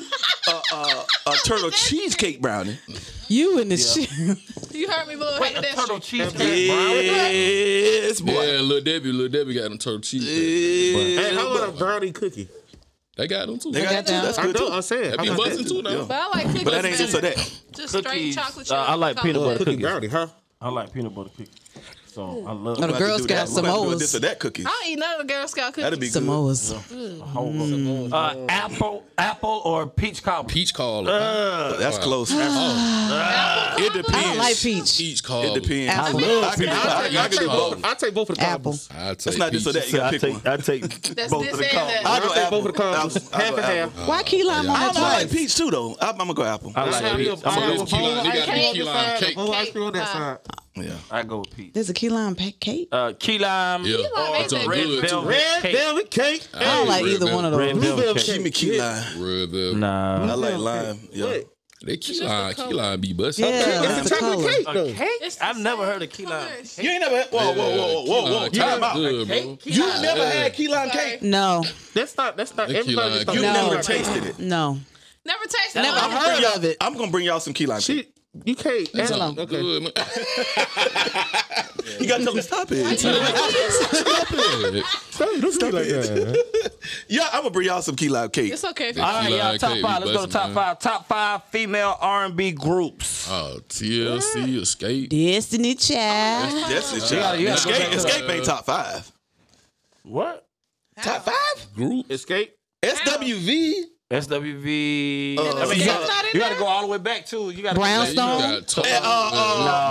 Speaker 3: uh, uh, a turtle cheesecake brownie.
Speaker 8: You and this shit.
Speaker 4: You heard me, boo. Hated
Speaker 2: a
Speaker 4: that
Speaker 2: turtle
Speaker 4: shit.
Speaker 2: cheesecake.
Speaker 3: Yes,
Speaker 5: Yeah,
Speaker 3: boy.
Speaker 5: little Debbie, little Debbie got them turtle cheese.
Speaker 3: Yeah.
Speaker 1: Hey, how about a brownie cookie?
Speaker 5: They got them too.
Speaker 3: They got
Speaker 8: got that.
Speaker 3: that's
Speaker 1: I
Speaker 3: good
Speaker 1: know,
Speaker 3: too.
Speaker 1: I'm saying.
Speaker 5: They
Speaker 1: How
Speaker 5: be
Speaker 1: about
Speaker 5: buzzing
Speaker 1: that?
Speaker 5: too now.
Speaker 4: But I like cookies.
Speaker 3: But that ain't
Speaker 4: better.
Speaker 3: just for that.
Speaker 4: Just straight
Speaker 2: Cookies.
Speaker 4: chocolate chip.
Speaker 2: Uh, I like peanut butter
Speaker 1: Cookie
Speaker 2: cookies.
Speaker 1: brownie, huh?
Speaker 2: I like peanut butter cookies. So I love
Speaker 8: No, Oh, the
Speaker 2: that.
Speaker 8: Girl
Speaker 3: Do that.
Speaker 8: Scout
Speaker 3: We're about to do
Speaker 8: Samoas.
Speaker 3: This or that cookies.
Speaker 4: I
Speaker 8: Oh.
Speaker 4: don't eat none of the Girl Scout
Speaker 3: That'd
Speaker 4: cookies.
Speaker 3: be good.
Speaker 8: Samoa's.
Speaker 2: whole uh, apple, apple or peach cobbler.
Speaker 5: Peach cobbler.
Speaker 3: That's close. It depends.
Speaker 8: I don't like peach.
Speaker 5: Peach cobbler.
Speaker 3: It depends.
Speaker 8: I
Speaker 3: I
Speaker 8: love
Speaker 3: can do, I can, I can do both.
Speaker 1: I'll take both of the
Speaker 8: apple.
Speaker 1: combos.
Speaker 5: I take
Speaker 3: It's not
Speaker 5: peach.
Speaker 3: this or that. You gotta pick one.
Speaker 2: I take
Speaker 4: That's this and that.
Speaker 3: I'll
Speaker 1: I'll
Speaker 3: go
Speaker 1: take
Speaker 3: apple.
Speaker 1: both of the combos.
Speaker 3: I'll- I'll
Speaker 1: Half
Speaker 3: go
Speaker 1: and half.
Speaker 3: apple.
Speaker 8: Why key lime on
Speaker 3: I
Speaker 8: that
Speaker 3: don't know, I like
Speaker 8: twice?
Speaker 3: peach too though. I'm, I'm gonna go apple.
Speaker 2: I
Speaker 1: I
Speaker 2: like
Speaker 1: have
Speaker 2: peach.
Speaker 1: your-
Speaker 2: I'm
Speaker 1: I
Speaker 2: gonna
Speaker 1: have
Speaker 2: go
Speaker 1: a
Speaker 2: with peach.
Speaker 1: whole
Speaker 5: They got
Speaker 1: ice
Speaker 5: the
Speaker 1: cream
Speaker 5: key
Speaker 1: on the
Speaker 5: lime
Speaker 1: side,
Speaker 5: cake.
Speaker 1: a whole ice cream on that side.
Speaker 3: yeah.
Speaker 2: I go with peach.
Speaker 8: There's a key lime pa- cake.
Speaker 2: Uh, key lime.
Speaker 5: Yeah,
Speaker 4: lime
Speaker 5: it's
Speaker 4: ain't
Speaker 5: a
Speaker 4: that
Speaker 5: good
Speaker 2: Red
Speaker 5: too.
Speaker 2: velvet
Speaker 1: Red
Speaker 2: cake.
Speaker 1: velvet cake.
Speaker 8: I don't like
Speaker 5: Red
Speaker 8: either
Speaker 5: velvet.
Speaker 8: one of those.
Speaker 2: Red velvet
Speaker 1: Bluebell
Speaker 2: cake.
Speaker 3: Give me key lime.
Speaker 5: Red velvet.
Speaker 3: I
Speaker 2: Nah.
Speaker 3: like lime. Yeah.
Speaker 1: What?
Speaker 5: They key line, key line be busting.
Speaker 8: Yeah. It's
Speaker 1: It's a
Speaker 8: a
Speaker 1: chocolate
Speaker 8: color.
Speaker 1: cake though.
Speaker 2: A cake?
Speaker 4: It's the
Speaker 2: I've never
Speaker 4: same
Speaker 2: heard of key lime.
Speaker 4: colors.
Speaker 2: Cake?
Speaker 3: You ain't never had. Whoa, whoa, whoa, whoa, whoa.
Speaker 5: Key
Speaker 3: Time
Speaker 5: lime
Speaker 3: out.
Speaker 5: good, bro.
Speaker 2: Key
Speaker 3: You
Speaker 2: lime.
Speaker 3: never had key lime
Speaker 4: Sorry.
Speaker 3: cake.
Speaker 8: No,
Speaker 1: That's not. That's not.
Speaker 5: That key
Speaker 1: Everybody
Speaker 5: lime
Speaker 1: just don't
Speaker 5: cake.
Speaker 3: You
Speaker 1: know
Speaker 3: never
Speaker 1: about that.
Speaker 3: tasted it.
Speaker 8: no.
Speaker 4: Never tasted
Speaker 8: Never
Speaker 4: it.
Speaker 8: I heard of it.
Speaker 3: I'm gonna bring y'all some key lime cake.
Speaker 1: She, you can't. That's
Speaker 8: alone.
Speaker 1: okay.
Speaker 5: Good, man.
Speaker 3: You gotta tell them stop it.
Speaker 1: Don't be like that.
Speaker 3: Yeah, I'm gonna bring y'all some key lime cake.
Speaker 4: It's okay. If you
Speaker 2: All right,
Speaker 5: Key lime
Speaker 2: y'all. Top
Speaker 5: cake be
Speaker 2: five. Let's go to
Speaker 5: busting,
Speaker 2: top
Speaker 5: man.
Speaker 2: five. Top five female R and B groups.
Speaker 5: Oh, TLC escape.
Speaker 8: Destiny Child.
Speaker 3: That's the
Speaker 2: You gotta-
Speaker 3: shit.
Speaker 2: you gotta go
Speaker 3: Escape,
Speaker 2: back to
Speaker 3: escape ain't top five.
Speaker 2: What?
Speaker 3: Top five?
Speaker 5: Group.
Speaker 1: Escape.
Speaker 3: SWV.
Speaker 2: SWV. I
Speaker 3: That's
Speaker 2: mean, you
Speaker 3: not
Speaker 2: gotta,
Speaker 4: in
Speaker 2: you gotta go all the way back too. You gotta
Speaker 5: You
Speaker 8: Brownstone.
Speaker 5: got top-
Speaker 3: Eh, uh, uh,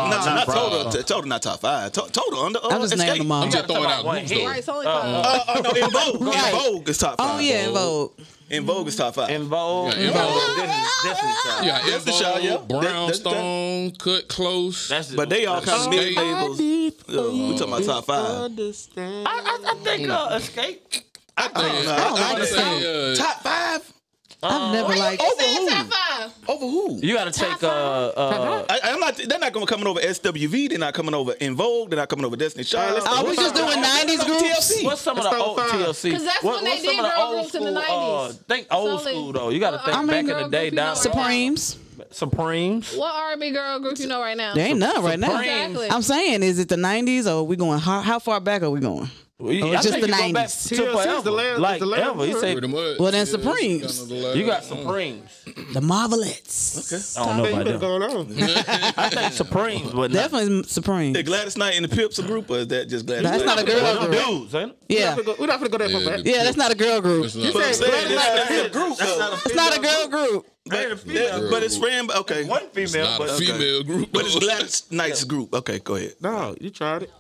Speaker 2: No,
Speaker 3: no,
Speaker 2: not
Speaker 3: not
Speaker 2: Brown.
Speaker 3: total. t- Total not top five. To- Total under. Uh,
Speaker 8: I was
Speaker 3: escape.
Speaker 8: naming them all.
Speaker 5: I'm just
Speaker 2: talk
Speaker 5: throwing
Speaker 2: about
Speaker 5: out
Speaker 2: one
Speaker 5: groups
Speaker 2: hit.
Speaker 5: though.
Speaker 4: Right, it's only five.
Speaker 2: Uh-huh.
Speaker 3: Uh, uh, no, in Vogue.
Speaker 8: Right.
Speaker 3: In Vogue is top five.
Speaker 8: Oh yeah, Vogue.
Speaker 3: In Vogue is top five.
Speaker 2: In Vogue.
Speaker 5: Yeah, in Vogue.
Speaker 2: This is- this is tough.
Speaker 5: Yeah,
Speaker 3: That's the shot, yeah. That- that's-
Speaker 5: Brownstone, cut close.
Speaker 2: That's just-
Speaker 3: but they all kind of mid
Speaker 5: Escape.
Speaker 3: labels. We talking about top five.
Speaker 1: Understand.
Speaker 2: I, I, I think uh, Escape.
Speaker 3: Oh, I think.
Speaker 5: I uh, don't like
Speaker 3: it.
Speaker 5: it.
Speaker 3: Top five
Speaker 8: I've never liked.
Speaker 3: Oh. over who?
Speaker 4: Top five.
Speaker 3: Over who?
Speaker 2: You gotta take uh, uh
Speaker 3: I, I'm not. They're not gonna coming over SWV. They're not coming over In Vogue. They're not coming over Destiny Child.
Speaker 5: Uh,
Speaker 1: let's-
Speaker 8: Oh, we just doing '90s groups.
Speaker 2: what's some of the
Speaker 1: Let's throw
Speaker 2: old
Speaker 1: five.
Speaker 2: TLC?
Speaker 4: 'Cause that's when they
Speaker 2: what's
Speaker 4: did
Speaker 2: some of
Speaker 4: girl groups in the
Speaker 2: uh,
Speaker 4: 90s.
Speaker 2: think old
Speaker 4: So, like,
Speaker 2: school though. You gotta
Speaker 4: uh,
Speaker 2: think
Speaker 4: I mean,
Speaker 2: back in
Speaker 4: girl
Speaker 2: the day.
Speaker 4: group, you
Speaker 2: Down
Speaker 4: know,
Speaker 8: Supremes.
Speaker 2: Supremes.
Speaker 4: What R&B girl group you know right now?
Speaker 8: There ain't none right now.
Speaker 2: Supremes.
Speaker 4: Exactly.
Speaker 8: I'm saying, is it the '90s or we going? How, how far back are we going?
Speaker 2: Well,
Speaker 8: it's
Speaker 2: I
Speaker 8: just
Speaker 2: think
Speaker 8: the
Speaker 2: you go back
Speaker 8: 90s.
Speaker 2: to
Speaker 1: TLC is
Speaker 2: forever.
Speaker 1: the last-
Speaker 2: like
Speaker 1: the last
Speaker 2: ever. He
Speaker 1: word.
Speaker 2: said
Speaker 5: Pretty much.
Speaker 8: Well, then
Speaker 5: Yeah,
Speaker 8: Supremes.
Speaker 5: it's kinda the
Speaker 2: you got
Speaker 5: last one.
Speaker 2: Supremes.
Speaker 8: The Marvelettes.
Speaker 2: I don't know
Speaker 1: Hey, you
Speaker 2: about
Speaker 1: been
Speaker 2: them.
Speaker 1: going on.
Speaker 2: I think Supremes, but not-
Speaker 8: Definitely Supreme.
Speaker 3: The Gladys Knight and the Pips a group, or is that just Gladys?
Speaker 8: That's
Speaker 3: Knight?
Speaker 8: not a girl
Speaker 2: Well, them
Speaker 8: group.
Speaker 2: dudes, ain't it?
Speaker 8: Yeah,
Speaker 1: We're not gonna go that far back.
Speaker 8: yeah, that's not a girl group.
Speaker 5: It's not-
Speaker 3: But I'm saying, that's
Speaker 1: Gladys Knight
Speaker 3: not-
Speaker 1: is a
Speaker 3: that's a group, though.
Speaker 8: It's not a girl group.
Speaker 2: Ain't a
Speaker 3: But,
Speaker 2: female
Speaker 3: that- but it's ran. Okay,
Speaker 2: One female,
Speaker 5: not a
Speaker 2: but
Speaker 5: female group.
Speaker 3: But it's Gladys Knight's group. Okay, go ahead.
Speaker 1: No, you tried it.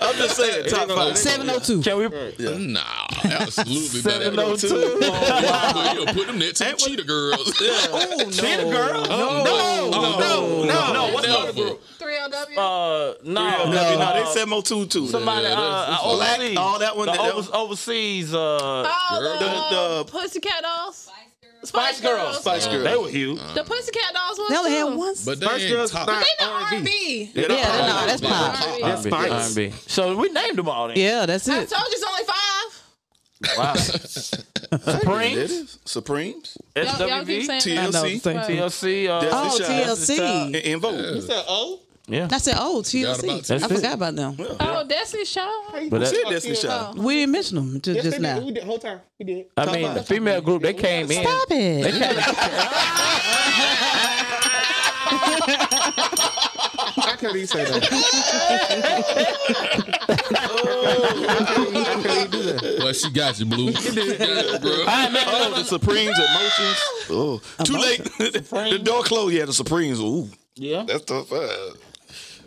Speaker 3: I'm just saying, top five.
Speaker 8: 702.
Speaker 2: can we?
Speaker 5: Nah, absolutely better.
Speaker 2: 702.
Speaker 5: Put- you put them next to the
Speaker 3: Ain't what-
Speaker 5: cheetah girls. Oh,
Speaker 2: Cheetah girl.
Speaker 5: no, no,
Speaker 1: no, no.
Speaker 5: What's the group?
Speaker 4: 3LW.
Speaker 2: Uh, no,
Speaker 3: No, no, no, they said Mo two too.
Speaker 2: Somebody,
Speaker 5: Yeah,
Speaker 2: uh,
Speaker 5: that's-
Speaker 2: uh,
Speaker 3: Black,
Speaker 2: overseas.
Speaker 3: all that one,
Speaker 2: The
Speaker 3: that- that
Speaker 2: overs-
Speaker 3: one.
Speaker 2: overseas, uh,
Speaker 4: oh,
Speaker 3: Girl.
Speaker 4: the, the Pussycat Dolls.
Speaker 2: Spice Girls.
Speaker 3: Spice Girls.
Speaker 2: They were huge.
Speaker 4: The Pussycat Dolls ones
Speaker 8: They only
Speaker 4: too.
Speaker 8: had one.
Speaker 5: But
Speaker 1: Spice
Speaker 5: they ain't
Speaker 1: Girls
Speaker 5: top.
Speaker 1: not
Speaker 4: They not
Speaker 1: R&B.
Speaker 4: R&B.
Speaker 8: Yeah, that- no, that's
Speaker 5: Yeah.
Speaker 8: pop.
Speaker 1: That's
Speaker 2: R&B,
Speaker 1: Spice.
Speaker 2: R&B. So we named them all. Then.
Speaker 8: Yeah, that's
Speaker 4: I
Speaker 8: it.
Speaker 4: told you it's only five.
Speaker 2: Wow.
Speaker 3: That
Speaker 2: Supreme,
Speaker 3: is Supremes,
Speaker 4: Y'all, y'all keep
Speaker 2: SWV,
Speaker 4: saying
Speaker 8: I know.
Speaker 3: TLC,
Speaker 8: same thing.
Speaker 2: TLC. Uh,
Speaker 8: Oh,
Speaker 3: Destiny's Child. and
Speaker 8: TLC.
Speaker 3: and Vogue.
Speaker 1: Is that old?
Speaker 2: yeah.
Speaker 8: That's it. Oh,
Speaker 5: about
Speaker 8: TLC.
Speaker 2: that.
Speaker 8: I forgot about them.
Speaker 4: Oh, Destiny's Child.
Speaker 2: But
Speaker 3: Who said
Speaker 2: that,
Speaker 3: Destiny Child?
Speaker 4: Oh.
Speaker 8: We didn't mention them ju-
Speaker 1: Yes,
Speaker 8: just
Speaker 1: they did.
Speaker 8: now.
Speaker 1: We did whole time. We did.
Speaker 2: I mean, the female group they came in.
Speaker 8: Stop it.
Speaker 1: I can't even say that.
Speaker 5: Well, she got you, Blue. She got you, bro.
Speaker 2: I man,
Speaker 3: Oh, the Supremes, emotions. Oh, too late. the door closed. Yeah, the Supremes. Ooh,
Speaker 2: yeah.
Speaker 3: that's tough. Uh,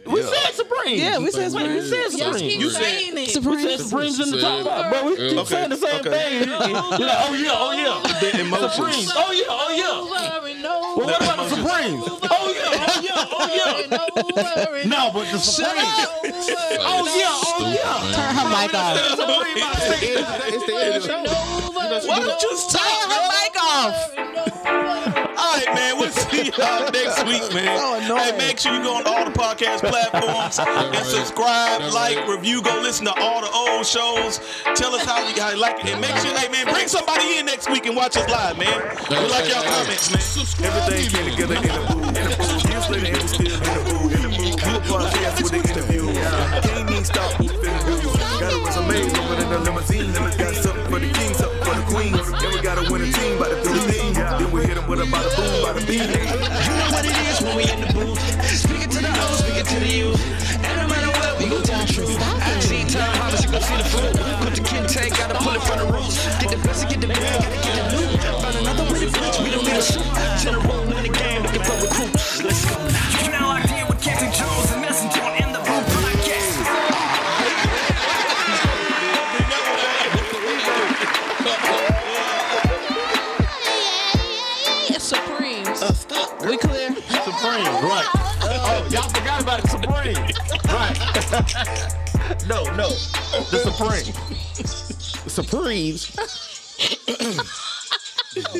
Speaker 2: We said Supreme.
Speaker 8: Yeah, we said
Speaker 2: Wait, we said
Speaker 4: Y'all
Speaker 2: Supreme.
Speaker 4: keep saying it.
Speaker 2: We said
Speaker 8: Supreme.
Speaker 2: Supreme's in the top
Speaker 5: Said-
Speaker 2: five, bro. We keep
Speaker 5: Okay.
Speaker 2: saying the same
Speaker 3: Okay.
Speaker 2: thing. You're like, oh yeah, oh yeah.
Speaker 3: the emotions.
Speaker 2: Supremes. Oh yeah, oh yeah.
Speaker 4: Over and over.
Speaker 2: Well, what about the Supremes? Oh yeah, oh yeah, oh yeah. Oh,
Speaker 4: Over and
Speaker 2: No, but the Supremes.
Speaker 4: over.
Speaker 2: Oh yeah, oh yeah.
Speaker 8: Turn her mic off.
Speaker 1: It's the end of the show.
Speaker 3: Why don't you stop?
Speaker 8: Turn her mic off.
Speaker 3: All right, man. We'll see y'all next week, man. hey, make sure you go on all the podcast platforms and subscribe, like, review. Go listen to all the old shows. Tell us how you, how you like it, and make sure, hey, man, bring somebody in next week and watch us live, man. We like y'all comments, man.
Speaker 6: Everything came together in a booth. In a booth. Years later, and we still in a booth. In a booth. Do a podcast with an interview. Can't even stop moving. Got a resume over in the limousine. Got something for the kings, something for the queens. And we got a winning team by the Philippines. Then we hit them with a bada boom, bada beam.
Speaker 7: You know what it is when we in the booth. Speaking to the old, speaking to the youth. And no matter what, we gon' tell truth. I see time harvest, you gon' see the fruit. Put the kid tank, gotta pull it from the roots. Get the best and get the bad, gotta get the loot. Find another way to bitch, we don't need a suit. General in the game, looking for recruits. Let's go now.
Speaker 6: You now locked in with Captain Jones and Nelson Jones in the booth podcast.
Speaker 4: Supremes.
Speaker 8: We clear.
Speaker 2: Supreme, right. Oh, y'all forgot about the Supreme. Right. no, no. The Supreme.
Speaker 1: Supremes.